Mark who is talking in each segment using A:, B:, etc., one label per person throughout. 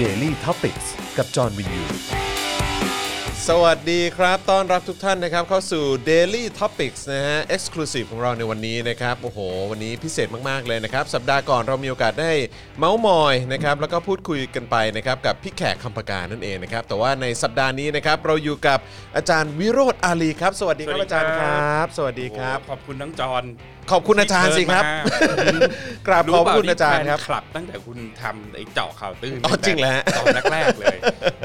A: Daily t o p i c กกับจอห์นวินยู
B: สวัสดีครับ ต้อนรับทุกท่านนะครับ เข้าสู่ Daily Topics นะฮะ Exclusive ของเราในวันนี้นะครับ โอ้โห วันนี้พิเศษมาก ๆ เลยนะครับ สัปดาห์ก่อนเรามีโอกาสได้เมาส์มอยนะครับ แล้วก็พูดคุยกันไปนะครับ กับพี่แขกคำปากานั่นเองนะครับ แต่ว่าในสัปดาห์นี้นะครับ เราอยู่กับอาจารย์วิโรธอาลีครับ สวัสดีครับ
C: สวัสดี
B: อาจารย์ค
C: ค
B: ร
C: รับ
B: ับ สวัสดีครับ
C: ขอบคุณทั้งจอน
B: ขอบคุณอาจารย์สิครับ กราบขอบคุณอาจารย์ครับ
C: ขับ ตั้งแต่คุณทำไอ้เจาะข่าวตื้น
B: อ๋อจริงเหรอฮะ
C: ตอนแรกๆ เลย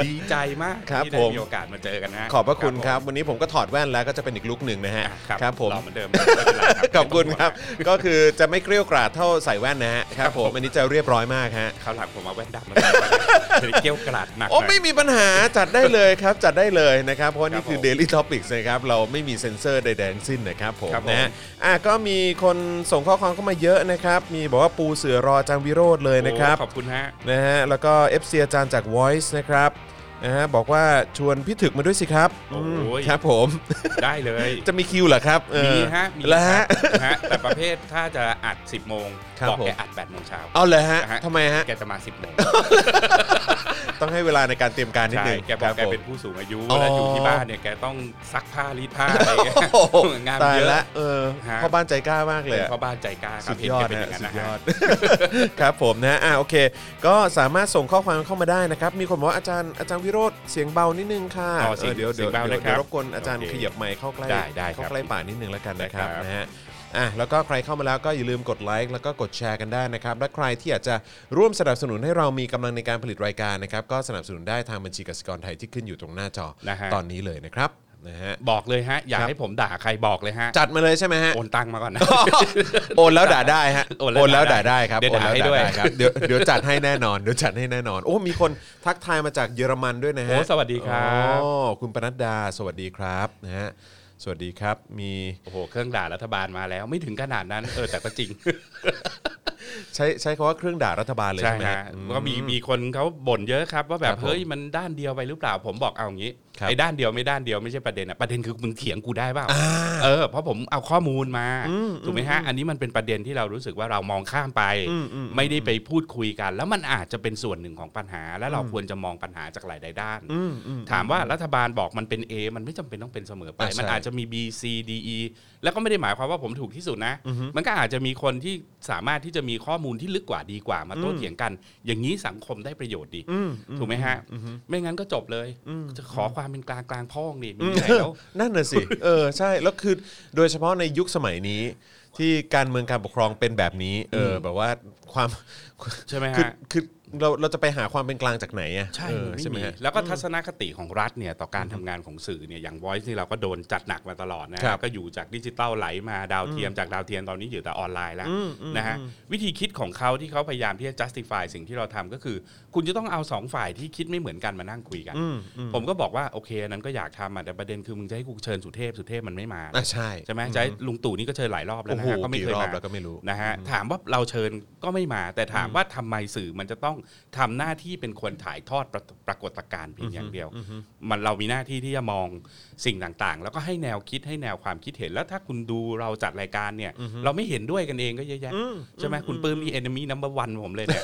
C: ดีใจมาก
B: ครับ
C: ที่ได้
B: ผม
C: มีโอกาสมาเจอกันนะ
B: ขอบพระคุณครับ วันนี้ผมก็ถอดแว่นแล้วก็จะเป็นอีกลุกหนึ่งนะฮะ
C: อ่ะครับ
B: ครับผม
C: เราเหมือนเดิมไม่เป็นไรรั
B: ขอบคุณครับ
C: ไม่ต้องห่วง
B: ก็คือจะไม่เกรี้ยวกราดเท่าใส่แว่นนะฮะครับผมอันนี้จะเรียบร้อยมากฮะ
C: นะคราวหลังผมเอาแว่นดำมาใส่จะได้เกี่ยวกราดหนักห
B: โอ้
C: น่อย
B: ไม่มีปัญหาจัดได้เลยครับ จัดได้เลยนะครับ เพราะนี่คือ
C: ผม
B: Daily Topics นะครับ เราไม่มีเซ็นเซอร์ใดๆทั้งสิ้นนะครับผม
C: ครับผม
B: นะฮะอ่ะก็มีคนส่งข้อความเข้ามาเยอะนะครับ มีบอกว่าปูเสือรออาจารย์วิโรธเลยนะครับ
C: โอ้ขอบคุณฮะ
B: นะฮะแล้วก็ FC อาจารย์จาก Voice นะครับนะฮะบอกว่าชวนพี่ถึกมาด้วยสิครับ
C: โอ้
B: ม
C: ย
B: ครับผม
C: ได้เลย
B: จะมีคิวเหรอครับเออ
C: มีฮะมี
B: แล้วฮะ
C: ฮะแต่ประเภทถ้าจะอัด 10โมง
B: ครับ
C: บอก
B: ผม
C: แกอัด8โมงเช้า
B: เอาเลยฮะ
C: นะฮะ
B: ทำไมฮะ
C: แกจะมา 10โมง
B: ต้องให้เวลาในการเตรียมการนิด
C: ใช่
B: นึง
C: แกบอก
B: ค
C: แก
B: รัผม
C: เป็นผู้สูงอายุ
B: อ๋อ
C: แล้วอยู่ที่บ้านเนี่ยแกต้องซักผ้ารีดผ้าอะไรเงี้ย
B: โอ้โห
C: งาน
B: ตาย
C: เยอะ
B: ละเออ
C: ฮะ
B: พ่อบ้านใจกล้ามากเลยอะ
C: เพราะบ้านใจกล้าครั
B: สุ
C: บ
B: ด
C: เห็น
B: ยอ
C: แก
B: ด
C: เป็นอ
B: นะ
C: ย่างนั้น
B: สุด
C: นะ
B: ย
C: ฮะ
B: อด ครับผมนะอ่าโอเค ก็สามารถส่งข้อความเข้ามาได้นะครับ มีคนบอกว่าอาจารย์อาจารย์วิโรธเสียงเบานิดนึงค่ะ
C: อ๋อเสียง
B: เดี๋ยวเดี๋ยว
C: เสียงเบา
B: เดี๋ยว
C: นะค
B: เดี๋
C: รับ
B: ยวรบกวนอาจารย์
C: โอเค
B: ขยับไมค์เข้าใกล้
C: ได้ได้ครับ
B: เข้าใกล้ป่ากนิดนึงแล้วกันนะครับ
C: ได้ครับ
B: นะฮะอ่ะแล้วก็ใครเข้ามาแล้วก็อย่าลืมกดไลค์แล้วก็กดแชร์กันได้นะครับ และใครที่อยากจะร่วมสนับสนุนให้เรามีกำลังในการผลิตรายการนะครับ ก็สนับสนุนได้ทางบัญชีกสิกรไทยที่ขึ้นอยู่ตรงหน้าจอ
C: นะฮะ
B: ตอนนี้เลยนะครับนะฮะ
C: บอกเลยฮะ อยาก
B: ครับ
C: ให้ผมด่าใครบอกเลยฮะ
B: จัดมาเลยใช่ไหมฮะ
C: โอนตังค์มาก่อนนะ
B: โอนแล้วด่าได้ฮะ
C: โอนแล้ว
B: ด่าได้ครับ
C: เดี๋ยว
B: โอนแล้
C: ด่าให้ด้วย
B: ครับเดี๋ยวเดี๋ยวจัดให้แน่นอนเดี๋ยวจัดให้แน่นอน โอ้ มีคนทักทายมาจากเยอรมันด้วยนะ
C: โอ้
B: ฮะ
C: สวัสดีครับ
B: โอ้คุณปนัดดาสวัสดีครับนะฮะสวัสดีครับมี
C: โอ้โหเครื่องด่ารัฐบาลมาแล้วไม่ถึงขนาดนั้นเออแต่ก็จริง
B: ใช้ใช้คำว่าเครื่องด่ารัฐบาลเลย
C: ใช่
B: ใช่ไหม
C: ฮะ
B: ฮะอืม
C: ก็มีมีคนเขาบ่นเยอะครับ ว่าแบ
B: ครับ บผม
C: เฮ้ยมันด้านเดียวไปหรือเปล่าผมบอกเอาอย่างนี้
B: ครับ
C: ไอ้ด้านเดียวไม่ด้านเดียวไม่ใช่ประเด็นนะประเด็นคือมึงเถียงกูได้เปล่าเออเพราะผมเอาข้อมูลมาถูกไหมฮะอันนี้มันเป็นประเด็นที่เรารู้สึกว่าเรามองข้ามไป
B: อืมอืม
C: ไม่ได้ไปพูดคุยกัน แล้วมันอาจจะเป็นส่วนหนึ่งของปัญหา และเราควรจะมองปัญหาจากหลายๆด้าน
B: อืมอืม
C: ถามว่ารัฐบาลบอกมันเป็น A มันไม่จำเป็นต้องเป็นเสมอไป
B: อ่ะใช่
C: มันอาจจะมี B C D E แล้วก็ไม่ได้หมายความว่าผมถูกที่สุดนะ มันก็อาจจะมีคนที่สามารถที่จะมีข้อมูลที่ลึกกว่าดีกว่ามาโต้เถียงกัน อย่างนี้สังคมได้ประโยชน์ดี
B: อืมอืม
C: ถูกไหมฮะ ไม่งั้นก็จบเลยจะขอความเป็นกลางกลางพ่องนี่มี
B: อืม
C: ที่ไหนแล้ว
B: นั่นน่ะสิเออใช่แล้วคือโดยเฉพาะในยุคสมัยนี้ ที่การเมืองการปกครองเป็นแบบนี้เออแบบว่าความ
C: ใช่ไหม
B: คือ
C: ฮะ
B: คือเราเราจะไปหาความเป็นกลางจากไหนอ่ะ
C: ใช่
B: เออ
C: มัน
B: ใช่
C: ไม่
B: ไหม
C: มี
B: ฮะ
C: แล้วก็ทัศนคติของรัฐเนี่ยต่อการทำงานของสื่อเนี่ยอย่าง Voice นี่เราก็โดนจัดหนักมาตลอดนะฮะ
B: ครับ
C: ก็อยู่จากดิจิตอลไหลมาดาวเทียมจากดาวเทียมตอนนี้อยู่แต่ออนไลน์แล้ว
B: อืมอืม
C: นะฮะวิธีคิดของเขาที่เขาพยายามที่จะ justify สิ่งที่เราทำก็คือ คุณจะต้องเอาสองฝ่ายที่คิดไม่เหมือนกันมานั่งคุยกัน
B: อืมอืม
C: ผมก็บอกว่าโอเคอันนั้นก็อยากทำอะแต่ประเด็นคือมึงจะให้กูเชิญสุเทพสุเทพมันไม่มา
B: อ่ะใช่
C: ใช่ไหมจะให้ลุงตู่นี่ก็เชิญหลายรอบแล้ว
B: โอ้
C: นะ
B: โห
C: ฮะก็ไม่
B: กี่
C: เคย
B: รอบ
C: มา
B: แล้วก็ไม่รู้
C: นะฮะถามว่าเราเชิญก็ไม่มา แต่ถามว่าทำไมสื่อมันจะต้องทำหน้าที่เป็นคนถ่ายทอดปรปรากฏการณ์เพียงอย่างเดียว มันเรามีหน้าที่ที่จะมองสิ่งต่างๆ แล้วก็ให้แนวคิดให้แนวความคิดเห็นแล้วถ้าคุณดูเราจัดรายการเนี่ย เราไม่เห็นด้วยกันเองก็เยอะแยะใช่ไหมคุณปื้มนี่เอน m มีนัมเบอร์วันผมเลยเนี่ย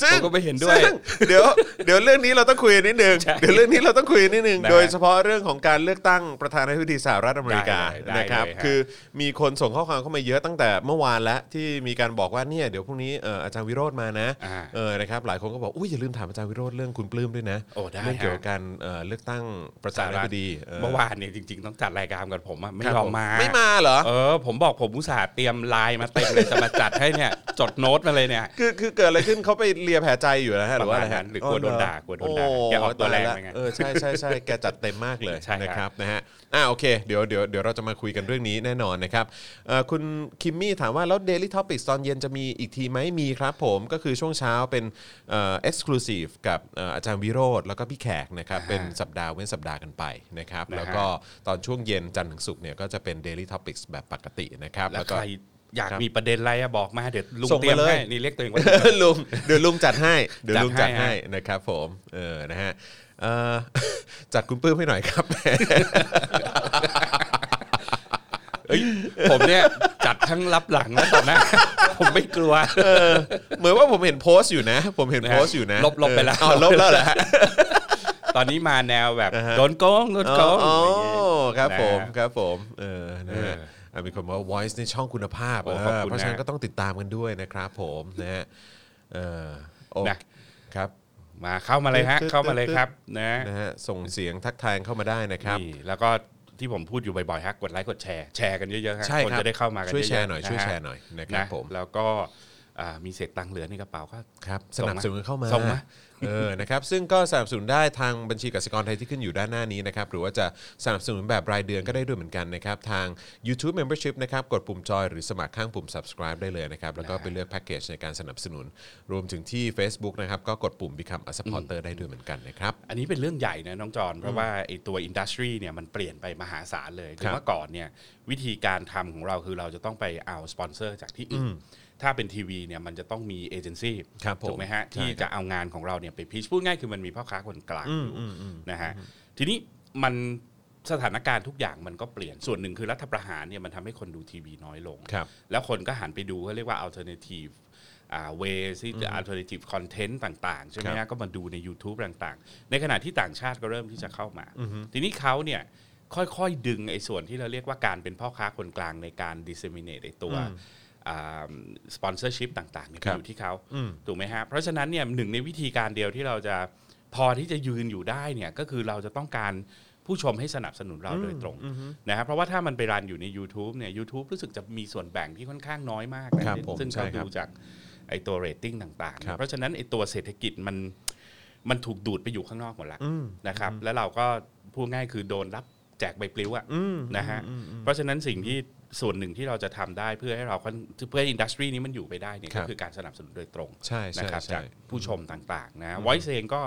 B: ซึ่ง
C: ผมก็ไม่เห็นด้วย
B: ซึ่งเดี๋ยว เดี๋ยวเรื่องนี้เราต้องคุยกันนิดนึง
C: ใช่
B: เดี๋ยวเรื่องนี้เราต้องคุยกันนิดนึง
C: นะฮะ
B: โดยเฉพาะเรื่องของการเลือกตั้งประธานาธิบดีสหรัฐอเมริกา
C: ได้เลยได้
B: นะครับ
C: เลยฮะ
B: คือมีคนส่งข้อความเข้ามาเยอะตั้งแต่เมื่อวานแล้วที่มีการบอกว่าเนี่ยเดี๋ยวพรุ่งนี้เอ่ออาจารย์วิโรธมานะ
C: อ่า
B: เออนะครับหลายคนก็บอกอุ้ยอย่าลืมถามอาจารย์วิโรธเรื่องคุณปลื้มด้วยนะ
C: โอ้ได้
B: เรื่องเกี่ยว
C: ฮะ
B: กับการเอ่อเลือกตั้งประธานาธิบดี
C: เมื่อวานเนี่ยจริงๆ ต้องจัดรายการกับผมอะไม่
B: ครับ
C: ยอมมา
B: ไม่มาเหรอ
C: เออผมบอกผมอุตส่าห์เตรียมไลน์มาเต็มเลยจะมาจัดให้เนี่ยจดโน้ตมาเลยเนี่ย
B: คือคือเกิดอะไรขึ้นเขาไปเลียแผลใจอยู่นะฮะหรือว่าอะไร
C: ประมาณนั้
B: ฮะ
C: นหรือกลัวโดนด่ากลัวโดนด่าแกออกตัวแรงไปไง
B: เออใช่ใช่ใช่แกจัดเต็มมากเลย
C: ใช่ครับ
B: นะครับนะฮะอ่าโอเคเดี๋ยวเดี๋ยวเดี๋ยวเราจะมาคุยกันเรื่องนี้แน่นอนนะครับเอ่อคุณคิมมี่ถามว่าแล้ว Daily Topics ตอนเย็นจะมีอีกทีไหมมีครับผมก็คือช่วงเช้าเป็นเอ่อ exclusive กับเอ่ออาจารย์วิโรธแล้วก็พี่แขกนะครับเป็นสัปดาห์เว้นสัปดาห์กันไปนะครับแล้วก็ตอนช่วงเย็นจันทร์ถึงศุกร์เนี่ยก็จะเป็น Daily Topics แบบปกตินะครับ
C: แล้วใครอยากมีประเด็นอะไรอะบอกมาเดี๋ยวลุง
B: ส่ง
C: เตรียม
B: มาเลย
C: ให้นี่เรียกตัวเองว่า
B: ลุงเดี๋ยวลุงจัด ให้เดี๋ยว
C: จัดให้
B: ลุงจัดให้
C: ฮะ
B: นะครับผมเออนะฮะเอ่ อ จัดคุณปื้มให้หน่อยครับ
C: เอ้ยผมเนี่ยจัดทั้งรับหลังและต่อหน้า ผมไม่กลัว
B: เหมือนว่าผมเห็นโพสต์อยู่นะ ผมเห็นโพสต์อยู่นะ
C: ลบลบไปแล้ว
B: เออเอาลบแล้วเหรอฮะ
C: ตอนนี้มาแนวแบบ
B: อ่าฮะ
C: โดนโกงโดนโกง
B: อ๋อ
C: อะไรอย่างเงี้ย
B: ครับผม
C: นะฮะ
B: ครับผมเออนะฮะ
C: เออ
B: อ่ะมีคนบอกว่า voice ในช่องคุณภาพ
C: โอ้
B: เออ
C: ขอบคุณ
B: เพราะฉะนั้น
C: นะ
B: ก็ต้องติดตามกันด้วยนะครับผมนะฮะเออโอ
C: นะ
B: ครับ
C: มาเข้ามาเลยฮะ
B: ตึ๊ดตึ๊ด
C: เข้ามาเลยครับนะ
B: นะฮะส่งเสียงทักทายเข้ามาได้นะครับ
C: นี่แล้วก็ที่ผมพูดอยู่บ่อยๆฮะกดไลค์กดแชร์แชร์กันเยอะๆฮะ
B: ใช่
C: คน
B: ครับ
C: จะได้เข้ามากัน
B: ช่วยแชร์หน่อย
C: เะๆะฮะ
B: ช่วยแชร์หน่อยนะครับผม
C: แล้วก็อ่ามีเศษตังค์เหลือในกระเป๋าก็
B: ครับส
C: ส่ง
B: นับสนุนเข้ามา
C: ส่งมา
B: เออนะครับซึ่งก็สนับสนุนได้ทางบัญชีกสิกรไทยที่ขึ้นอยู่ด้านหน้านี้นะครับหรือว่าจะสนับสนุนแบบรายเดือนก็ได้ด้วยเหมือนกันนะครับทาง YouTube Membership นะครับกดปุ่มจอยหรือสมัครข้างปุ่ม subscribe ได้เลยนะครับแล้วก็ไปเลือกแพ็กเกจในการสนับสนุน รวมถึงที่ Facebook นะครับก็กดปุ่ม Become a supporter ได้ด้วยเหมือนกันนะครับ
C: อันนี้เป็นเรื่องใหญ่นะน้องจอนเพราะว่าไอ้ตัวอินดัสทรีเนี่ยมันเปลี่ยนไปมหาศาลเลยคือเมื่อก่อนเนี่ยวิธีการทำของเราคือเราจะต้องไปเอาสปอนเซอร์จากที่อื่น ถ้าเป็นทีวีเนี่ยมันจะต้องมีเอเจนซี่
B: ครับผม
C: ถูกไหมฮะ
B: ใช่
C: ที่
B: ครับ
C: จะเอางานของเราเนี่ยไปพีชพูดง่ายคือมันมีพ่อค้าคนกลางอยู่นะฮะทีนี้มันสถานการณ์ทุกอย่างมันก็เปลี่ยนส่วนหนึ่งคือรัฐประหารเนี่ยมันทำให้คนดูทีวีน้อยลง
B: ครับ
C: แล้วคนก็หันไปดูเขาเรียกว่า alternative อ่าเวที่จะ alternative content ต่าง ๆ ใช่ไหม
B: ครั
C: ฮะ
B: บ
C: ก็มาดูใน YouTube ต่าง ๆ ในขณะที่ต่างชาติก็เริ่มที่จะเข้ามา ทีนี้เขาเนี่ยค่อยๆ ดึงไอ้ส่วนที่เราเรียกว่าการเป็นพ่อค้าคนกลางในการ disseminate ไอ้ตัวสปอนเซอร์ชิพต่างๆเนี่ย
B: ครับ
C: อยู่ที่เขา
B: อืม
C: ถูกไหมฮะ เพราะฉะนั้นเนี่ยหนึ่งในวิธีการเดียวที่เราจะพอที่จะยืนอยู่ได้เนี่ยก็คือเราจะต้องการผู้ชมให้สนับสนุนเราโดยตรง นะครับเพราะว่าถ้ามันไปรันอยู่ใน YouTube เนี่ย YouTube รู้สึกจะมีส่วนแบ่งที่ค่อนข้างน้อยมากนะครับ
B: ผม
C: ซึ่ง
B: ใช่
C: เขา
B: ครั
C: ดู
B: บ
C: จากไอตัวเรตติ้งต่างๆ
B: ครับ
C: เนี่ยเพราะฉะนั้นไอตัวเศรษฐกิจมันมันถูกดูดไปอยู่ข้างนอกหมดละ
B: อืม
C: นะครับ แล้วเราก็พูดง่ายคือโดนรับแจกใบปลิวอะ
B: อืม
C: นะฮะเพราะฉะนั้นสิ่งที่ส่วนหนึ่งที่เราจะทำได้เพื่อให้เราค่อนเพื่ออินดัสทรีนี้มันอยู่ไปได้เนี่ย
B: ครั
C: ก็
B: บ
C: คือการสนับสนุนโดยตรง
B: ใช่
C: นะ
B: ใช่
C: ครับ
B: ใช่
C: จากผู้ชมต่างๆนะไวซ์เองก็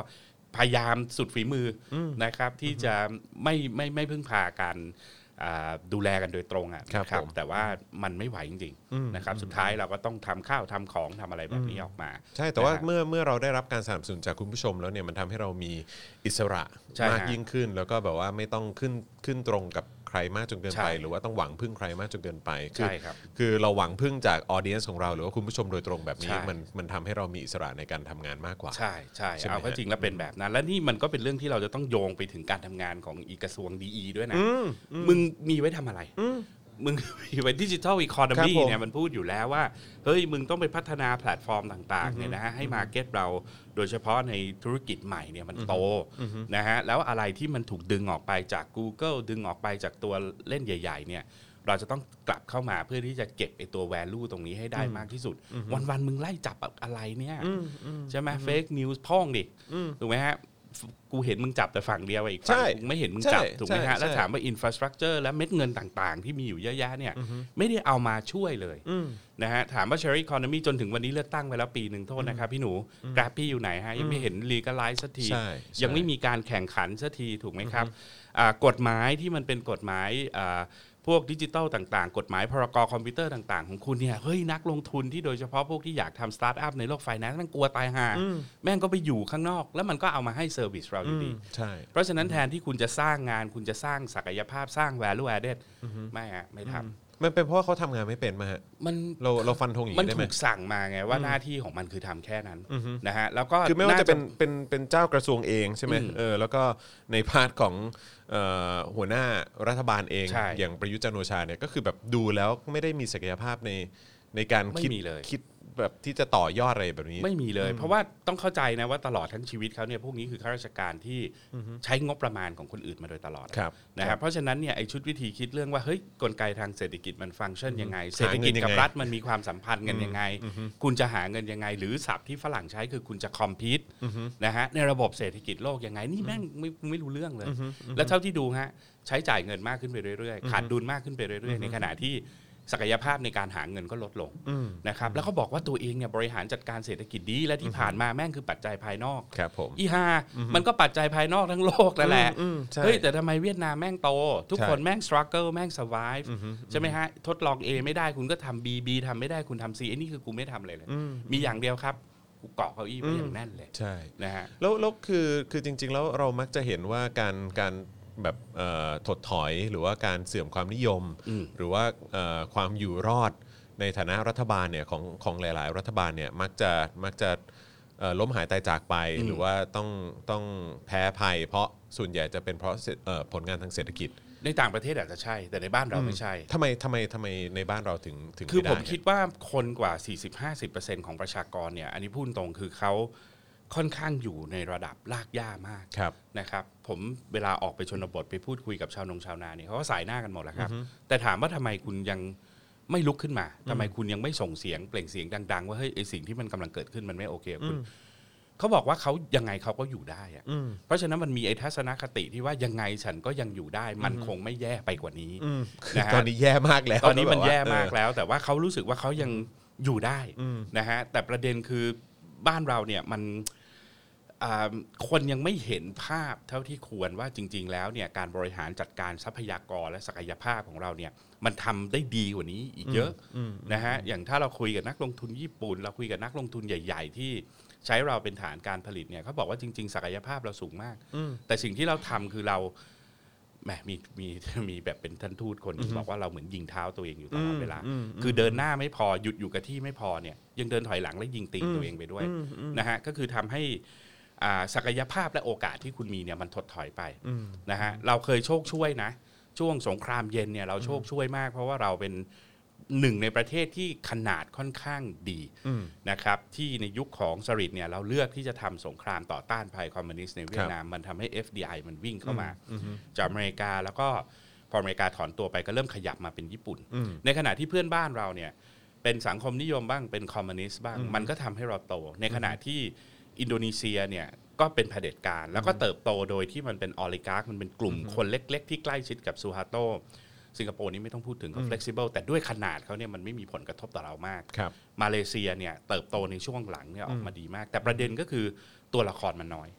C: พยายามสุดฝีมืออนะครับ ที่จะไม่ไม่ไม่พึ่งพาการอ่าดูแลกันโดยตรงอ่ะ
B: ครับ
C: นะ
B: ผม
C: แต่ว่ามันไม่ไหวจริง
B: อืม
C: ๆนะครับสุดท้ายเราก็ต้องทำข้าวทำของทำอะไรแบบนี้ออกมา
B: ใช่ แต่ว่า
C: นะฮะ
B: เมื่อเมื่อเราได้รับการสนับสนุนจากคุณผู้ชมแล้วเนี่ยมันทำให้เรามีอิสระ
C: ใช่ฮะ
B: มากยิ่งขึ้น แล้วก็แบบว่าไม่ต้องขึ้นขึ้นตรงกับใครมากจนเกินไป
C: ใช่
B: หรือว่าต้องหวังพึ่งใครมากจนเกินไป
C: ใช่ครับ
B: คือเราหวังพึ่งจากออเดียนของเราหรือว่าคุณผู้ชมโดยตรงแบบนี้
C: ใช่
B: มันมันทำให้เรามีอิสระในการทำงานมากกว่า
C: ใช่ใช่
B: ใช่ไหม
C: เอาเข้าจริงแล้วเป็นแบบนั้น และนี่มันก็เป็นเรื่องที่เราจะต้องโยงไปถึงการทำงานของอีกกระทรวงดีด้วยนะ มึงมีไว้ทำอะไร มึง มีไว้ดิจิทัลอีคอน
B: ครับ
C: มี
B: ผม
C: เนี่ยมันพูดอยู่แล้วว่า เฮ้ย มึงต้องไปพัฒนาแพลตฟอร์มต่างๆเนี่ยนะฮะให้มาเก็ตเราโดยเฉพาะในธุรกิจใหม่เนี่ยมันโตนะฮะแล้วอะไรที่มันถูกดึงออกไปจาก Google ดึงออกไปจากตัวเล่นใหญ่ ๆ เนี่ยเราจะต้องกลับเข้ามาเพื่อที่จะเก็บไอตัว value ตรงนี้ให้ได้มากที่สุด วันๆมึงไล่จับอะไรเนี่ย ใช่ไหมเฟกนิวส์พ่องดิถูกไหมฮะฟกูเห็นมึงจับแต่ฝั่งเดียวไอ้ฝั่ง
B: ใช่
C: กูไม่เห็นมึงจับ
B: ใช่
C: ถูกไหม
B: ใช่
C: ฮะแล้ว
B: ใช่
C: ถามว่าอินฟราสตรักเจอร์และเม็ดเงินต่างๆ ที่มีอยู่เยอะแยะเนี่ยไม่ได้เอามาช่วยเลยนะฮะถามว่าเชอรี่คอนมีจนถึงวันนี้เลือกตั้งไปแล้วปีหนึ่งโทษนะครับพี่หนูกราฟพี่อยู่ไหนฮะ ยังไม่เห็นลีก a ไล z ์สักที
B: ใช่ใช่
C: ยังไม่มีการแข่งขันสักทีถูกไหมครับอ่ากฎหมายที่มันเป็นกฎหมายอ่าพวกดิจิตอลต่างๆ กฎหมายพรกคอมพิวเตอร์ต่างๆ ของคุณเนี่ยเฮ้ยนักลงทุนที่โดยเฉพาะพวกที่อยากทำสตาร์ทอัพในโลกไฟแนนซ์มันกลัวตายห่าแม่งก็ไปอยู่ข้างนอก แล้วมันก็เอามาให้เซอร์วิสเราอยู่ดี
B: ใช่
C: เพราะฉะนั้นแทนที่คุณจะสร้างงานคุณจะสร้างศักยภาพสร้าง value added ไม่ฮะไม่ท
B: มันเป็นเพราะว่าเขาทำงานไม่เป็นมาฮะ
C: ำมัน
B: เราเราฟันธงอย่าง
C: มัน
B: นี้ได้ไหม
C: ถูกสั่งมาไงว่าหน้าที่ของมันคือทำแค่นั้นนะฮะแล้วก็
B: คือไม่ว่าจะเป็น
C: น่
B: เป็นเป็นเจ้ากระทรวงเองใช่ไหม
C: อืม
B: เออแล้วก็ในพาร์ทของเอ่อหัวหน้ารัฐบาลเอง
C: ใช่
B: อย่างประยุทธ์จันทร์โอชาเนี่ยก็คือแบบดูแล้วไม่ได้มีศักยภาพในในการ
C: ไม่
B: คิด
C: มีเลย
B: คิดแบบที่จะต่อยอดอะไรแบบนี้
C: ไม่มีเลย เพราะว่าต้องเข้าใจนะว่าตลอดทั้งชีวิตเขาเนี่ยพวกนี้คือข้าราชการที่ใช้งบประมาณของคนอื่นมาโดยตลอด
B: ครับ
C: นะครับเพราะฉะนั้นเนี่ยไอชุดวิธีคิดเรื่องว่าเฮ้ยกลไกทางเศรษฐกิจมันฟังก์ชันยังไง เศรษฐกิจ
B: หาเงินยั
C: กับ
B: งไง
C: รัฐมันมีความสัมพันธ์กันยังไง คุณจะหาเงินยังไง หรือศัพท์ที่ฝรั่งใช้คือคุณจะคอมพิวต์นะฮะในระบบเศรษฐกิจโลกยังไงนี่แม่งไม่ไม่รู้เรื่องเลย แล้วเท่าที่ดูฮะใช้จ่ายเงินมากขึ้นไปเรื่อยๆขาดดุลมากขึ้นไปเรื่อยๆ ในขณะที่ศักยภาพในการหาเงินก็ลดลง นะครับแล้วเขาบอกว่าตัวเองเนี่ยบริหารจัดการเศรษฐกิจดี และที่ผ่านมาแม่งคือปัจจัยภายนอก
B: ครับผม
C: อีฮามันก็ปัจจัยภายนอกทั้งโลกนั่นแหละ
B: อืมอืมใช่
C: เฮ้ยแต่ทำไมเวียดนามแม่งโต ทุก
B: ใช่
C: คนแม่งส t รัคเกิลแม่ง survive ใช่ไหมฮะ ทดลอง A ไม่ได้คุณก็ทำ B B ทำไม่ได้คุณทำ C ไอ้นี่คือกูไม่ทำเลยเลย มีอย่างเดียวครับ กูเกาะเก้าอี้ไว้อย่างแน่นเลย
B: ใช่
C: นะฮะ
B: แล้วแล้วคือคือจริง ๆ แล้วเรามักจะเห็นว่าการการ แบบเอ่อถดถอยหรือว่าการเสื่อมความนิยม
C: อืม
B: หรือว่าเอ่อความอยู่รอดในฐานะรัฐบาลเนี่ยของของหลาย ๆ รัฐบาลเนี่ยมักจะมักจะเอ่อล้มหายตายจากไป หรือว่าต้องต้องแพ้ภัย เพราะส่วนใหญ่จะเป็นเพราะเศรษเอ่อผลงานทางเศรษฐกิจ
C: ในต่างประเทศอาจจะใช่ แต่ในบ้านเราไม่ใช่
B: ทำไมทำไมทำไมในบ้านเราถึงถึง
C: คือ
B: ไได้
C: ผมคิดว่าคนกว่า 40-50%ของประชากรเนี่ย อันนี้พูดตรงคือเขาค่อนข้างอยู่ในระดับลากย่ามาก
B: ครับ
C: นะครับผมเวลาออกไปชนบทไปพูดคุยกับชาวนงชาวนาเนี่ยเขาก็สายหน้ากันหมดแหล้วครับ แต่ถามว่าทำไมคุณยังไม่ลุกขึ้นมาทำไมคุณยังไม่ส่งเสียงเปล่งเสียงดัง ๆ ว่าเฮ้ยไอสิ่งที่มันกำลังเกิดขึ้นมันไม่โอเคกับคุณเขาบอกว่าเขายังไงเขาก็อยู่ได้อะเพราะฉะนั้นมันมีไอทัศนคติที่ว่ายังไงฉันก็ยังอยู่ได้ มันคงไม่แย่ไปกว่านี้
B: อืมคือ
C: นะฮะ
B: ตอนนี้แย่มากแล้ว
C: ตอนนี้มัน
B: บบว่
C: แย่มาก
B: เออ
C: แล้ว แต่ว่าเขารู้สึกว่าเขายังอยู่ได้นะฮะแต่ประเด็นคือบ้านเราเนี่ยมันอ่าคนยังไม่เห็นภาพเท่าที่ควรว่าจริง ๆ แล้วเนี่ยการบริหารจัดการทรัพยากรและศักยภาพของเราเนี่ยมันทำได้ดีกว่านี้อีกเยอะนะฮะอย่างถ้าเราคุยกับนักลงทุนญี่ปุ่น เราคุยกับนักลงทุนใหญ่ ๆ ที่ใช้เราเป็นฐานการผลิตเนี่ยเขาบอกว่าจริง ๆ ศักยภาพเราสูงมาก แต่สิ่งที่เราทำคือเรา แหมมีมี มีแบบเป็นท่านทูตคนที่บอกว่าเราเหมือนยิงเท้าตัวเองอยู่ตลอดเวลา คือเดินหน้าไม่พอหยุดอยู่กับที่ไม่พอเนี่ยยังเดินถอยหลังและยิงตีนตัวเองไปด้วยนะฮะก็คือทำให้อ่าศักยภาพและโอกาสที่คุณมีเนี่ยมันถดถอยไปนะฮะเราเคยโชคช่วยนะ ช่วงสงครามเย็นเนี่ยเราโชคช่วยมาก เพราะว่าเราเป็นหนึ่งในประเทศที่ขนาดค่อนข้างดีนะครับที่ในยุคของสริดเนี่ยเราเลือกที่จะทำสงครามต่อต้านภัยคอมมิวนิสต์ในเวียดนามมันทำให้ FDI มันวิ่งเข้ามา จากอเมริกาแล้วก็พออเมริกาถอนตัวไปก็เริ่มขยับมาเป็นญี่ปุ่น ในขณะที่เพื่อนบ้านเราเนี่ยเป็นสังคมนิยมบ้างเป็นคอมมิวนิสต์บ้าง มันก็ทำให้เราโต ในขณะที่อินโดนีเซียเนี่ยก็เป็นเผด็จการ แล้วก็เติบโตโดยที่มันเป็นออริการ์มันเป็นกลุ่มคนเล็ก ๆ ที่ใกล้ชิดกับซูฮาโต สิงคโปร์นี่ไม่ต้องพูดถึงเขา flexible แต่ด้วยขนาดเขาเนี่ยมันไม่มีผลกระทบต่อเรามาก
B: ครับ
C: มาเลเซียเนี่ยเติบโตในช่วงหลังเนี่ยออกมาดีมาก แต่ประเด็นก็คือตัวละครมันน้อย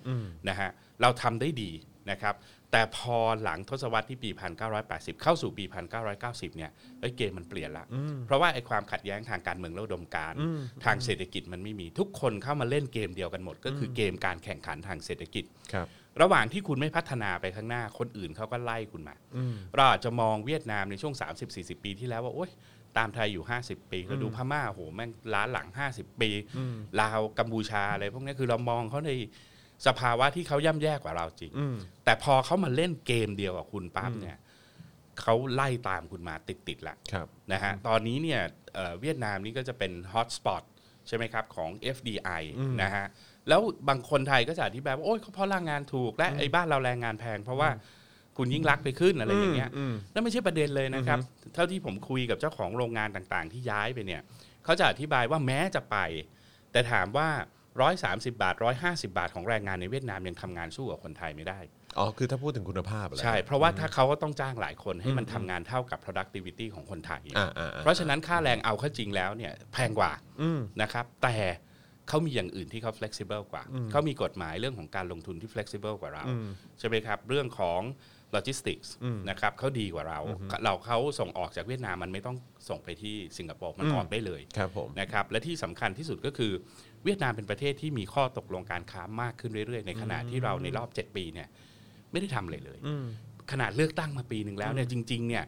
C: นะฮะเราทำได้ดีนะครับ แต่พอหลังทศวรรษที่ปี 1980 เข้าสู่ปี 1990 เนี่ยเอ้ยเกมมันเปลี่ยนละ เพราะว่าไอ้ความขัดแย้งทางการเมืองและอุดมการณ์ทางเศรษฐกิจมันไม่มีทุกคนเข้ามาเล่นเกมเดียวกันหมด ก็คือเกมการแข่งขันทางเศรษฐกิจ
B: ครับ
C: ระหว่างที่คุณไม่พัฒนาไปข้างหน้าคนอื่นเขาก็ไล่คุณมาเราอาจจะมองเวียดนามในช่วง 30-40 ปีที่แล้วว่าโอ๊ยตามไทยอยู่ 50 ปีเราดูพม่าโหแม่งล้าหลัง 50 ปีลาวกัมพูชาอะไรพวกนี้คือเรามองเขาในสภาวะที่เขาย่ำแย่กว่าเราจริง แต่พอเขามาเล่นเกมเดียวกับคุณปั๊บเนี่ยเขาไล่ตามคุณมาติดๆละ
B: ครับ
C: นะฮะตอนนี้เนี่ยเอ่อเวียดนามนี่ก็จะเป็นฮอตสปอตใช่ไหมครับ ของ FDI นะฮะแล้วบางคนไทยก็จะอธิบายว่า โอ้ยเขาเพราะแรงงานถูกและไอ้บ้านเราแรงงานแพง เพราะว่าคุณยิ่งรักษณ์ไปขึ้นอะไรอย่างเงี้ยนั่นไม่ใช่ประเด็นเลยนะครับ เท่าที่ผมคุยกับเจ้าของโรงงานต่างๆ ที่ย้ายไปเนี่ยเขาจะอธิบายว่าแม้จะไป แต่ถามว่า 130 บาท 150 บาทของแรงงานในเวียดนามยังทำงานสู้กับคนไทยไม่ได้
B: อ๋อ คือถ้าพูดถึงคุณภาพอะไร
C: ใช่ เพราะว่าถ้าเขาก็ต้องจ้างหลายคนให้มันทำงานเท่ากับ productivity ของคนไทย
B: อ่าอ่าอ่า
C: เพราะฉะนั้นค่าแรงเอาเข้าจริงแล้วเนี่ยแพงกว่านะครับ แต่เขามีอย่างอื่นที่เขา flexible กว่า เขามีกฎหมายเรื่องของการลงทุนที่ flexible กว่าเรา ใช่ไหมครับ เรื่องของโลจิสติกส์นะครับเขาดีกว่าเรา เราเขาส่งออกจากเวียดนามมันไม่ต้องส่งไปที่สิงคโปร์มันออกได้เลย
B: ครับผม
C: นะครับและที่สำคัญที่สุดก็คือเวียดนามเป็นประเทศที่มีข้อตกลงการค้ามากขึ้นเรื่อยๆ ในขณะที่เราในรอบ 7 ปีเนี่ยไม่ได้ทำอะไรเลย ขนาดเลือกตั้งมาปีหนึ่งแล้วเนี่ยจริงๆเนี่ย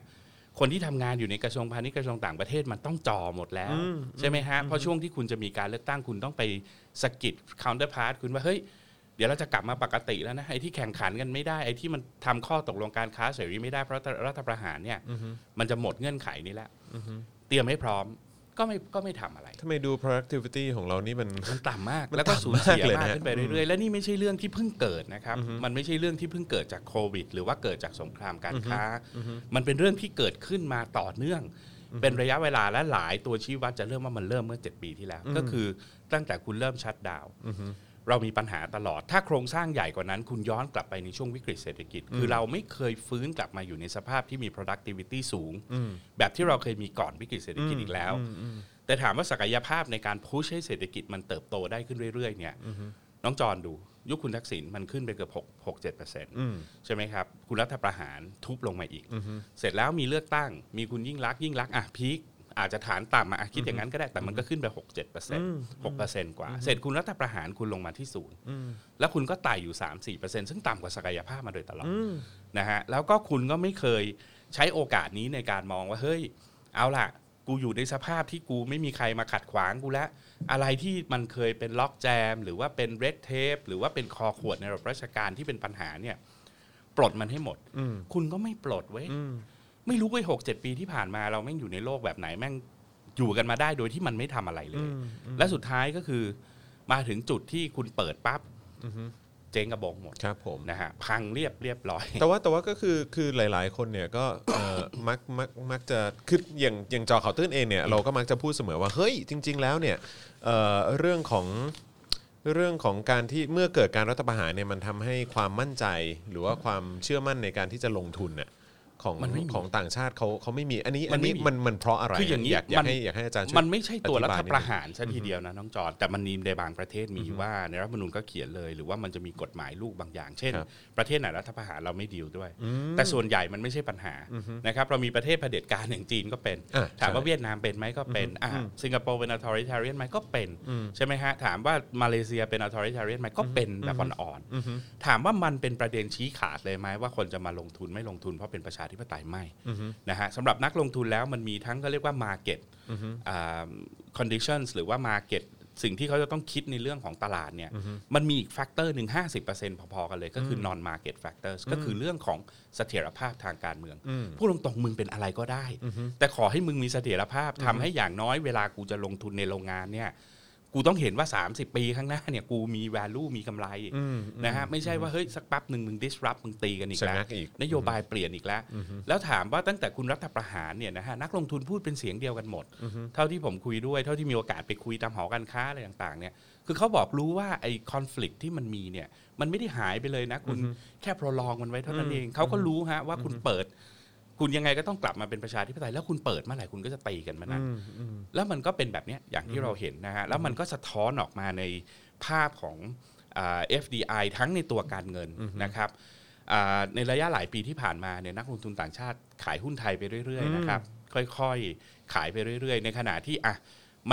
C: คนที่ทำงานอยู่ในกระทรวงพาณิชย์กระทรวงต่างประเทศมันต้องจ่อหมดแล้ว ใช่ไหมฮะเพราะช่วงที่คุณจะมีการเลือกตั้งคุณต้องไปสะกิด counterpart คุณว่าเฮ้ย เดี๋ยวเราจะกลับมาปกติแล้วนะไอ้ที่แข่งขันกันไม่ได้ไอ้ที่มันทำข้อตกลงการค้าเสรีไม่ได้เพราะรัฐประหารเนี่ยมันจะหมดเงื่อนไขนี้แล้วเตรียมให้พร้อมก็ไม่ก็ไม่ทำอะไร
B: ทำไมดู productivity ของเรานี่มัน
C: มันต่ำมาก
B: มัน
C: แล้วก็
B: ต่ำ
C: สูญเสีย
B: มากเลย
C: มาก
B: นะ
C: ขึ้นไปเรื่อยๆ และนี่ไม่ใช่เรื่องที่เพิ่งเกิดนะครับ มันไม่ใช่เรื่องที่เพิ่งเกิดจากโควิด หรือว่าเกิดจากสงครามการค้า มันเป็นเรื่องที่เกิดขึ้นมาต่อเนื่อง เป็นระยะเวลาและหลายตัวชี้วัดจะเริ่มว่ามันเริ่มเมื่อ 7 ปีที่แล้ว ก็คือตั้งแต่คุณเริ่มชัดดาวน์เรามีปัญหาตลอด ถ้าโครงสร้างใหญ่กว่านั้น คุณย้อนกลับไปในช่วงวิกฤตเศรษฐกิจ คือเราไม่เคยฟื้นกลับมาอยู่ในสภาพที่มี productivity สูง แบบที่เราเคยมีก่อนวิกฤตเศรษฐกิจอีกแล้ว แต่ถามว่าศักยภาพในการพุชให้เศรษฐกิจมันเติบโตได้ขึ้นเรื่อยๆเนี่ยน้องจอนดู ยุคคุณทักษิณมันขึ้นไปเกือบ6 6 7เปอร์เซ็นต์ใช่ไหมครับ คุณรัฐประหารทุบลงมาอีก เสร็จแล้วมีเลือกตั้ง มีคุณยิ่งรักษณ์ยิ่งรักษณ์อ่ะพีค อาจจะฐานต่ำมาคิดอย่างนั้นก็ได้แต่มันก็ขึ้นไป6 7เปอร์เซ็นต์หกเปอร์เซ็นต์กว่า เสร็จคุณรัฐประหารคุณลงมาที่ศูนย์แล้วคุณก็ไต่อยู่ 3 4เปอร์เซ็นต์ซึ่งต่ำกว่าศักยภาพมาโดยตลอดนะฮะแล้วก็คุณก็ไม่เคยใช้โอกาสนี้ในการมองว่าเฮ้ย เอาล่ะ กูอยู่ในสภาพที่กูไม่มีใครมาขัดขวางกูแล้ว อะไรที่มันเคยเป็นล็อกแจม หรือว่าเป็นเรดเทปหรือว่าเป็นคอขวดในระบบราชการที่เป็นปัญหาเนี่ย ปลดมันให้หมด คุณก็ไม่ปลดเว้ย ไม่รู้เว้ยหกเจ็ดปีที่ผ่านมาเราแม่งอยู่ในโลกแบบไหนแม่งอยู่กันมาได้โดยที่มันไม่ทำอะไรเลย และสุดท้ายก็คือ มาถึงจุดที่คุณเปิดปั๊บเจ๊งกระบองหมด
B: ครับผม
C: นะฮะพังเรียบเรียบร้อย
B: แต่ว่าแต่ว่าก็คือคือหลาย ๆ คนเนี่ยก็เอ่อ มักมักมักจะคืออย่างอย่างจอข่าวตื้นเองเนี่ยเราก็มักจะพูดเสมอว่าเฮ้ยจริง ๆ แล้วเนี่ยเอ่อเรื่องของเรื่องของการที่เมื่อเกิดการรัฐประหารเนี่ยมันทำให้ความมั่นใจ หรือว่าความเชื่อมั่นในการที่จะลงทุนเนี่ยของ
C: มันไม่มี
B: ของต่างชาติเขาเขาไม่มีอันนี้
C: มั
B: อัน
C: นไม่
B: นี้
C: มี
B: มันมันเพราะอะไร
C: คืออย่างนี้
B: อยากอยา
C: มั
B: ก
C: น
B: ให้อยากให้อาจารย์ช่วย
C: มันไม่ใช่ตัวรัฐประหารซะ
B: อธิบายนิดนึง
C: ทีเดียวนะน้องจอนแต่มันมีในบางประเทศมีว่าในรัฐธรรมนูญก็เขียนเลย หรือว่ามันจะมีกฎหมายลูกบางอย่าง เช่น ประเทศไหนรัฐประหารเราไม่ดีลด้วย แต่ส่วนใหญ่มันไม่ใช่ปัญหานะครับเรามีประเทศเผด็จการอย่างจีนก็เป็น
B: อ่ะ
C: ถามว่า
B: ใช่
C: เวียดนามเป็นไหมก็เป็นอ่ะสิงคโปร์เป็น authoritarian ไหมก็เป็นใช่ไหมฮะถามว่ามาเลเซียเป็น authoritarian ไหมก็เป็นแบบอ่อนๆถามว่ามันเป็นประเด็นชี้ขาดเลยไหมว่าคนจะมาลงทุนไม่ลงทุนเพราะเป็นประชาธิปไตยไม่นะฮะสำหรับนักลงทุนแล้วมันมีทั้งเขาเรียกว่า market อ่า conditions หรือว่า market สิ่งที่เขาจะต้องคิดในเรื่องของตลาดเนี่ยมันมีอีกแฟกเตอร์หนึ่ง50%พอๆกันเลยก็คือ non market factors ก็คือเรื่องของเสถียรภาพทางการเมือง พูดตรงๆมึงเป็นอะไรก็ได้ แต่ขอให้มึงมีเสถียรภาพทำให้อย่างน้อยเวลากูจะลงทุนในโรงงานเนี่ย กูต้องเห็นว่า 30 ปีข้างหน้าเนี่ยกูมี value มีกำไรนะฮะไม่ใช่ว่าเฮ้ยสักแปั๊บหนึ่งมึง disrupt มึงตีกันอีกแล้
B: ชะงั
C: ว
B: กอีก
C: นโยบายเปลี่ยนอีกแล้ว แล้วถามว่าตั้งแต่คุณรัฐประหารเนี่ยนะฮะนักลงทุนพูดเป็นเสียงเดียวกันหมด เท่าที่ผมคุยด้วย เท่าที่มีโอกาสไปคุยตามหอการค้าอะไรต่างๆเนี่ยคือเขาบอกรู้ว่าไอ้ conflict ที่มันมีเนี่ยมันไม่ได้หายไปเลยนะ คุณแค่ prolong มันไว้เท่านั้นเองเขาก็รู้ฮะว่าคุณเปิด คุณยังไงก็ต้องกลับมาเป็นประชาธิปไตยแล้วคุณเปิดเมื่อไหร่คุณก็จะตีกันเมื่อนั้น แล้วมันก็เป็นแบบเนี้ยอย่างที่เราเห็นนะฮะ แล้วมันก็สะท้อนออกมาในภาพของอ่า FDI ทั้งในตัวการเงินนะครับอ่าในระยะหลายปีที่ผ่านมาเนี่ยนักลงทุนต่างชาติขายหุ้นไทยไปเรื่อยๆนะครับค่อยๆ ขายไปเรื่อยๆ ในขณะที่อ่ะ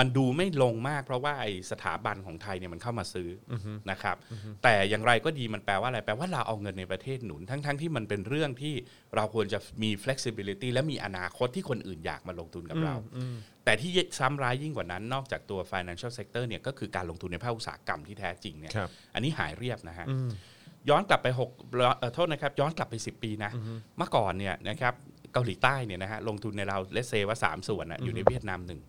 C: มันดูไม่ลงมาก เพราะว่าไอสถาบันของไทยเนี่ยมันเข้ามาซื้ออนะครับแต่อย่างไรก็ดีมันแปลว่าอะไรแปลว่าเราเอาเงินในประเทศหนุนทั้งๆทที่มันเป็นเรื่องที่เราควรจะมี flexibility และมีอนาคตที่คนอื่นอยากมาลงทุนกับเรา แต่ที่ซ้ำร้ายยิ่งกว่านั้นนอกจากตัว financial sector เนี่ยก็คือการลงทุนในภาคอุตสาหกรรมที่แท้จริงเนี่ย
B: ครับ
C: อันนี้หายเรียบนะฮะ ย้อนกลับไป6เอ่อโทษนะครับ ย้อนกลับไป 10 ปีนะ เมื่อก่อนเนี่ยนะครับเกาหลีใต้เนี่ยนะฮะลงทุนในเราเลสเซว่า 3 ส่วนอะอยู่ในเวียดนามหนึ่ง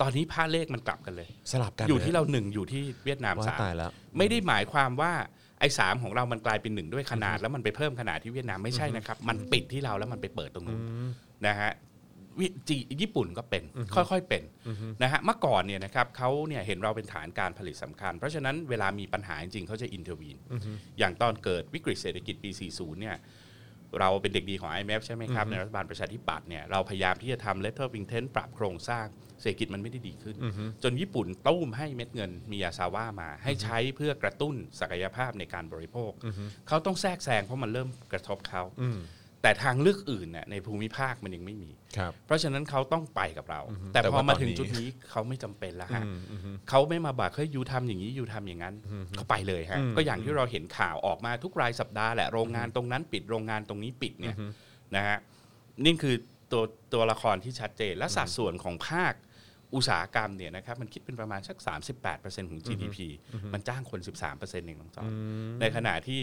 C: ตอนนี้ผ้าเลขมันกลับกันเลย
B: สลับกัน
C: อยู่ที่เราหนึ่งอยู่ที่เวียดนาม
B: ว่า
C: สาม
B: ตายแล้ว
C: ไม่ได้หมายความว่าไอ้สามของเรามันกลายเป็นหนึ่งด้วยขนาด แล้วมันไปเพิ่มขนาดที่เวียดนามไม่ใช่นะครับ มันปิดที่เราแล้วมันไปเปิดตรงนู้นนะฮะวิจีญี่ปุ่นก็เป็นค่อยๆเป็นนะฮะเมื่อก่อนเนี่ยนะครับเขาเนี่ยเห็นเราเป็นฐานการผลิตสำคัญ เพราะฉะนั้นเวลามีปัญหาจริงๆเขาจะอินเทอร์วีนอย่างตอนเกิดวิกฤตเศรษฐกิจปี 40 เนี่ย เราเป็นเด็กดีของ IMF ใช่ไหมครับ ในรัฐบาลประชาธิปัตย์เนี่ยเราพยายามที่จะทำ letter of intent ปรับโครงสร้างเศรษฐกิจมันไม่ได้ดีขึ้น จนญี่ปุ่นตู้มให้เม็ดเงินมียาซาว่ามา ให้ใช้เพื่อกระตุ้นศักยภาพในการบริโภค เขาต้องแทรกแซงเพราะมันเริ่มกระทบเขา แต่ทางเลือกอื่นเนี่ยในภูมิภาคมันยังไม่มี
B: ครับ
C: เพราะฉะนั้นเขาต้องไปกับเรา แต่
B: แต่
C: พอ
B: ว่า
C: มา
B: ตอน
C: ถึง
B: นี้
C: จุดนี้เขาไม่จำเป็นแล้วฮะเขาไม่มาบอกเฮ้ยยูทำอย่างนี้ยูทำอย่างนั้นเขาไปเลยฮะก็อย่างที่เราเห็นข่าวออกมาทุกรายสัปดาห์แหละโรงงานตรงนั้นปิดโรงงานตรงนี้ปิดเนี่ยนะฮะนี่คือตัวตัวละครที่ชัดเจนและสัดส่วนของภาคอุตสาหกรรมเนี่ยนะครับมันคิดเป็นประมาณสัก 38%ของ GDP มันจ้างคน 13%เองน้องจอนในขณะที่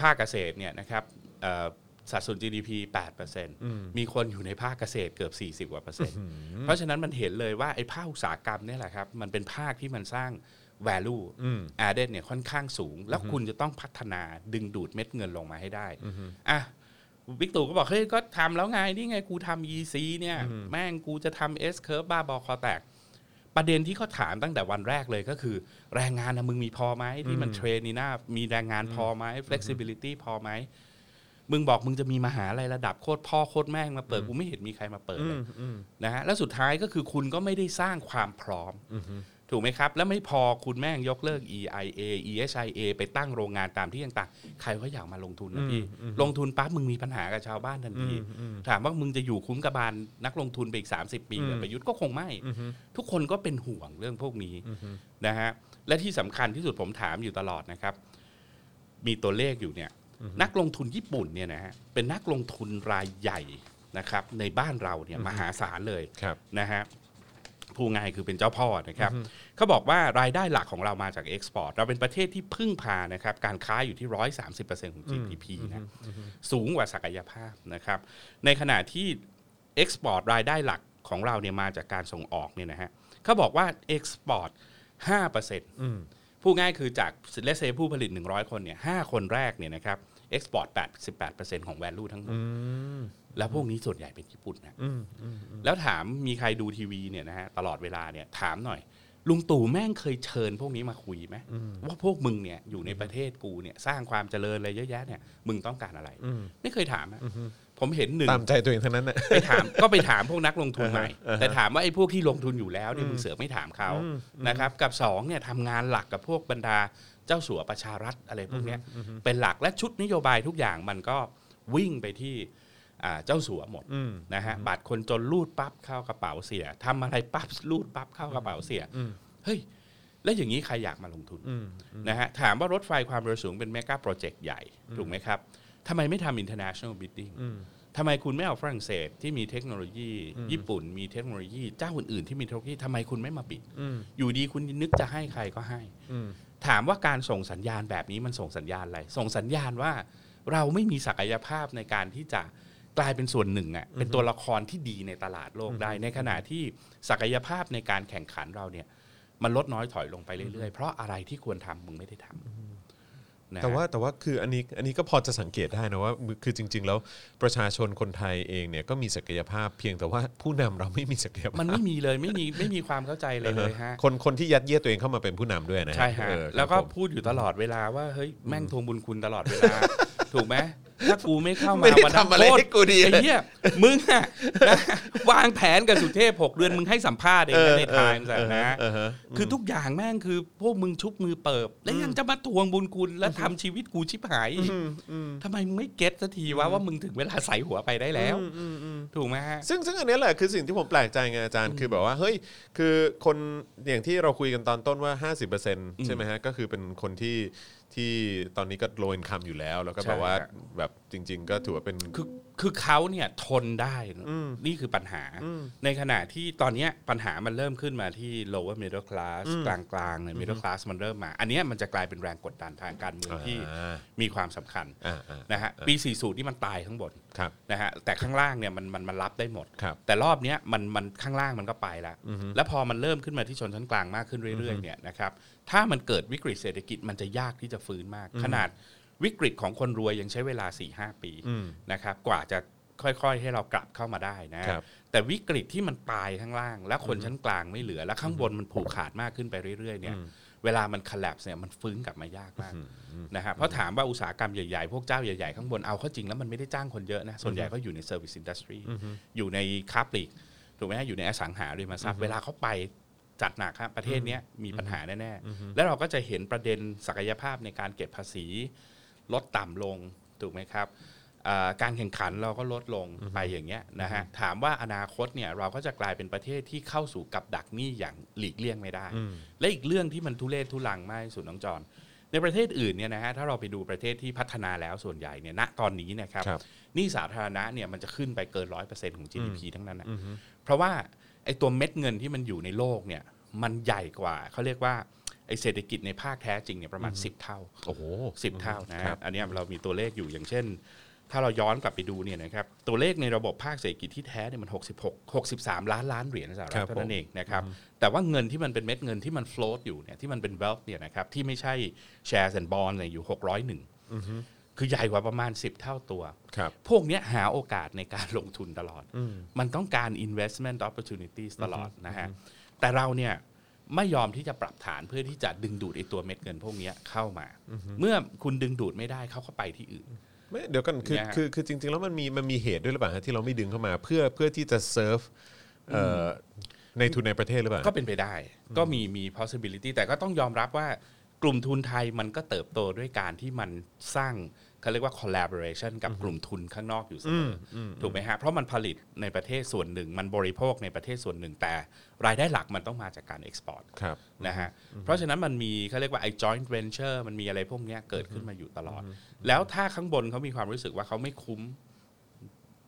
C: ภาคเกษตรเนี่ยนะครับเอ่อสัดส่วน GDP 8%มีคนอยู่ในภาคเกษตรเกือบ 40กว่าเปอร์เซ็นต์ เพราะฉะนั้นมันเห็นเลยว่าไอ้ภาคอุตสาหกรรมเนี่ยแหละครับ มันเป็นภาคที่มันสร้าง value added เนี่ยค่อนข้างสูง แล้วคุณจะต้องพัฒนาดึงดูดเม็ดเงินลงมาให้ได้อ่ะวิกตู่ก็บอก เฮ้ย ก็ทำแล้วไง นี่ไงกูทำ EC เนี่ย แม่งกูจะทำ S curve บ้าบอคอแตก ประเด็นที่เขาถามตั้งแต่วันแรกเลยก็คือ แรงงานนะมึงมีพอไหมที่มันเทรนนี่นะมีแรงงานพอไหม flexibility พอไหม มึงบอกมึงจะมีมหาลัยระดับโคตรพ่อโคตรแม่งมาเปิดกูไม่เห็นมีใครมาเปิดเลยนะฮะแล้วสุดท้ายก็คือคุณก็ไม่ได้สร้างความพร้อม ถูกไหมครับ แล้วไม่พอคุณแม่งยกเลิก EIA ESIA ไปตั้งโรงงานตามที่ต่างๆ ใครก็อยากมาลงทุนนะพี่ ลงทุนปั๊บมึงมีปัญหากับชาวบ้านทันที ถามว่ามึงจะอยู่คุ้มกับบานนักลงทุนไปอีก 30 ปีเหรือประยุทธ์ก็คงไม่ ทุกคนก็เป็นห่วงเรื่องพวกนี้นะฮะ และที่สำคัญที่สุดผมถามอยู่ตลอดนะครับ มีตัวเลขอยู่เนี่ย นักลงทุนญี่ปุ่นเนี่ยนะฮะ เป็นนักลงทุนรายใหญ่นะครับ ในบ้านเราเนี่ยมหาศาลเลย
B: ครับ
C: นะฮะผู้ง่ายคือเป็นเจ้าพ่อนะครับเขาบอกว่ารายได้หลักของเรามาจากเอ็กซ์พอร์ตเราเป็นประเทศที่พึ่งพานะครับการค้าอยู่ที่ร้อยสามสิบเปอร์เซ็นต์ของ GDP นะสูงกว่าศักยภาพนะครับในขณะที่เอ็กซ์พอร์ตรายได้หลักของเราเนี่ยมาจากการส่งออกเนี่ยนะฮะเขาบอกว่าเอ็กซ์พอร์ตห้าเปอร์เซ็นต์พูดง่ายคือจากเลเซผู้ผลิต 100 คนเนี่ยห้าคนแรกเนี่ยนะครับเอ็กซ์พอร์ต88%ของ value ทั้งหมดแล้วพวกนี้ส่วนใหญ่เป็นญี่ปุ่นนะ แล้วถามมีใครดูทีวีเนี่ยนะฮะตลอดเวลาเนี่ยถามหน่อย ลุงตู่แม่งเคยเชิญพวกนี้มาคุยไหมว่าพวกมึงเนี่ยอยู่ในประเทศกูเนี่ยสร้างความเจริญอะไรเยอะแยะเนี่ยมึงต้องการอะไร ไม่เคยถามอะผมเห็นหนึ่ง
B: ตามใจตัวเองเท่านั้นน่ะ
C: ไปถามก็ไปถามพวกนักลงทุนใหม่
B: อ่าฮะ
C: แต่ถาม ว่าไอ้พวกที่ลงทุนอยู่แล้วเนี่ยมึงเสือกไม่ถามเขานะครับ กับสองเนี่ยทำงานหลักกับพวกบรรดาเจ้าสัวประชารัฐอะไรพวกเนี้ยเป็นหลักและชุดนโยบายทุกอย่างมันก็วิ่งไปที่อ่าเจ้าสัวหมด
B: อืม
C: นะฮะบัตรคนจนลูดปั๊บเข้ากระเป๋าเสียทำอะไรปั๊บลูดปั๊บเข้ากระเป๋าเสียเฮ้ยแล้วอย่างนี้ใครอยากมาลงทุน นะฮะถามว่ารถไฟความเร็วสูงเป็นเมกะโปรเจกต์ใหญ่ ถูกไหมครับทำไมไม่ทำ international bidding ทำไมคุณไม่เอาฝรั่งเศสที่มีเทคโนโลยี ญี่ปุ่นมีเทคโนโลยีเจ้าอื่นๆที่มีเทคโนโลยีทำไมคุณไม่มาปิด อยู่ดีคุณนึกจะให้ใครก็ให้ ถามว่าการส่งสัญญาณแบบนี้มันส่งสัญญาณอะไร ส่งสัญญาณว่าเราไม่มีศักยภาพในการที่จะกลายเป็นส่วนหนึ่งอะเป็นตัวละครที่ดีในตลาดโลกได้ ในขณะที่ศักยภาพในการแข่งขันเราเนี่ย มันลดน้อยถอยลงไปเรื่อยๆ เพราะอะไรที่ควรทำมึงไม่ได้ทำนะฮะ
B: แต่ว่าแต่ว่าคืออันนี้อันนี้ก็พอจะสังเกตได้นะว่าคือจริง ๆ แล้วประชาชนคนไทยเองเนี่ยก็มีศักยภาพเพียงแต่ว่าผู้นำเราไม่มีศักยภาพ
C: มันไม่มีเลยไม่มีไม่มีความเข้าใจเลยเลยฮะ
B: คนคนที่ยัดเยียดตัวเองเข้ามาเป็นผู้นำด้วยนะ
C: ใช่ฮะ
B: เออครับ
C: แล้วก็
B: ผม
C: พูดอยู่ตลอดเวลาว่าเฮ้ยแม่งทวงบุญคุณตลอดเวลา ถูกไหมถ้ากูไม่เข้ามา
B: ไม่ได้
C: วันนั้น
B: ทำอะไร
C: โคต
B: ให้กูดี
C: ไอ้เหี้ยมึงอะนะวางแผนกับสุเทพหกเดือนมึงให้สัมภาษณ์เองนะในไทม์
B: เออ
C: นะ
B: เออเออ
C: คือทุกอย่างแม่งคือพวกมึงชุบมือเปิบ แล้วยังจะมาทวงบุญคุณและทำชีวิตกูชิบหายอีกทำไมมึงไม่เก็ตสักทีว่าว่ามึงถึงเวลาใส่หัวไปได้แล้ว ถูกไหมฮะ
B: ซึ่งซึ่งอันเนี้ยแหละคือสิ่งที่ผมแปลกใจไงอาจารย์คือแบบว่าเฮ้ยคือคนอย่างที่เราคุยกันตอนต้นว่า 50%ใช่ไหมฮะก็คือเป็นคนที่ที่ตอนนี้ก็โลนคำอยู่แล้ว แล้วก็แบบว่า
C: ใช่ครับ
B: แบบจริง ๆ ก็ถือว่าเป็น
C: คือคือเขาเนี่ยทนได้นะนี่คือปัญหา ในขณะที่ตอนเนี้ยปัญหามันเริ่มขึ้นมาที่ lower middle class กลางกลางๆเลย middle class มันเริ่มมา อันเนี้ยมันจะกลายเป็นแรงกดดันทางการเมืองที่
B: อ่า
C: มีความสำคัญ
B: อ่าอ่า
C: นะฮะปี 40 นี่มันตายข้างบน
B: ครับ
C: นะฮะแต่ข้างล่างเนี่ยมันมันมันรับได้หมด
B: ครับ
C: แต่รอบเนี้ยมันมันข้างล่างมันก็ไปแล้ว แล้วพอมันเริ่มขึ้นมาที่ชนชั้นกลางมากขึ้นเรื่อยๆเนี่ยนะครับถ้ามันเกิดวิกฤตเศรษฐกิจมันจะยากที่จะฟื้นมาก ขนาดวิกฤตของคนรวยยังใช้เวลา4ีหปีนะครับกว่าจะค่อยๆ ให้เรากลับเข้ามาได้นะครับ แต่วิกฤตที่มันตายข้างล่าง และคนชั้นกลางไม่เหลือ และข้างบนมันผูกขาดมากขึ้นไปเรื่อยๆเนี่ยเวลามันคลบเนี่ยมันฟื้นกลับมายากมากนะฮะเพราะถามว่าอุตสาหกรรมใหญ่ๆ พวกเจ้าใหญ่ๆ ข้างบนเอาเข้าจริงแล้วมันไม่ได้จ้างคนเยอะนะส่วนใหญ่ก็อยู่ในเซอร์วิสอินดัสทรีอยู่ในค้าปลีก ถูกไหมฮะอยู่ในอสังหาริมทรัพย์เวลาเขาไปจัดหนักครับประเทศเนี้ยมีปัญหาแน่ๆ แล้วเราก็จะเห็นประเด็นศักยภาพในการเก็บภาษี ลดต่ำลง ถูกไหมครับเอ่อการแข่งขันเราก็ลดลงไปอย่างเงี้ยนะฮะถามว่าอนาคตเนี่ยเราก็จะกลายเป็นประเทศที่เข้าสู่กับดักหนี้อย่างหลีกเลี่ยงไม่ได้ และอีกเรื่องที่มันทุเรศทุลังมากที่สุดน้องจอนในประเทศอื่นเนี่ยนะฮะถ้าเราไปดูประเทศที่พัฒนาแล้วส่วนใหญ่เนี่ยณตอนนี้นะครับ
B: ครับ
C: หนี้สาธารณะเนี่ยมันจะขึ้นไปเกินร้อยเปอร์เซ็นต์ของ GDP ทั้งนั้นนะเพราะว่าไอ้ตัวเม็ดเงินที่มันอยู่ในโลกเนี่ยมันใหญ่กว่าเขาเรียกว่าไอ้เศรษฐกิจในภาคแท้จริงเนี่ยประมาณ 10 เท่า
B: โอ้โห
C: 10 เท่านะ
B: ค
C: ค
B: รั
C: รับ บอันเนี้ยเรามีตัวเลขอยู่อย่างเช่น ถ้าเราย้อนกลับไปดูเนี่ยนะครับตัวเลขในระบบภาคเศรษฐกิจที่แท้เนี่ยมัน 66 63 ล้านล้านเหรียญสหรั
B: ครั
C: ฐ
B: บผม
C: เท่านั้นเองนะครับแต่ว่าเงินที่มันเป็นเม็ดเงินที่มัน float อยู่เนี่ยที่มันเป็น wealth เนี่ยนะครับที่ไม่ใช่ shares and bonds เนี่ยอยู่ 601คือใหญ่กว่าประมาณ 10 เท่าตัว
B: ครับ
C: พวกเนี้ยหาโอกาสในการลงทุนตลอด มันต้องการ investment opportunities ตลอดนะฮะ แต่เราเนี่ยไม่ยอมที่จะปรับฐานเพื่อที่จะดึงดูดไอตัวเม็ดเงินพวกเนี้ยเข้ามา เมื่อคุณดึงดูดไม่ได้เขาก็ไปที่อื่น
B: ไม่เดี๋ยวกันคือ
C: เนี่ยฮะ
B: คือคือจริง ๆ แล้วมันมีมันมีเหตุด้วยหรือเปล่าฮะที่เราไม่ดึงเข้ามา เพื่อเพื่อที่จะเซิร์ฟเอ่อในทุนในประเทศหรือเปล่า
C: ก็เป็นไปได้ก็มีมี possibility แต่ก็ต้องยอมรับว่ากลุ่มทุนไทยมันก็เติบโตด้วยการที่มันสร้างเขาเรียกว่า collaboration กับกลุ่มทุนข้างนอกอยู่เสมออถูกไหมฮะ เพราะมันผลิตในประเทศส่วนหนึ่ง มันบริโภคในประเทศส่วนหนึ่ง แต่รายได้หลักมันต้องมาจากการเอ็กซ์พอร์ต
B: ครับ
C: นะฮะเพราะฉะนั้นมันมีเขาเรียกว่าไอ้ joint venture มันมีอะไรพวกเนี้ยเกิดขึ้นมาอยู่ตลอด แล้วถ้าข้างบนเขามีความรู้สึกว่าเขาไม่คุ้ม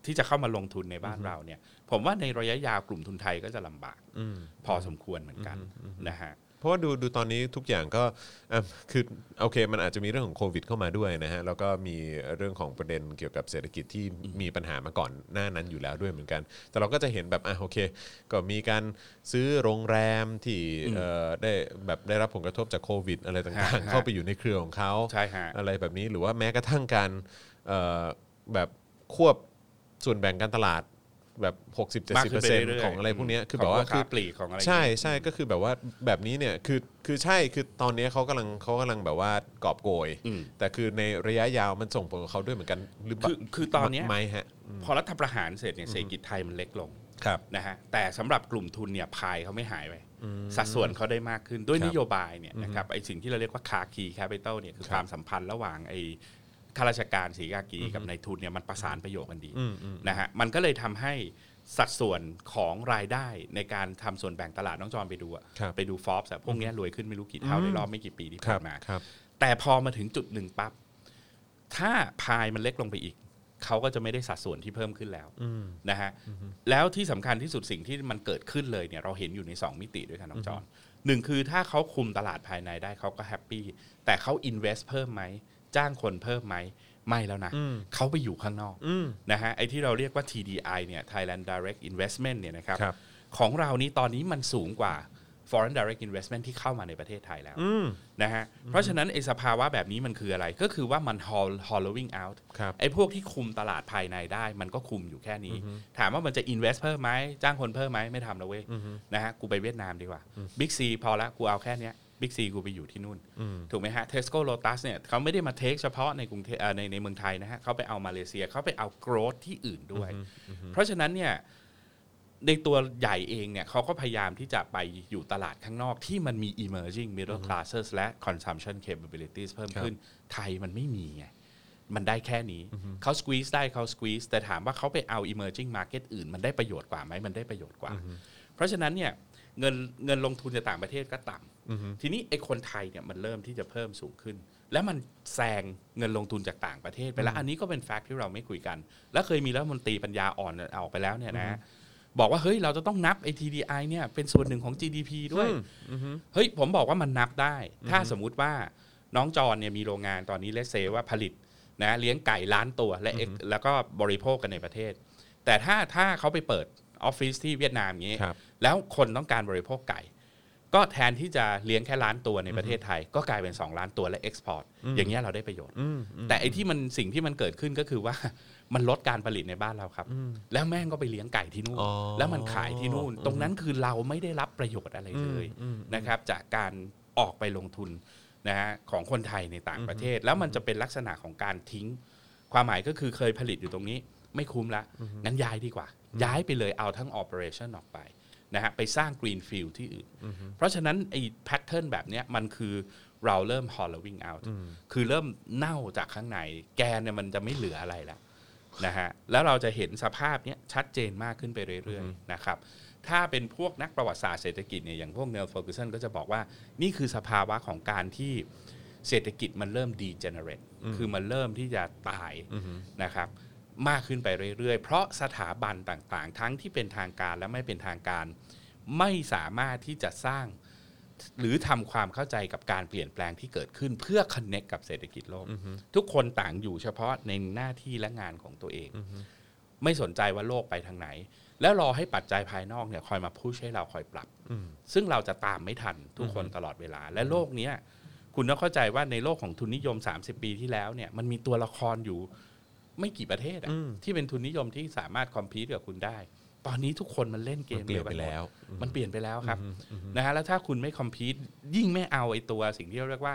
C: ที่จะเข้ามาลงทุนในบ้านเราเนี่ย ผมว่าในระยะยาวกลุ่มทุนไทยก็จะลำบาก
B: อืม
C: พอสมควรเหมือนกันนะฮะ
B: เพราะว่าดูดูตอนนี้ทุกอย่างก็เอิ่มคือโอเคมันอาจจะมีเรื่องของโควิดเข้ามาด้วยนะฮะแล้วก็มีเรื่องของประเด็นเกี่ยวกับเศรษฐกิจที่มีปัญหามาก่อนหน้านั้นอยู่แล้วด้วยเหมือนกัน แต่เราก็จะเห็นแบบอ่ะโอเค ก็มีการซื้อโรงแรมที่เอ่อได้แบบได้รับผลกระทบจากโควิด อะไรต่าง
C: ฮะ
B: ๆ
C: ฮะ
B: เข้าไปอยู่ในเครือของเขา
C: ใช่ฮะ
B: อะไรแบบนี้หรือว่าแม้กระทั่งการเอ่อแบบควบส่วนแบ่งการตลาดแบบ
C: มากขึ้นไปเรื่อ
B: 60-70%
C: ยๆ
B: ของอะไรพวกเนี้ยคือ
C: ข
B: แบ
C: อง
B: บว่า
C: พ
B: คื
C: วก
B: อ
C: ค้าปลีกของอะไรอย่างเงี้
B: ใช่
C: ย
B: ใช่ก็คือแบบว่าแบบนี้เนี่ยคือคือใช่คือตอนเนี้ยเขากำลังเขากำลังแบบว่ากอบโกย
C: อืม
B: แต่คือในระยะยาวมันส่งผลกับเขาด้วยเหมือนกันหรือเปล่า
C: คือคือตอนเนี้ย
B: ไม่ฮะ
C: พอรัฐประหารเสร็จเนี่ยเศรษฐกิจไทยมันเล็กลง
B: ครับ
C: นะฮะแต่สำหรับกลุ่มทุนเนี่ยพายเขาไม่หายไปสัดส่วนเขาได้มากขึ้นด้วย
B: ครับ
C: นโยบายเนี่ยนะครับไอสิ่งที่เราเรียกว่าคาคีแคปิตอลเนี่ยคือ
B: ครับ
C: ความสัมพันธ์ระหว่างไอข้าราชการสีกากีกับนายทุนเนี่ยมันประสานประโยชน์กันดี
B: อืมอืม
C: นะฮะมันก็เลยทำให้สัดส่วนของรายได้ในการทำส่วนแบ่งตลาดน้องจอนไปดูอะ
B: ครับ
C: ไปดูฟอร์บส์พวกเนี้ยรวยขึ้นไม่รู้กี่เท่าในรอบไม่กี่ปีที่
B: ครั
C: ผ่า
B: บ
C: นมา
B: ครับ
C: แต่พอมาถึงจุดหนึ่งปั๊บ ถ้าพายมันเล็กลงไปอีก เขาก็จะไม่ได้สัดส่วนที่เพิ่มขึ้นแล้ว
B: อืม
C: นะฮะ แล้วที่สำคัญที่สุดสิ่งที่มันเกิดขึ้นเลยเนี่ยเราเห็นอยู่ใน 2 มิติด้วยกันน้องจอนหนึ่งคือถ้าเขาคุมตลาดภายในได้เขาก็แฮปปี้ แต่เขาอินเวสเพิ่มไหม จ้างคนเพิ่มไหม ไม่แล้วนะ
B: อืม
C: เขาไปอยู่ข้างนอก
B: อืม
C: นะฮะไอ้ที่เราเรียกว่า TDI เนี่ย Thailand Direct Investment เนี่ยนะครับ
B: ครับ
C: ของเรานี้ตอนนี้มันสูงกว่า Foreign Direct Investment ที่เข้ามาในประเทศไทยแล้ว
B: อืม
C: นะฮะเพราะฉะนั้นไอ้สภาวะแบบนี้มันคืออะไรก็คือว่ามัน hol- hollowing out
B: ครับ
C: ไอ้พวกที่คุมตลาดภายในได้ มันก็คุมอยู่แค่นี้ ถามว่ามันจะ invest เพิ่มไหมจ้างคนเพิ่มไหมไม่ทำแล้วเว้ยนะฮะกูไปเวียดนามดีกว่า Big C พอละกูเอาแค่เนี้ย Big C กูไปอยู่ที่นู่น ถูกไหมฮะเทสโก้โ t ตัสเนี่ยเขาไม่ได้มาเทคเฉพาะในกรุงเทพเอ่อในในเมืองไทยนะฮะเขาไปเอามาเลเซียเขาไปเอาโกรดที่อื่นด้วย เพราะฉะนั้นเนี่ยในตัวใหญ่เองเนี่ยเขาก็พยายามที่จะไปอยู่ตลาดข้างนอกที่มันมี emerging middle classes และ consumption capabilities เพิ่ม
B: ครับ
C: ขึ้นไทยมันไม่มีไง มันได้แค่นี้เขา squeeze ได้เขา squeeze แต่ถามว่าเขาไปเอา emerging market อื่น มันได้ประโยชน์กว่าไหมมันได้ประโยชน์กว่า เพราะฉะนั้นเนี่ยเงินเงินลงทุนจากต่างประเทศก็ต่ำทีนี้ไอ้คนไทยเนี่ยมันเริ่มที่จะเพิ่มสูงขึ้น แล้วมันแซงเงินลงทุนจากต่างประเทศไปแล้ว อันนี้ก็เป็นแฟกต์ที่เราไม่คุยกัน แล้วเคยมีรัฐมนตรีปัญญาอ่อนออกไปแล้วเนี่ยนะบอกว่าเฮ้ยเราจะต้องนับ ATDI เนี่ยเป็นส่วนหนึ่งของ GDP ด้วย เฮ้ยผมบอกว่ามันนับได้ ถ้าสมมุติว่าน้องจอนเนี่ยมีโรงงานตอนนี้เลสเซว่าผลิตนะเลี้ยงไก่ล้านตัวและ ex- แล้วก็บริโภคกันในประเทศ แต่ถ้าถ้าเขาไปเปิดออฟฟิศที่เวียดนามอย่างนี้
B: ครับ
C: แล้วคนต้องการบริโภคไก่ ก็แทนที่จะเลี้ยงแค่ล้านตัวในประเทศไทย ก็กลายเป็น 2 ล้านตัวและเอ็กซ์พอร์ตอย่างเงี้ยเราได้ประโยชน์
B: อืมอืม
C: แต่ไอ้ที่มันสิ่งที่มันเกิดขึ้นก็คือว่า มันลดการผลิตในบ้านเราครับ แล้วแม่งก็ไปเลี้ยงไก่ที่นู่น
B: อ๋อ
C: แล้วมันขายที่นู่น ตรงนั้นคือเราไม่ได้รับประโยชน์อะไรเลย
B: อืมอืม
C: นะครับ จากการออกไปลงทุนนะฮะของคนไทยในต่างประเทศ แล้วมันจะเป็นลักษณะของการทิ้ง ความหมายก็คือเคยผลิตอยู่ตรงนี้ ไม่คุ้มละงั้นย้ายดีกว่า ย้ายไปเลยเอาทั้ง operation ออกไปนะฮะไปสร้าง green field ที่อื่น เพราะฉะนั้นไอ้ pattern แบบเนี้ยมันคือเราเริ่ม hollowing out คือเริ่มเน่าจากข้างใน แกนเนี่ยมันจะไม่เหลืออะไรแล้วนะฮะแล้วเราจะเห็นสภาพเนี้ยชัดเจนมากขึ้นไปเรื่อยๆนะครับถ้าเป็นพวกนักประวัติศาสตร์เศรษฐกิจเนี่ยอย่างพวกเนลฟอร์กูสันก็จะบอกว่านี่คือสภาวะของการที่ เศรษฐกิจมันเริ่มดีเจเนเรตคือมันเริ่มที่จะตายนะครับ มากขึ้นไปเรื่อยๆ เพราะสถาบันต่างๆ ทั้งที่เป็นทางการและไม่เป็นทางการ ไม่สามารถที่จะสร้าง หรือทำความเข้าใจกับการเปลี่ยนแปลงที่เกิดขึ้นเพื่อคอนเน c t กับเศรษฐกิจโลก ทุกคนต่างอยู่เฉพาะในหน้าที่และงานของตัวเอง ไม่สนใจว่าโลกไปทางไหน แล้วรอให้ปัจจัยภายนอกเนี่ยคอยมาพุชให้เราคอยปรับ ซึ่งเราจะตามไม่ทันทุกคนตลอดเวลา และโลกเนี้ย คุณต้องเข้าใจว่าในโลกของทุนนิยม 30 ปีที่แล้วเนี่ยมันมีตัวละครอยู่ไม่กี่ประเทศอะที่เป็นทุนนิยมที่สามารถคอมพีตกับคุณได้ ตอนนี้ทุกคนมันเล่นเก
B: มัน
C: ม
B: เปลี่ยน
C: ดี
B: ไป
C: กัหมด
B: แล้ว
C: มันเปลี่ยนไปแล้วครับนะฮะแล้วถ้าคุณไม่คอมพีตยิ่งไม่เอาไอ้ตัวสิ่งที่เราเรียกว่า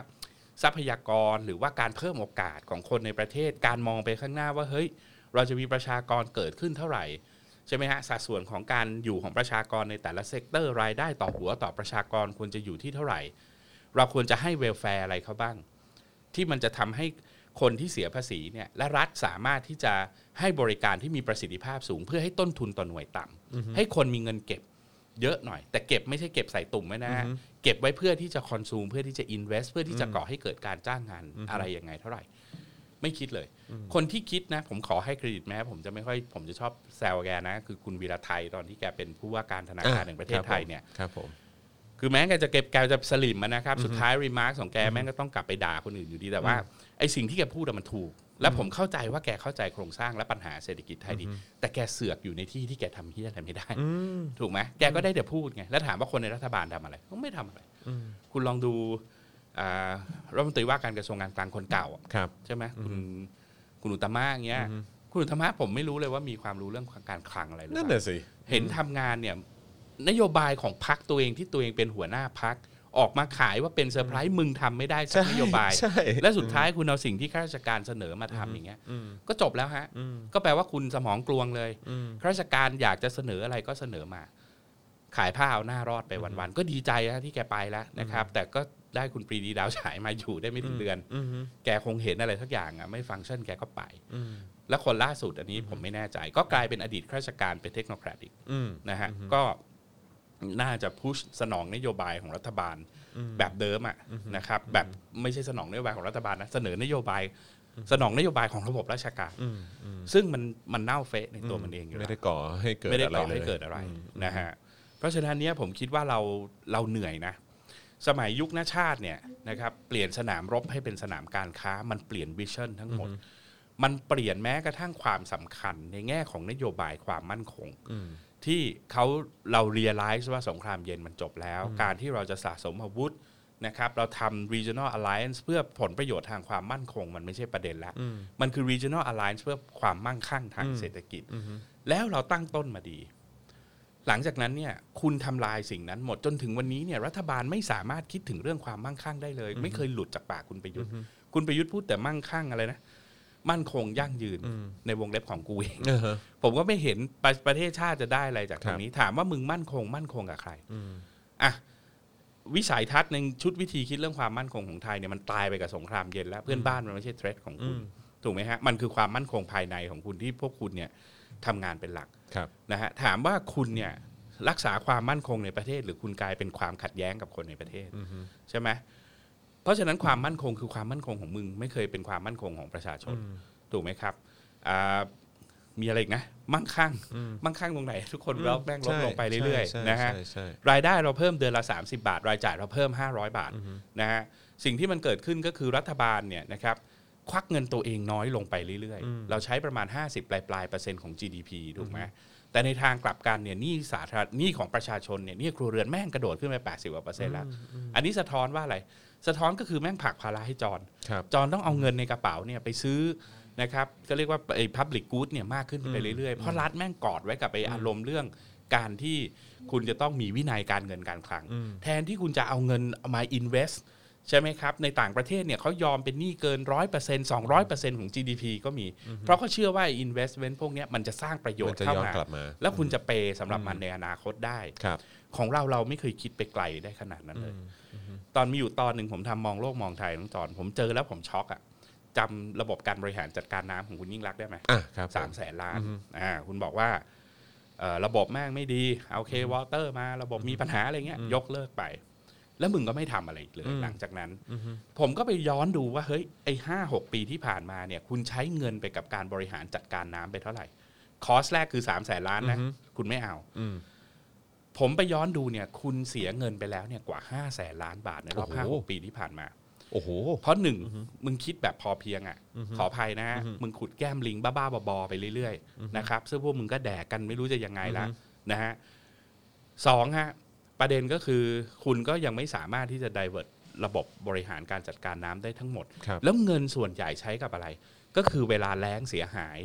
C: ทรัพยากรหรือว่าการเพิ่มโอกาสของคนในประเทศ การมองไปข้างหน้าว่าเฮ้ย เราจะมีประชากรเกิดขึ้นเท่าไหร่ ใช่ไหมฮะสัดส่วนของการอยู่ของประชากรในแต่ละเซกเตอร์รายได้ต่อหัวต่อประชากรควรจะอยู่ที่เท่าไหร่ เราควรจะให้เวลแฟร์อะไรเขาบ้าง ที่มันจะทำให้คนที่เสียภาษีเนี่ยและรัฐสามารถที่จะให้บริการที่มีประสิทธิภาพสูง เพื่อให้ต้นทุนต่อหน่วยต่ำให้คนมีเงินเก็บเยอะหน่อย แต่เก็บไม่ใช่เก็บใส่ตุ่มไว้นะฮะเก็บไว้เพื่อที่จะคอนซูมเพื่อที่จะอินเวสเพื่อที่จะก่อให้เกิดการจ้างงานอะไรยังไงเท่าไหร่ ไม่คิดเลย คนที่คิดนะ ผมขอให้เครดิตแม้ ผมจะไม่ค่อยผมจะชอบแซวแกนะ คือคุณวีระไทยตอนที่แกเป็นผู้ว่าการธนาคารแห่งประเทศไทยเนี่ย
B: ครับผม
C: คือแม้แกจะเก็บแกจะสลิมอะนะครับ สุดท้ายรีมาร์คของแกแม่งก็ต้องกลับไปด่าคนอื่นอยู่ดีแต่ว่าไอ้สิ่งที่แกพูดอะมันถูก และผมเข้าใจว่าแกเข้าใจโครงสร้างและปัญหาเศรษฐกิจไทยดี แต่แกเสือกอยู่ในที่ที่แกทำเฮียอะไรไม่ได้ ถูกไหมแกก็ได้แต่พูดไง แล้วถามว่าคนในรัฐบาลทำอะไรก็ไม่ทำอะไร คุณลองดูอ่ารัฐมนตรีว่าการกระทรวงการคลังคนเก่าอะ
B: ครับ
C: ใช่ไหมคุณคุณอุตตมะอย่างเงี้ย คุณอุตตมะผมไม่รู้เลยว่ามีความรู้เรื่องการคลังอะไรหรือเป
B: นั่น
C: ล่า
B: น่ะสิ
C: เห็นทำงานเนี่ย นโยบายของพักตัวเองที่ตัวเองเป็นหัวหน้าพัก ออกมาขายว่าเป็นเซอร์ไพรส์มึงทำไม่ได้สักนโยบาย
B: ใช่
C: และสุดท้ายคุณเอาสิ่งที่ข้าราชการเสนอมาทำอย่างเงี้ย ก็จบแล้วฮะ ก็แปลว่าคุณสมองกลวงเลยข้าราชการอยากจะเสนออะไรก็เสนอมา ขายผ้าเอาหน้ารอดไปวันๆก็ดีใจนะที่แกไปแล้วนะครับ แต่ก็ได้คุณปรีดีดาวฉายมาอยู่ได้ไม่ถึงเดือน แกคงเห็นอะไรสักอย่างอ่ะไม่ฟังก์ชันแกก็ไป แล้วคนล่าสุดอันนี้ผมไม่แน่ใจ ก็กลายเป็นอดีตข้าราชการเป็นเทคโนแครดอีก
B: อืม
C: นะฮะก็น่าจะพุชสนองนโยบายของรัฐบาลแบบเดิมอ่ะนะครับ แบบไม่ใช่สนองนโยบายของรัฐบาลนะเสนอนโยบาย สนองนโยบายของระบบราชการ
B: อืมอืม
C: ซึ่งมันมันเน่าเฟะในตัวมันเองอยู่แล้
B: ไม่
C: ว
B: ได้ก่อให้เกิด
C: ไม่ได้
B: อะไร
C: ก่อ
B: เลย
C: ให้เกิดอะไรนะฮะ เพราะฉะนั้นเนี่ยผมคิดว่าเราเราเหนื่อยนะ สมัยยุคหน้าชาติเนี่ยนะครับเปลี่ยนสนามรบให้เป็นสนามการค้า มันเปลี่ยนวิชั่นทั้งหมด มันเปลี่ยนแม้กระทั่งความสำคัญในแง่ของนโยบายความมั่นคง ที่เขาเราเรียลไลซ์ว่าสงครามเย็นมันจบแล้ว การที่เราจะสะสมอาวุธนะครับเราทำ regional alliance เพื่อผลประโยชน์ทางความมั่นคง มันไม่ใช่ประเด็นแล้ว มันคือ regional alliance เพื่อความมั่งคั่งทางเศรษฐกิจ แล้วเราตั้งต้นมาดี หลังจากนั้นเนี่ยคุณทำลายสิ่งนั้นหมดจนถึงวันนี้เนี่ยรัฐบาลไม่สามารถคิดถึงเรื่องความมั่งคั่งได้เลย ไม่เคยหลุดจากปากคุณประยุทธ์ คุณประยุทธ์พูดแต่มั่งคั่งอะไรนะ มั่นคงยั่งยืนในวงเล็บของกูเอง
B: อ่าฮะ
C: ผมก็ไม่เห็นประประเทศชาติจะได้อะไรจาก
B: ค
C: ต
B: รั
C: ร
B: บ
C: งนี้ถามว่ามึงมั่นคงมั่นคงกับใครอ่ะวิสัยทัศน์ในชุดวิธีคิดเรื่องความมั่นคงของไทยเนี่ยมันตายไปกับสงครามเย็นแล้วเพื่อนบ้านมันไม่ใช่เทรดของคุณถูกไหมฮะมันคือความมั่นคงภายในของคุณที่พวกคุณเนี่ยทำงานเป็นหลัก
B: ครับ
C: นะฮะถามว่าคุณเนี่ยรักษาความมั่นคงในประเทศ หรือคุณกลายเป็นความขัดแย้งกับคนในประเทศใช่ไหมเพราะฉะนั้นความมั่นคงคือความมั่นคงของมึง ไม่เคยเป็นความมั่นคงของประชาชนถูกไหมครับอ่า มีอะไรอีกนะ มั่งคั่ง มั่งคั่งตรงไหน ทุกคนเราแม่งลดลงไปเรื่อย
B: ใช่
C: ๆนะฮะ
B: ใช่ใช่
C: รายได้เราเพิ่มเดือนละ 30 บาท รายจ่ายเราเพิ่ม 500 บาทนะฮะสิ่งที่มันเกิดขึ้นก็คือรัฐบาลเนี่ยนะครับควักเงินตัวเองน้อยลงไปเรื่อยๆ เราใช้ประมาณ 50 ปลายปลายๆเปอร์เซ็นต์ของ GDP ถูกไหมแต่ในทางกลับกันเนี่ยหนี้สาธารณหนี้ของประชาชนเนี่ยหนี้ครัวเรือนแม่งกระโดดขึ้นไป 80กว่าเปอร์เซ็นต์แล้ว อันนี้สะท้อนว่าอะไร สะท้อนก็คือแม่งผลักภาระให้จอน
B: ครับ
C: จอนต้องเอาเงินในกระเป๋าเนี่ยไปซื้อนะครับก็เรียกว่าไอ้พับลิกกู๊ดเนี่ยมากขึ้นไปเรื่อยๆ เพราะรัฐแม่งกอดไว้กับไอ้อารมณ์เรื่องการที่คุณจะต้องมีวินัยการเงินการคลัง แทนที่คุณจะเอาเงินเอามาอินเวสใช่ไหมครับ ในต่างประเทศเนี่ยเขายอมเป็นหนี้เกิน 100% 200%ของ GDP ก็มี เพราะเขาเชื่อว่า investment พวกเนี้ยมันจะสร้างประโยช
B: มัน
C: น์
B: จะ
C: เข้า
B: ย้อน
C: มาก
B: ลับมา
C: แล้วคุณจะเปย์สำหรับมันในอนาคตได้
B: ครับ
C: ของเราเราไม่เคยคิดไปไกลได้ขนาดนั้นเลย ตอนมีอยู่ตอนหนึ่งผมทำมองโลกมองไทยน้องจอนผมเจอแล้วผมช็อกอะ่ะจำระบบการบริหารจัดการน้ำของคุณยิ่งรักษณ์ได้ไหม
B: อ่ะครับผ
C: สามแสนล้านอ่าคุณบอกว่าเอ่อระบบแม่งไม่ดีเอาเควอเตอร์มาระบบมีปัญหาอะไรเงี้ยยกเลิกไป แล้วมึงก็ไม่ทำอะไรอีกเลยหลังจากนั้น ผมก็ไปย้อนดูว่าเฮ้ยไอ้ห้าหกปีที่ผ่านมาเนี่ยคุณใช้เงินไปกับการบริหารจัดการน้ำไปเท่าไหร่ คอร์สแรกคือสามแสนล้านนะคุณไม่เอา
B: อืม
C: ผมไปย้อนดูเนี่ยคุณเสียเงินไปแล้วเนี่ยกว่า5แสนล้านบาทในรอบ
B: โอ้โห
C: ห้าหกปีที่ผ่านมา
B: โอ้โห
C: เพราะหนึ่งมึงคิดแบบพอเพียงอ่ะขออภัยนะฮะมึงขุดแก้มลิงบ้าๆบอๆไปเรื่อยๆนะครับซึ่งพวกมึงก็แดกกันไม่รู้จะยังไงละนะฮะสองฮะประเด็นก็คือคุณก็ยังไม่สามารถที่จะ d i เว r ร์ระบบบริหารการจัดการน้ำได้ทั้งหมด
B: ครับ
C: แล้วเงินส่วนใหญ่ใช้กับอะไร ก็คือเวลาแล้งเสียหาย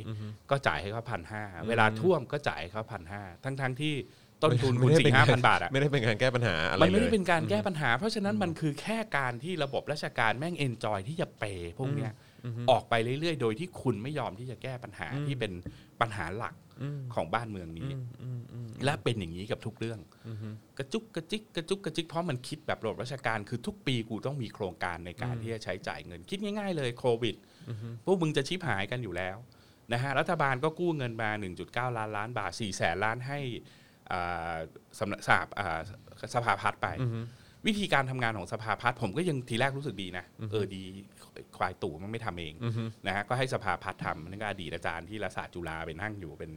C: ก็จ่ายให้เขาพันห้าเวลาท่วมก็จ่ายให้เขาพันห้าทั้งๆที่ ต้นทุนคุณ
B: ไม่ได้เป็
C: สี่
B: น
C: ห้า
B: การ
C: พันบาทอ่ะ
B: ไม่ได้เป็นการแก้ปัญหาอะไร
C: มันไม่
B: เล
C: ได้
B: ย
C: เป็นการแก้ปัญหา เพราะฉะนั้นมันคือแค่การที่ระบบราชการแม่งเอนจอยที่จะเปย์พวกเนี้ยออกไปเรื่อยๆ โดยที่คุณไม่ยอมที่จะแก้ปัญหาที่เป็นปัญหาหลักของบ้านเมืองนี้ และเป็นอย่างนี้กับทุกเรื่อง กระจุกกระจิกกระจุกกระจิกเพราะมันคิดแบบระบบราชการคือทุกปีกูต้องมีโครงการในการที่จะใช้จ่ายเงิน คิดง่ายๆเลยโควิดพวกมึงจะชิบหายกันอยู่แล้วนะฮะรัฐบาลก็กู้เงินมา 1.9 ล้านล้านบาท4แสนล้านให้อ่าสำนักสาบอ่าสภาพัฒน์ไป วิธีการทำงานของสภาพัฒน์ผมก็ยังทีแรกรู้สึกดีนะเออดีควายตู่มันไม่ทำเองนะฮะก็ให้สภาพัฒน์ทำนั่นก็อดีตอาจารย์ที่รัฐศาสตร์จุฬาไปนั่งอยู่เป็น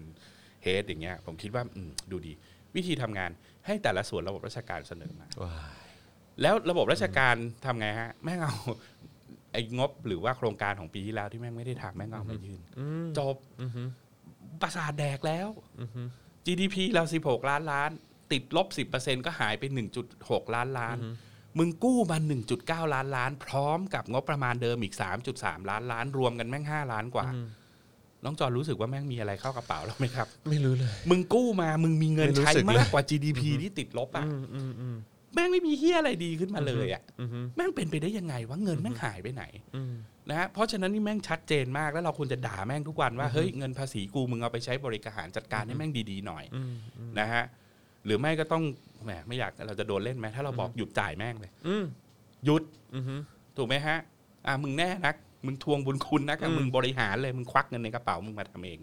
C: เฮดอย่างเงี้ยผมคิดว่าอืมดูดี วิธีทำงานให้แต่ละส่วนระบบราชการเสนอมา
B: ว้าย
C: แล้วระบบราชการทำไงฮะ แม่งเอา ไอ้งบหรือว่าโครงการของปีที่แล้วที่แม่งไม่ได้ทำแม่งเอามายืนจบประสาทแดกแล้ว GDP เรา 16 ล้านล้าน ติดลบ 10%ก็หายไป 1.6 ล้านล้าน มึงกู้มา 1.9 ล้านล้าน พร้อมกับงบประมาณเดิมอีก 3.3 ล้านล้าน รวมกันแม่ง 5 ล้านกว่า น้องจอนรู้สึกว่าแม่งมีอะไรเข้ากระเป๋าแล้วไหมครับ
B: ไม่รู้เลย
C: มึงกู้มา มึงมีเงิน
B: ไม่รู้
C: ใช้
B: สึกเลย
C: มากกว่า GDP ที่ติดลบอ่ะ แม่งไม่มีเฮียอะไรดีขึ้นมาเลยอ่ะ แม่งเป็นไปได้ยังไงวะเงินแม่งหายไปไหนนะฮะ เพราะฉะนั้นนี่แม่งชัดเจนมากแล้วเราควรจะด่าแม่งทุกวันว่าเฮ้ยเงินภาษีกูมึงเอาไปใช้บริการจัดการให้แม่งดีๆหน่อยนะฮะ หรือไม่ก็ต้องแหมไม่อยากเราจะโดนเล่นไหมถ้าเราบอกหยุดจ่ายแม่งเลย หยุดถูกไหมฮะ อ่ะมึงแน่นัก มึงทวงบุญคุณนักอะมึงบริหารเลยมึงควักเงินในกระเป๋ามึงมาทำเอง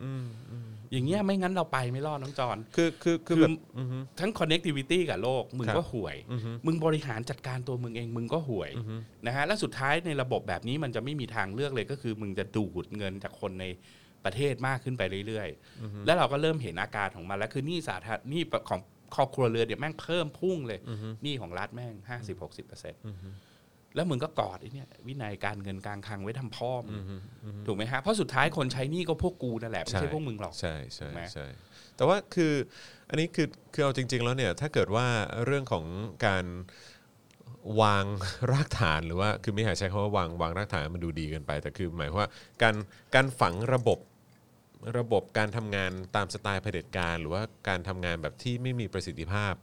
C: อย่างเงี้ยไม่งั้นเราไปไม่รอดน้องจอน
B: คือคือคื
C: คือ อ
B: แบบ
C: ทั้ง connectivity กับโลก มึง
B: ครับ
C: ก็ห่วย มึงบริหารจัดการตัวมึงเองมึงก็ห่วยนะฮะและสุดท้ายในระบบแบบนี้มันจะไม่มีทางเลือกเลยก็คือ มึงจะดูดเงินจากคนในประเทศมากขึ้นไปเรื่อยๆ แล้วเราก็เริ่มเห็นอาการของมันแล้วคือหนี้สาธารณหนี้ของครอบครัวเรือนเนี่ยแม่งเพิ่มพุ่งเลยหนี้ของรัฐแม่งห้าสิบหกสิบเปอร์เซ็นต์แล้วมึงก็กอดไอ้เนี่ยวินัยการเงินการคลังไว้ทำพ่อมึงถูกไหมฮะเพราะสุดท้ายคนใช้หนี้ก็พวกกูนั่นแหละไม่
B: ใช่
C: ใช่พวกมึงหรอก
B: ใช่ใช่
C: ถูกไหม
B: ใช่แต่ว่าคืออันนี้คือคือเอาจริง ๆ แล้วเนี่ยถ้าเกิดว่าเรื่องของการวางรากฐานหรือว่าคือไม่อยากใช้คำว่าวางวางรากฐานมันดูดีเกินไป แต่คือหมายความว่าการการฝังระบบระบบการทำงานตามสไตล์เผด็จการ หรือว่าการทำงานแบบที่ไม่มีประสิทธิภาพ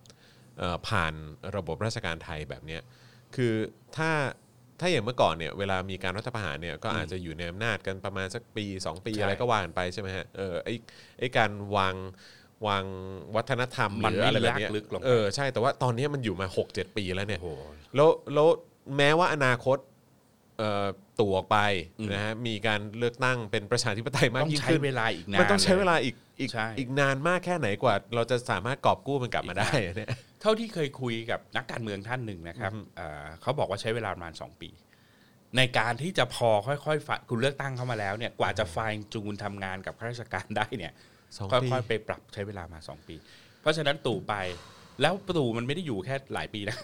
B: เอ่อผ่านระบบราชการไทยแบบเนี้ยคือถ้าถ้าอย่างเมื่อก่อนเนี่ยเวลามีการรัฐประหารเนี่ยก็อาจจะอยู่ในอำนาจกันประมาณสักปี 2 ปี
C: ใช่
B: อะไรก็ ก็ว่ากันไปใช่ไหมฮะ เออไอไอการวางวางวัฒนธรรม
C: มั
B: ห
C: น
B: รืออะไรแบบ
C: ไม่
B: เนี้
C: ลาย กลึกลงไป
B: เออใช่แต่ว่าตอนนี้มันอยู่มา 6 7 ปีแล้วเนี่ย
C: โอ้โห
B: แล้วแล้วแม้ว่าอนาคตเอ่อตัวออกไป
C: อืม
B: นะฮะมีการเลือกตั้งเป็นประชาธิปไตยมาก
C: ต้อง
B: ยิ่ง
C: ใช้
B: ขึ้น
C: เวลาอีกนาน
B: มันต้องใช้
C: ลย
B: เวลาอีกอีก
C: ใช่
B: อีกนานมากแค่ไหนกว่า เราจะสามารถกอบกู้มันกลับมาได้เนี่ย
C: เท่าที่เคยคุยกับนักการเมืองท่านหนึ่งนะครับเอ่อเขาบอกว่าใช้เวลาประมาณ 2 ปี ในการที่จะพอค่อยๆฝ่าคุณเลือกตั้งเข้ามาแล้วเนี่ยกว่าจะไฟน์จูนทำงานกับข้าราชการได้เนี่ย
B: สอง
C: ค่
B: ปี
C: อยๆไปปรับใช้เวลามา 2 ปี เพราะฉะนั้นตู่ไปแล้วตู่มันไม่ได้อยู่แค่หลายปีนะ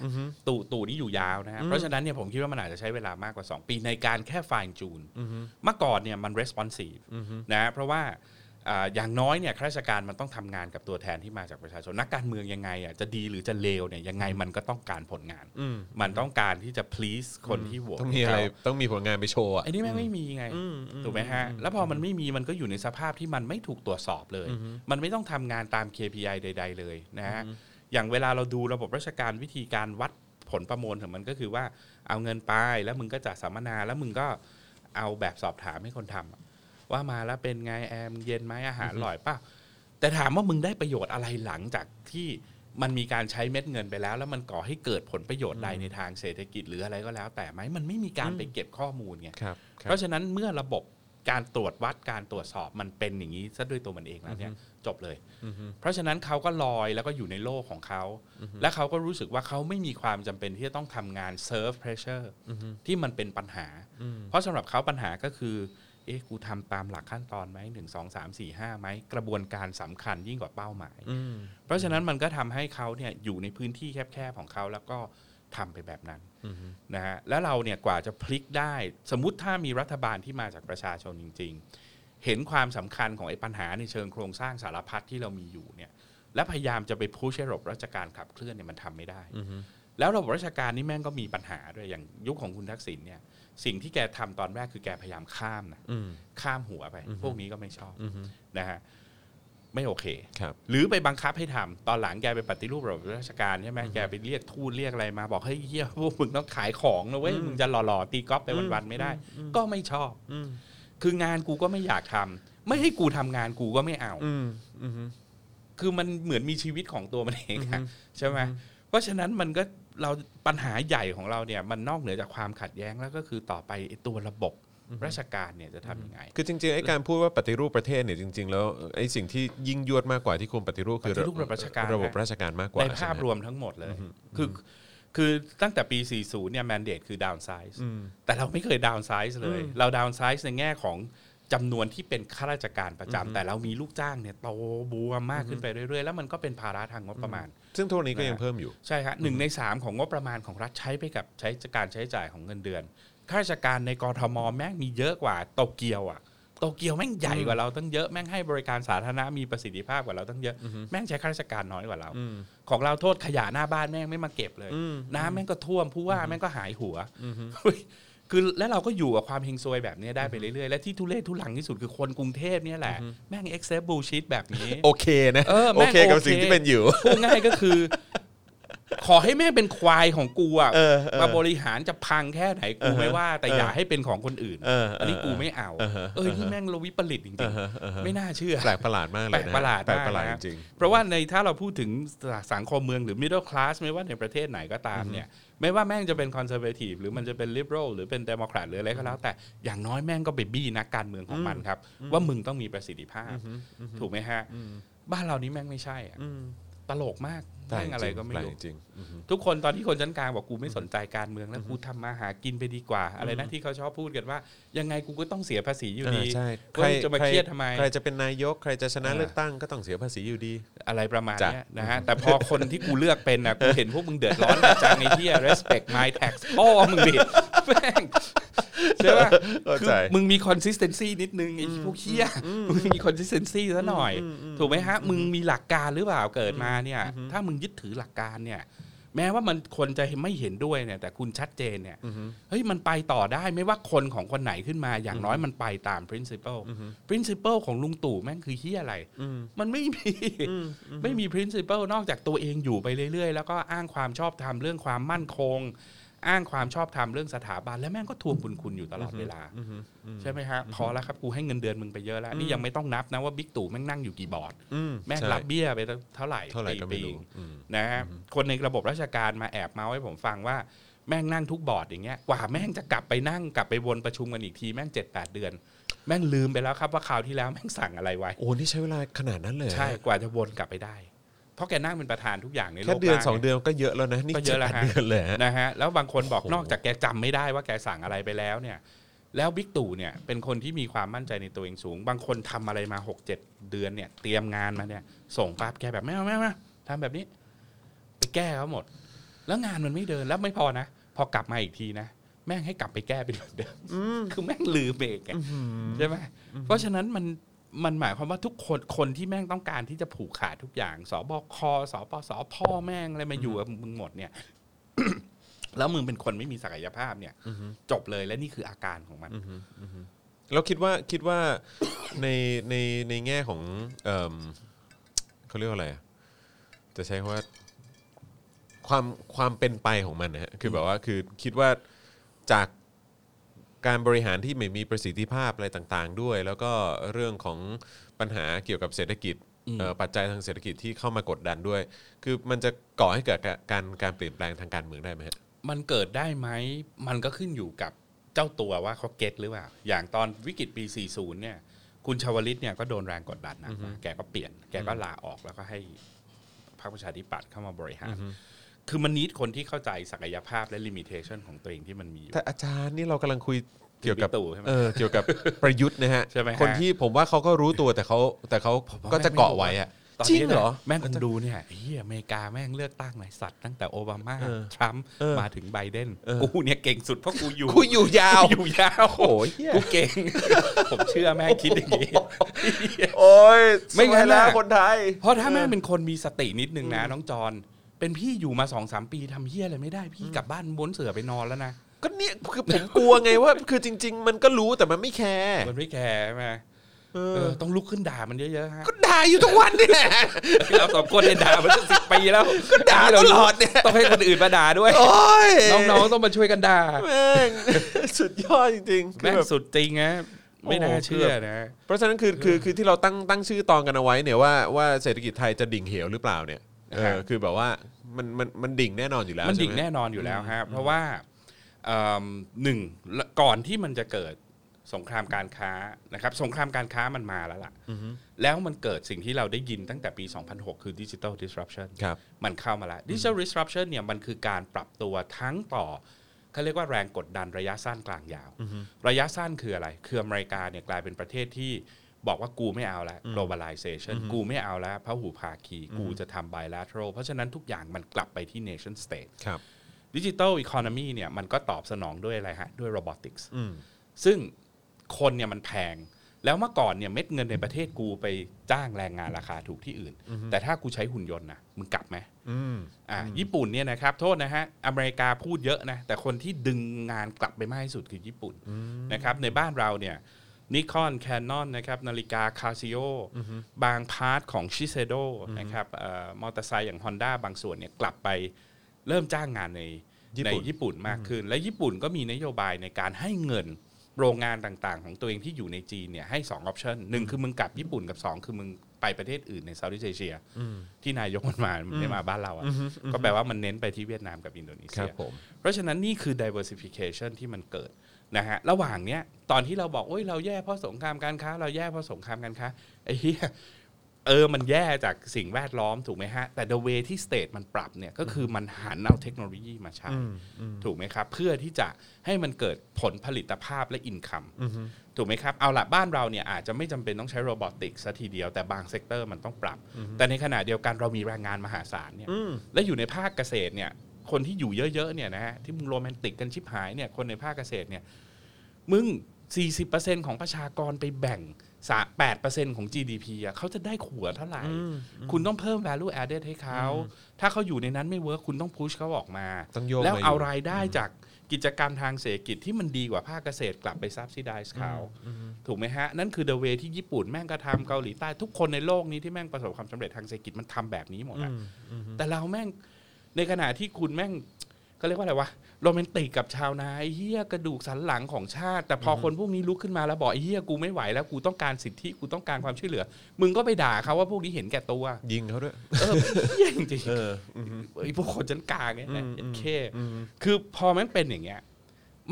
C: ตู่ตู่นี่อยู่ยาวนะฮะเพราะฉะนั้นเนี่ยผมคิดว่ามันอาจจะใช้เวลามากกว่า 2 ปีในการแค่ไฟน์จูนเมื่อก่อนเนี่ยมัน responsive นะฮะเพราะว่า อ่าอย่างน้อยเนี่ยข้าราชการมันต้องทำงานกับตัวแทนที่มาจากประชาชนนักการเมืองยังไงอ่ะจะดีหรือจะเลวเนี่ยยังไงมันก็ต้องการผลงาน มันต้องการที่จะ please คนที่โหวต
B: ต้องมีอะไร
C: ให้เข
B: ต้องมีผลงานไปโชว์
C: า
B: อ่ะ
C: ไอ้นี่แม่งไม่มีไงถูกไหมฮะ แล้วพอมันไม่มีมันก็อยู่ในสภาพที่มันไม่ถูกตรวจสอบเลย มันไม่ต้องทำงานตาม KPI ใด ๆ เลยนะฮะอย่างเวลาเราดูระบบราชการวิธีการวัดผลประมวลของมันก็คือว่าเอาเงินไปแล้วมึงก็จัดสัมมนาแล้วมึงก็เอาแบบสอบถามให้คนทำอะว่ามาแล้วเป็นไงแอมเย็นไหมอาหารอร่อยเปล่า แต่ถามว่ามึงได้ประโยชน์อะไรหลังจากที่มันมีการใช้เม็ดเงินไปแล้ว แล้วมันก่อให้เกิดผลประโยชน์ใดในทางเศรษฐกิจหรืออะไรก็แล้ว แต่ไหมมันไม่มีการไปเก็บข้อมูลไง
B: ครับครับ
C: เพราะฉะนั้นเมื่อระบบการตรวจวัดการตรวจสอบมันเป็นอย่างนี้ซะด้วยตัวมันเองแล้วเนี่ยจบเลย เพราะฉะนั้นเขาก็ลอยแล้วก็อยู่ในโลกของเขา และเขาก็รู้สึกว่าเขาไม่มีความจำเป็นที่จะต้องทำงานเซิร์ฟเพรสเชอร์ที่มันเป็นปัญหา เพราะสำหรับเขาปัญหาก็คือ เอ๊ะกูทำตามหลักขั้นตอนไหมหนึ่งสองสามสี่ห้าไหมกระบวนการสำคัญยิ่งกว่าเป้าหมาย เพราะฉะนั้นมันก็ทำให้เขาเนี่ยอยู่ในพื้นที่แคบๆของเขาแล้วก็ทำไปแบบนั้นนะฮะแล้วเราเนี่ยกว่าจะพลิกได้ สมมติถ้ามีรัฐบาลที่มาจากประชาชนจริง ๆ เห็นความสำคัญของไอ้ปัญหาในเชิงโครงสร้างสารพัดที่เรามีอยู่เนี่ย และพยายามจะไปพุชให้ระบบราชการขับเคลื่อนเนี่ยมันทำไม่ได้ แล้วระบบราชการนี่แม่งก็มีปัญหาด้วยอย่างยุคของคุณทักษิณเนี่ยสิ่งที่แกทำตอนแรกคือแกพยายามข้ามนะข้ามหัวไป พวกนี้ก็ไม่ชอบนะฮะ ไม่โอเค
B: ครับ
C: หรือไปบังคับให้ทำตอนหลังแกไปปฏิรูประบบราชการใช่ไหมแกไปเรียกทูตเรียกอะไรมาบอกเฮ้ยเฮียพวกมึงต้องขายของนะเว้ยมึงจะหล่อๆตีก๊อฟไปวันๆไม่ได้ ก็ไม่ชอบ
B: อืม
C: คืองานกูก็ไม่อยากทำไม่ให้กูทำงานกูก็ไม่เอา
B: อืมอืม
C: คือมันเหมือนมีชีวิตของตัวมันเองอะใช่ไหมเพราะฉะนั้นมันก็เราปัญหาใหญ่ของเราเนี่ยมันนอกเหนือจากความขัดแย้งแล้วก็คือต่อไปไอ้ตัวระบบราชการเนี่ยจะทำยังไง
B: คือจริงๆไอ้การพูดว่าปฏิรูปประเทศเนี่ยจริง ๆ แล้วไอ้สิ่งที่ยิ่งยวดมากกว่าที่ควรปฏิรูปคือ
C: ปฏิรูประบบราชการ
B: ระบบราชการมากกว่า
C: ในภาพร
B: ใช่ไห
C: วมทั้งหมดเลย คือคือตั้งแต่ปี 40 เนี่ยแมนเดตคือ downsize
B: อืม
C: แต่เราไม่เคย downsize เลย เรา downsize ในแง่ของจำนวนที่เป็นข้าราชการประจำแต่เรามีลูกจ้างเนี่ยโตบูมมากขึ้นไปเรื่อยๆ แล้วมันก็เป็นภาระทางงบประมาณ
B: ซึ่งทุกวันนี้ก็
C: นะ
B: ยังเพิ่มอยู่
C: ใช่ครับหนึ่งในสามของงบประมาณของรัฐใช้ไปกับใช้การใช้จ่ายของเงินเดือนข้าราชการในกรทมแม่งมีเยอะกว่าโตเกียวอ่ะโตเกียวแม่งใหญ่กว่าเราตั้งเยอะแม่งให้บริการสาธารณะมีประสิทธิภาพกว่าเราตั้งเยอะแม่งใช้ข้าราชการน้อยกว่าเรา ของเราโทษขยะหน้าบ้านแม่งไม่มาเก็บเลย
B: อืม
C: น้ำแม่งก็ท่วมผู้ว่าแม่งก็หายหัวเฮ้ย คือแล้วเราก็อยู่กับความเฮงซวยแบบเนี้ยได้ไปเรื่อยๆและที่ทุเรศทุลังที่สุดคือคนกรุงเทพเนี่ยแหละแม่ง accept bullshit แบบนี้
B: โอเคนะ
C: เออแม่
B: โอง เคกับ
C: โอเค
B: สิ่งที่เป็นอยู่
C: พูดง่ายก็คือ ขอให้แม่งเป็นควายของกูอะ
B: เออเออ
C: มาบริหารจะพังแค่ไหนกู
B: เออฮะ
C: ไม่ว่า แต่
B: เอออย่
C: อาให้เป็นของคนอื่น
B: เออเอออั
C: นนี้กูไม่เอา
B: เออฮะ
C: เอ้ยนี่แม่งเราวิปริตจริงๆ ไม่น่าเชื่อ
B: แปลกประหลาดมากเลยนะ
C: แปลกประหลาด
B: แปลกประหลาด
C: ม
B: จ
C: กน
B: ริง
C: เพราะว่าในถ้าเราพูดถึงสังคมเมืองหรือ middle class ไม่ว่าในประเทศไหนก็ตามเนี่ย ไม่ว่าแม่งจะเป็น conservative หรือมันจะเป็น liberal หรือเป็น democrat หรืออะไรก็แล้ว แต่อย่างน้อยแม่งก็ไปบี้นักการเมืองของมันครับ ว่ามึงต้องมีประสิทธิภาพ ถูกไหมฮะ บ้านเรานี้แม่งไม่ใช่อะตลกมาก
B: ๆแปลก
C: แม่งอะไรก็ไม่
B: แปล
C: รู้
B: จริงๆอือฮึ
C: ทุกคนตอนที่คนชั้นกลางบอกกูไม่สนใจการเมืองแล้วกูทำมาหากินไปดีกว่า อะไรนะที่เขาชอบพูดกันว่า ยังไงกูก็ต้องเสียภาษีอยู่ดี
B: เใช่
C: ก็จะมาเครียดทำไม
B: ใครจะเป็นนายก ใครจะชนะ
C: เออ
B: เลือกตั้งก็ต้องเสียภาษีอยู่ดี
C: อะไรประมาณเนี้ย
B: จ้ะ
C: นะฮะแต่พอคนที่กูเลือกเป็น นะกูเห็นพวกมึงเดือดร้อนกันจังในที่ respect my tax พ่อมึงดิ แม่งใช่ปะ
B: เข้า
C: คือ
B: ใจ
C: มึงมี consistency นิดนึงไอ้พวกเคี้ยมึงมี consistency ซะหน่อย ถูกไหมฮะ มึงมีหลักการหรือเปล่าเกิดมาเนี่ย ถ้ามึงยึดถือหลักการเนี่ย แม้ว่ามันคนจะไม่เห็นด้วยเนี่ย แต่คุณชัดเจนเนี่ยเฮ้ยมันไปต่อได้ไม่ว่าคนของคนไหนขึ้นมาอย่างน้อยมันไปตาม principle principle ของลุงตู่แม่งคือเฮียอะไร มันไม่มี ไม่มี principle นอกจากตัวเองอยู่ไปเรื่อย ๆ แล้วก็อ้างความชอบธรรมเรื่องความมั่นคง อ้างความชอบธรรมเรื่องสถาบัน และแม่งก็ทวงบุญคุณอยู่ตลอดเวลา ใช่ไหมฮะพอแล้วครับกูให้เงินเดือนมึงไปเยอะแล้ว นี่ยังไม่ต้องนับนะว่าบิ๊กตู่แม่งนั่งอยู่กี่บอร์ด
B: อื
C: แม่ง
B: ใช่
C: รับเบี้ยไปเท่าไหร่
B: เท่าไหร่ก็ไม่
C: ปี
B: รู้
C: ๆ
B: อืม
C: นะฮะคนในระบบราชการมาแอบเมาส์ให้ผมฟังว่าแม่งนั่งทุกบอร์ดอย่างเงี้ยกว่าแม่งจะกลับไปนั่งกลับไปวนประชุมกันอีกทีแม่งเจ็ดแปดเดือน แม่งลืมไปแล้วครับว่าคราวที่แล้วแม่งสั่งอะไรไว้
B: โอ้นี่ใช้เวลาขนาดนั้นเลยเหรอ
C: ใช่กว่าจะวนกลับไปได้ เพราะแกนั่งเป็นประธานทุกอย่างในโล
B: แค่
C: ก
B: เดือน
C: ร่าง
B: สองเดือนก็เยอะแล้วนะ นี่
C: ก็เยอะแล้ว
B: จ็ด
C: ฮะ
B: แปดเดือนเลยฮะ
C: นะฮะแล้วบางคนบอก
B: โอ้โห
C: นอกจากแกจำไม่ได้ว่าแกสั่งอะไรไปแล้วเนี่ย แล้วบิ๊กตู่เนี่ยเป็นคนที่มีความมั่นใจในตัวเองสูง บางคนทำอะไรมาหกเจ็ดเดือนเนี่ย เตรียมงานมาเนี่ย ส่งปั๊บแกแบบไม่เอาไม่เอาไม่เอาทำแบบนี้ ไปแก้เขาหมด แล้วงานมันไม่เดินแล้วไม่พอนะ พอกลับมาอีกทีนะ แม่งให้กลับไปแก้เป็นแบบเดิมคือแม่งลืมเองอะใช่ไหมเพราะฉะนั้นมันมันหมายความว่าทุกคนคนที่แม่งต้องการที่จะผูกขาดทุกอย่างสบคสปสพ่อแม่งอะไรมาอยู่กับมึงหมดเนี่ย แล้วมึงเป็นคนไม่มีศักยภาพเนี่ยจบเลยและนี่คืออาการของมัน
B: แล้วคิดว่าคิดว่า ในในในแง่ของเอิ่มเขาเรียกว่าอะไรอะจะใช้คำว่าความความเป็นไปของมันนะฮะคือแบบว่าคือคิดว่าจากการบริหารที่ไม่มีประสิทธิภาพอะไรต่างๆ ด้วย แล้วก็เรื่องของปัญหาเกี่ยวกับเศรษฐกิจเอ่อปัจจัยทางเศรษฐกิจที่เข้ามากดดันด้วย คือมันจะก่อให้เกิดการการเปลี่ยนแปลงทางการเมืองได้ไหมฮะ
C: มันเกิดได้ไหม มันก็ขึ้นอยู่กับเจ้าตัวว่าเขาเก็ตหรือเปล่า อย่างตอนวิกฤตปี 40 เนี่ย คุณชาวลิตเนี่ยก็โดนแรงกดดันหนะ แกก็เปลี่ยน แกก็ลาออกแล้วก็ให้พรรคประชาธิปัตย์เข้ามาบริหาร คือมันนิดคนที่เข้าใจศักยภาพและลิมิเ t ชันของตัวเองที่มันมีอยู่
B: แต่อาจารย์นี่เรากำลังคุยเกี่ยวกับ
C: ถึงบิ๊กตู่ใช่ไหม
B: เออเกี่ยวกับ ประยุทธ์นะฮะ
C: ใช่ไหมฮะ
B: คนที่ผมว่าเขาก็รู้ตัวแต่เขาแต่เขา
C: ผมว่า
B: ก็จะเกาะไว้อะ
C: ตน
B: จริ
C: นี้
B: ง
C: นี่ย
B: เหรอ
C: แม่งคนดูเนี่ยเฮียอเมริกาแม่งเลือกตั้งไหนสัตว์ตั้งแต่โอบามา ทรัมป์มาถึงไบเดนกูเนี่ยเก่งสุดเพราะกูอยู่
B: กูอยู่ยาว
C: กูอยู่ยาว
B: โอ้ยเหี้ย
C: กูเก่ง ผมเชื่อแม่งคิดอย่างนี้
B: โอ้ย
C: ไม่งั้น
B: สวยแล้ว
C: น่ะ
B: คนไทย
C: เพราะถ้าแม่งเป็นคนมีสตินิดนึงนะน้องจอนเป็นพี่อยู่มาสองสามปีทำเฮี้ยอะไรไม่ได้พี่กลับบ้านบนเสือไปนอนแล้วนะ
B: ก็เนี่ยคือผมกลัวไงว่า คือจริง ๆ มันก็รู้แต่มันไม่แคร์
C: มันไม่แคร์ใช่ไหม เออต้องลุกขึ้นด่ามันเยอะๆฮะ
B: ก็ด่าอยู่ทุกวันเนี่ย
C: เราสองคนเนี่ยด่ามันสิบปีแล้ว
B: ด่า
C: ที่
B: ต
C: ร
B: ลอดเนี่ย
C: ต้องให้คนอื่นมาด่าด้วย
B: โอ้ย
C: น้องๆต้องมาช่วยกันด่า
B: แม่ง สุดยอดจริงๆคือ
C: แม่ง
B: บบ
C: สุดจริงนะไม่น่า
B: โอ้โห
C: เชื่อนะ
B: เพราะฉะนั้นคือคือคือที่เราตั้งตั้งชื่อตอนกันเอาไว้เนี่ยว่าว่าเศรษฐกิจไทยจะดิ่งเหวหรือเปล่าเนี่ยเอ
C: ครั
B: อบ คือแบบว่ามันมันมันดิ่งแน่นอนอยู่แล้ว
C: มันดิ่ง
B: ใช่ไห
C: แน่นอนอยู่แล้วฮะเพราะว่าเอิ่มหนึ่งละก่อนที่มันจะเกิดสงครามการค้านะครับ สงครามการค้ามันมาแล้วล่ะ แล้วมันเกิดสิ่งที่เราได้ยินตั้งแต่ปี 2006 คือ Digital Disruption
B: ครับ
C: มันเข้ามาแล้ว Digital Disruption เนี่ยมันคือการปรับตัวทั้งต่อเขาเรียกว่าแรงกดดันระยะสั้นกลางยาว ระยะสั้นคืออะไร คืออเมริกาเนี่ยกลายเป็นประเทศที่บอกว่ากูไม่เอาละ globalization กูไม่เอาละพหูภาคี กูจะทำ bilateral เพราะฉะนั้นทุกอย่างมันกลับไปที่ nation state
B: ครับ
C: ดิจิ t a ลอีโคโนมีเนี่ยมันก็ตอบสนองด้วยอะไรฮะ ด้วยโรบอติกส์
B: อืม
C: ซึ่งคนเนี่ยมันแพง แล้วเมื่อก่อนเนี่ยเม็ดเงินในประเทศกูไปจ้างแรงงานราคาถูกที่อื่น แต่ถ้ากูใช้หุ่นยนต์นะมึงกลับไหม
B: อืม
C: อ่ะญี่ปุ่นเนี่ยนะครับโทษนะฮะอเมริกาพูดเยอะนะแต่คนที่ดึงงานกลับไปมากที่สุดคือญี่ปุ่นนะครับในบ้านเราเนี่ยนิคอนแคนนอนนะครับนาฬิกาคาซิโอบางพาร์ทของชิเซโดนะครับเอ่อมอเตอร์ไซค์อย่าง Honda บางส่วนเนี่ยกลับไปเริ่มจ้างงานใน
B: ญี่
C: ใน
B: ปุ่น
C: ญี่ปุ่นมากขึ้น และญี่ปุ่นก็มีนโยบายในการให้เงินโรงงานต่างๆ ของตัวเองที่อยู่ในจีนเนี่ยให้2องออปชันหนึ่งคือมึงกลับญี่ปุ่นกับ 2 คือมึงไปประเทศอื่นในเซาท์อีสเอเชีย ที่นายกมันมาไม่มาบ้านเราอะก็แปลว่ามันเน้นไปที่เวียดนามกับอินโดนี
B: ครั
C: เซี
B: บ
C: ย
B: ผม
C: เพราะฉะนั้นนี่คือ diversification ที่มันเกิดนะฮะระหว่างเนี้ยตอนที่เราบอกโอ้ยเราแย่เพราะสงครามการค้า เราแย่เพราะสงครามการค้าไอ้เหี้ยเออมันแย่จากสิ่งแวดล้อมถูกไหมฮะ แต่ the way ที่ state มันปรับเนี่ยก็คือมันหันเอาเทคโนโลยีมาใช้ ถูกไหมครับ เพื่อที่จะให้มันเกิดผลผลิตภาพและอินคัมถูกไหมครับ เอาละบ้านเราเนี่ยอาจจะไม่จำเป็นต้องใช้โรบอติกซะทีเดียวแต่บางเซกเตอร์มันต้องปรับ แต่ในขณะเดียวกันเรามีแรงงานมหาศาลเนี่ยและอยู่ในภาคเกษตรเนี่ยคนที่อยู่เยอะๆเนี่ยนะฮะที่มึงโรแมนติกกันชิบหายเนี่ยคนในภาคเกษตรเนี่ยมึง 40%ของประชากรไปแบ่งสะ8%ของ GDP อะเขาจะได้ขัวเท่าไหร่ คุณต้องเพิ่ม value added ให้เขา ถ้าเขาอยู่ในนั้นไม่เวิร์คคุณต้องพุชเขาออกมา
B: ต้องโยก
C: แล้ว
B: มาอยู่
C: เอารายได้จากกิจกรรมทางเศรษฐกิจที่มันดีกว่าภาคเกษตรกลับไปซับซิไดส์เขาถูกไหมฮะ นั่นคือ the way ที่ญี่ปุ่นแม่งก็ทำเกาหลีใต้ทุกคนในโลกนี้ที่แม่งประสบความสำเร็จทางเศรษฐกิจมันทำแบบนี้หมดอะแต่เราแม่งในขณะที่คุณแม่งก็เรียกว่าอะไรวะโรแมนติกกับชาวนาไอ้เฮียกระดูกสันหลังของชาติ แต่พออคนพวกนี้ลุกขึ้นมาแล้วบอกไอ้เฮียกูไม่ไหวแล้วกูต้องการสิทธิกูต้องการความช่วยเหลือ มึงก็ไปด่าเขาว่าพวกนี้เห็นแก่ตัว
B: ยิงเขาด้วย
C: เออเหี้ยจริงๆ
B: เออ
C: ไอ้พวกคนชั้นกลางเนี่ยนะ
B: อืมอืม
C: เค คือพอมันเป็นอย่างเงี้ย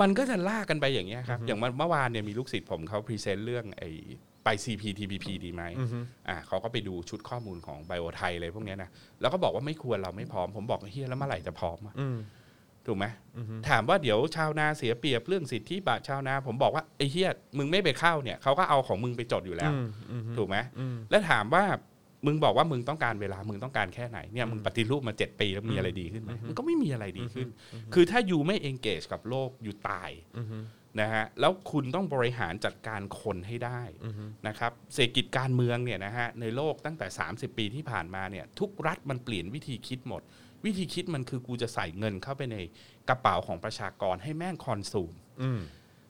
C: มันก็จะลากกันไปอย่างเงี้ยครับ อย่างวันเมื่อวานเนี่ยมีลูกศิษย์ผมเขาพรีเซนต์เรื่องไอ้ไป CPTPP ดีไหมอ่าเขาก็ไปดูชุดข้อมูลของไบโอไทยเลยพวกเนี้ยนะ แล้วก็บอกว่าไม่ควรเราไม่พร้อม ผมบอกเฮียแล้วเมื่อไหร่จะพร้อมอะ
B: อืม
C: ถูกไหม ถามว่าเดี๋ยวชาวนาเสียเปรียบเรื่องสิทธิบัตรชาวนา ผมบอกว่าไอ้เฮียมึงไม่ไปเข้าเนี่ยเขาก็เอาของมึงไปจดอยู่แล้ว ถูกไหมแล้วถามว่ามึงบอกว่ามึงต้องการเวลา มึงต้องการแค่ไหนเนี่ย มึงปฏิรูปมาเจ็ดปีแล้วมีอะไรดีขึ้นไหมมันก็ไม่มีอะไรดีขึ้น คือถ้าอยู่ไม่ engage กับโลกอยู่ตายนะฮะ แล้วคุณต้องบริหารจัดการคนให้ได้นะครับ เศรษฐกิจการเมืองเนี่ยนะฮะในโลกตั้งแต่ 30 ปีที่ผ่านมาเนี่ยทุกรัฐมันเปลี่ยนวิธีคิดหมด วิธีคิดมันคือกูจะใส่เงินเข้าไปในกระเป๋าของประชากรให้แม่งคอนซูม
B: อืม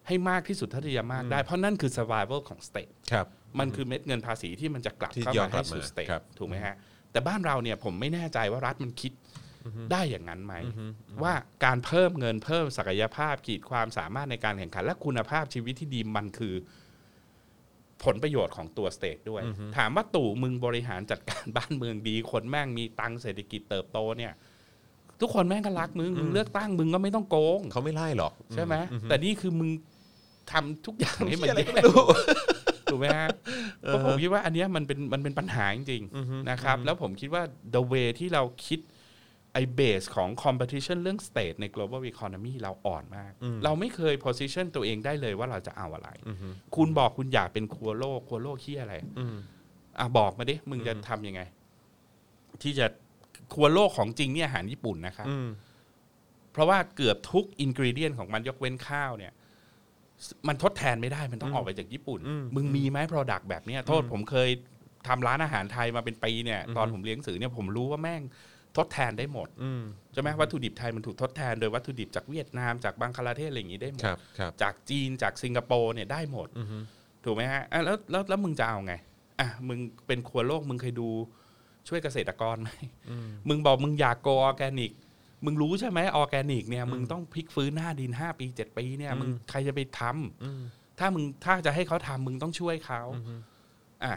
C: ให้มากที่สุดเท่าที่จะมากได้ เพราะนั่นคือ survival ของ state
B: ครับ
C: มันคือเม็ดเงินภาษีที่มันจะกลับ
B: ที่
C: เข้า
B: ย้อ
C: มาน
B: กลั
C: ให้
B: บ
C: สู่
B: มา
C: สเตท
B: ครับ
C: ถูกไหมฮะ แต่บ้านเราเนี่ยผมไม่แน่ใจว่ารัฐมันคิดได้อย่างนั้นไหม ว่าการเพิ่มเงินเพิ่มศักยภาพขีดความสามารถในการแข่งขัน และคุณภาพชีวิตที่ดีมันคือ ผลประโยชน์ของตัวสเตทด้วย ถามว่าตู่มึงบริหารจัดการ บ้านเมืองดี คนแม่งมีตังค์เศรษฐกิจเติบโตเนี่ย ทุกคนแม่งก็รักมึงมึงเลือกตั้งมึงก็ไม่ต้องโกง
B: เขาไม่ไล่หรอก
C: ใช่ไหมแต่นี่คือมึงทำทุกอย่างให้มัน
B: อะไรก็ไม่
C: แย่
B: รู้
C: ถูกไหมฮะเพราะผมคิดว่าอันเนี้ยมันเป็นมันเป็นปัญหาจริงๆนะครับ แล้วผมคิดว่า the way ที่เราคิดไอ้เบสของ competition เรื่อง state ใน global economy เราอ่อนมาก เราไม่เคย position ตัวเองได้เลยว่าเราจะเอาอะไร คุณบอกคุณอยากเป็นครัวโลกครัวโลกที่อะไรอ่ะบอกมาดิ มึงจะทำยังไง ที่จะครัวโลกของจริงเนี่ยอาหารญี่ปุ่นนะครับ เพราะว่าเกือบทุกอินกรีเดียนของมันยกเว้นข้าวเนี่ย มันทดแทนไม่ได้มันต้องออกไปจากญี่ปุ่น มึงมีไหม Product แบบเนี้ยโทษผมเคยทำร้านอาหารไทยมาเป็นปีเนี่ย ตอนผมเลี้ยงสื่อเนี่ยผมรู้ว่าแม่งทดแทนได้หมดใช่ไหมวัตถุดิบไทยมันถูกทดแทนโดยวัตถุดิบจากเวียดนามจากบังคลาเทศอะไรอย่างนี้ได้หมด
B: ครับครับ
C: จากจีนจากสิงคโปร์เนี่ยได้หมด ถูกไหมฮะอ่ะแล้วแล้วแล้วมึงจะเอาไงอ่ะมึงเป็นครัวโลกมึงเคยดูช่วยเกษตรกรไหมมึงบอกมึงอยากโกออร์แกนิก มึงรู้ใช่ไหมออร์แกนิกเนี่ยมึงต้องพลิกฟื้นหน้าดินห้าปีเจ็ดปีเนี่ยมึงใครจะไปทำถ้ามึงถ้าจะให้เขาทำมึงต้องช่วยเขาอ่ะ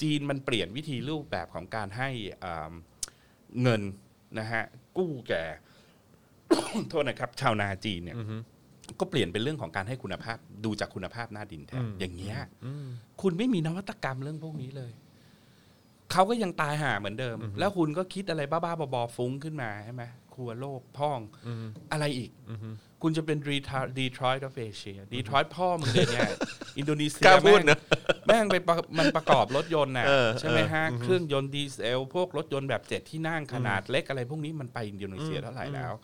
C: จีนมันเปลี่ยนวิธีรูปแบบของการให้อ่าเงินนะฮะกู้แก่ โทษนะครับ ชาวนาจีนเนี่ย
B: อือฮึ
C: ก็เปลี่ยนเป็นเรื่องของการให้คุณภาพดูจากคุณภาพหน้าดินแทน
B: อืม
C: อย่างเงี้ย
B: อืม
C: คุณไม่มีนวัตกรรมเรื่องพวกนี้เลย เขาก็ยังตายห่าเหมือนเดิม แล้วคุณก็คิดอะไรบ้าๆบอๆฟุ้งขึ้นมาใช่ไหมครัวโลกพ่อง
B: อืม
C: อะไรอีก
B: อือฮึ
C: คุณจะเป็นดีทรดีทรอยต์ออฟเอเชียดีทรอยต์พ่อมึงเลย เนี่ย อินโดนีเซีย
B: กล้าพูด
C: แม่ง
B: นะ
C: แม่งไปประมันประกอบรถยนต์น่ะ
B: เออ
C: ใช่ไหมฮะ
B: เออ
C: เครื่องยนต์ดีเซล พวกรถยนต์แบบเจ็ดที่นั่งขนาดเล็กอะไรพวกนี้มันไปอินโดนีเซีย
B: อืม
C: เท่าไหร่แล้ว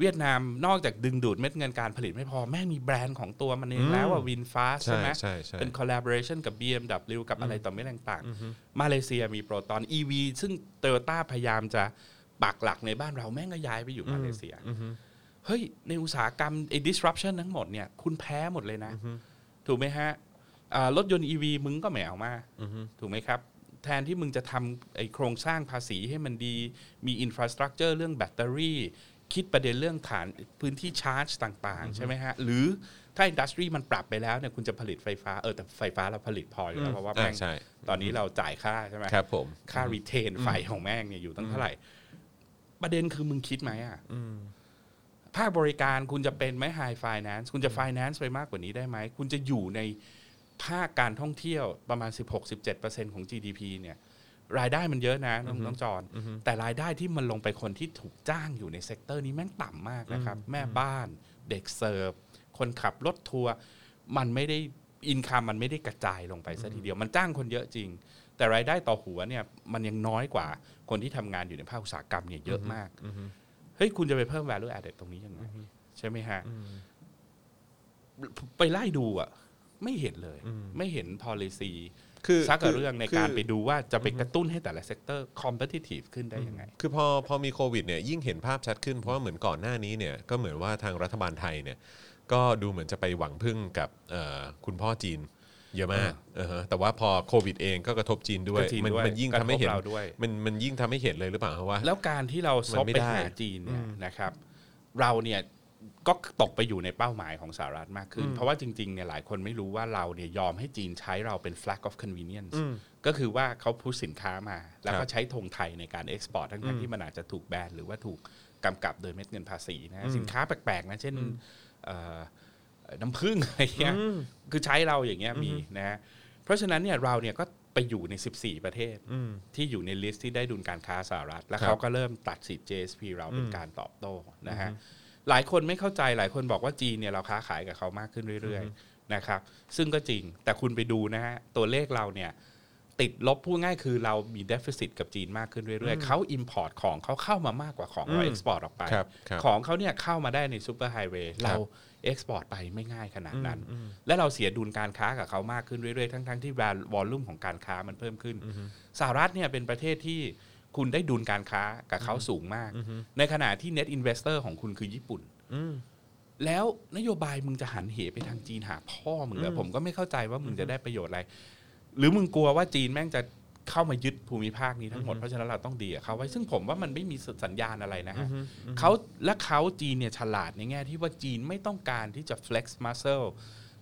C: เวียดนามนอกจากดึงดูดเม็ดเงินการผลิตไม่พอ แม่งมีแบรนด์ของตัวมันเองแล้วว่าวินฟ้าใช่
B: ใช่
C: ไหม
B: ใช่ใช่
C: เป็น collaboration กับ BMW กับอะไรต่อไม่ต่างๆ มาเลเซียมีโปรตอน EV ซึ่งโตโยต้าพยายามจะปักหลักในบ้านเราแม่งก็ย้ายไปอยู่มาเลเซีย เฮ้ย ในอุตสาหกรรมไอ้ disruption ทั้งหมดเนี่ย คุณแพ้หมดเลยนะ ถูกไหมฮะอ่ารถยนต์ EV มึงก็ไม่เอามา ถูกไหมครับ แทนที่มึงจะทำไอ้โครงสร้างภาษีให้มันดี มีอินฟราสตรักเจอร์เรื่องแบตเตอรี่ คิดประเด็นเรื่องฐานพื้นที่ชาร์จต่างๆ ใช่ไหมฮะ หรือถ้าอินดัสทรีมันปรับไปแล้วเนี่ยคุณจะผลิตไฟฟ้า เออ แต่ไฟฟ้าเราผลิตพออยู่แล้ว เพราะว่า
B: อ่า
C: แม่ง
B: ใช่
C: ตอนนี้เราจ่ายค่าใช่ไหม
B: ครับผม
C: ค่ารีเทนไฟของแม่งเนี่ยอยู่ตั้งเท่าไหร่ ประเด็นคือมึงคิดไหมอ่ะภาคบริการคุณจะเป็นไหมไฮไฟแนนซ์คุณจะไฟแนนซ์ไปมากกว่านี้ได้ไหม คุณจะอยู่ในภาคการท่องเที่ยวประมาณ 16-17%ของ GDP เนี่ย รายได้มันเยอะนะน้องน้องจอนแต่รายได้ที่มันลงไปคนที่ถูกจ้างอยู่ในเซกเตอร์นี้แม่งต่ำมากนะครับ แม่บ้านเด็กเสิร์ฟ คนขับรถทัวร์มันไม่ได้อินคัมมันไม่ได้กระจายลงไปซะทีเดียวมันจ้างคนเยอะจริง แต่รายได้ต่อหัวเนี่ยมันยังน้อยกว่าคนที่ทำงานอยู่ในภาคอุตสาหกรรมเนี่ยเยอะมากเฮ้ยคุณจะไปเพิ่ม value added ตรงนี้ยังไงใช่ไหมฮะ ไปไล่ดูอ่ะ ไม่เห็นเลย ไม่เห็น policy
B: คือ
C: สักกับเรื่องในการ
B: คือ
C: ไปดูว่าจะไปกระตุ้นให้แต่ละเซกเตอร์ competitive ขึ้นได้ยังไง
B: คือพอพอมีโควิดเนี่ยยิ่งเห็นภาพชัดขึ้นเพราะว่าเหมือนก่อนหน้านี้เนี่ยก็เหมือนว่าทางรัฐบาลไทยเนี่ยก็ดูเหมือนจะไปหวังพึ่งกับเอ่อคุณพ่อจีนเยอะมากเออฮะแต่ว่าพอโควิดเองก็กระทบจีนด้วย
C: กระทบจีน
B: มั
C: ด้วย
B: มัยิ่งทำให้เห็น
C: กระทบเราด้วย
B: มันมันยิ่งทำให้เห็นเลยหรือเปล่าครับว่า
C: แล้วการที่เราซ
B: มั
C: บ
B: นไม่
C: ไป
B: ได้
C: หาจีนเนี่ยนะครับ เราเนี่ยก็ตกไปอยู่ในเป้าหมายของสหรัฐมากขึ้น เพราะว่าจริงๆเนี่ยหลายคนไม่รู้ว่าเราเนี่ยยอมให้จีนใช้เราเป็น flag of convenience ก็คือว่าเขาพุชสินค้ามา แล้
B: ค
C: ว
B: รั
C: ก็
B: บ
C: ใช้ธงไทยในการเอ็กซ์พอร์ตทั้งๆที่มันอาจจะถูกแบนหรือว่าถูกกำกับโดยเม็ดเงินภาษีนะสินค้าแปลกๆนะเช่นเอ่อน้ำผึ้งอะไรเงี้ยคือใช้เราอย่างเงี้ยมีนะฮะเพราะฉะนั้นเนี่ยเราเนี่ยก็ไปอยู่ใน 14 ประเทศ ที่อยู่ในลิสต์ที่ได้ดุลการค้าสหรัฐ แล้ว
B: ครับ
C: เขาก็เริ่มตัดสิทธิ์ JSP เราเป็นการตอบโต้นะฮะหลายคนไม่เข้าใจหลายคนบอกว่าจีนเนี่ยเราค้าขายกับเขามากขึ้นเรื่อยๆนะครับซึ่งก็จริงแต่คุณไปดูนะฮะตัวเลขเราเนี่ยติดลบพูดง่ายคือเรามีเดฟ i ิ i ตกับจีนมากขึ้นเรื่อยๆ เขา Import ของเขาเข้ามามากกว่าของเราเอ็กซ์พอร์ตออกไป
B: ครับครับ
C: ของเขาเนี่ยเข้ามาได้ในซูเปอร์ไฮเวย์
B: ครั
C: เรา
B: บ
C: เอ็กซ์พอร์ตไปไม่ง่ายขนาดนั้น และเราเสียดุลการค้ากับเขามากขึ้นเรื่อยๆ ทั้งๆที่วอลลุ่มของการค้ามันเพิ่มขึ้นสหรัฐเนี่ยเป็นประเทศที่คุณได้ดุลการค้ากับเขาสูงมาก ในขณะที่ net investor ของคุณคือญี่ปุ่น แล้วนโยบายมึงจะหันเหไปทางจีนหาพ่อมึงเหรอผมก็ไม่เข้าใจว่ามึงจะได้ประโยชน์อะไร หรือมึงกลัวว่าจีนแม่งจะเข้ามายึดภูมิภาคนี้ทั้งหมด เพราะฉะนั้นเราต้องดีกับเขาไว้ ซึ่งผมว่ามันไม่มีสัญญาณอะไรนะฮะเขาและเขาจีนเนี่ยฉลาดในแง่ที่ว่าจีนไม่ต้องการที่จะ flex muscle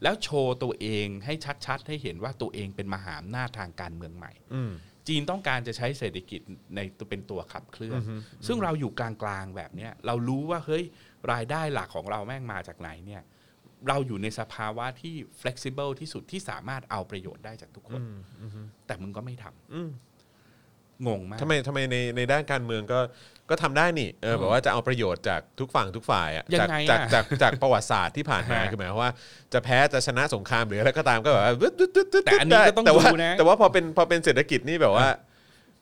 C: แล้วโชว์ตัวเองให้ชัดๆ ให้เห็นว่าตัวเองเป็นมหาอำนาจทางการเมืองใหม่
B: อืม
C: จีนต้องการจะใช้เศรษฐกิจในตัวเป็นตัวขับเคลื่อน ซึ่งเราอยู่กลางๆแบบเนี้ยเรารู้ว่าเฮ้ยรายได้หลักของเราแม่งมาจากไหนเนี่ยเราอยู่ในสภาวะที่ flexible ที่สุดที่สามารถเอาประโยชน์ได้จากทุกคน แต่มึงก็ไม่ท
B: อืม
C: ำงงมาก
B: ทำไมทำไมในในด้านการเมืองก็ก็ทำได้นี่เออแบบว่าจะเอาประโยชน์จากทุกฝั่งทุกฝ่ายอะ
C: ยัง
B: จาก
C: ไงอะ
B: จากจากจากประวัติศาสตร์ที่ผ่านมา
C: ฮะ
B: คือหมายความว่าจะแพ้จะชนะสงครามหรืออะไรก็ตามก็แบบว่าตึ๊ดตึ๊ดตึ๊ดตึ๊ด
C: แต่อันนี้ก็ต้อง
B: ได้แต่ว่า
C: ดูนะ
B: แต่ว่าพอเป็นพอเป็นเศรษฐกิจนี่แบบว่า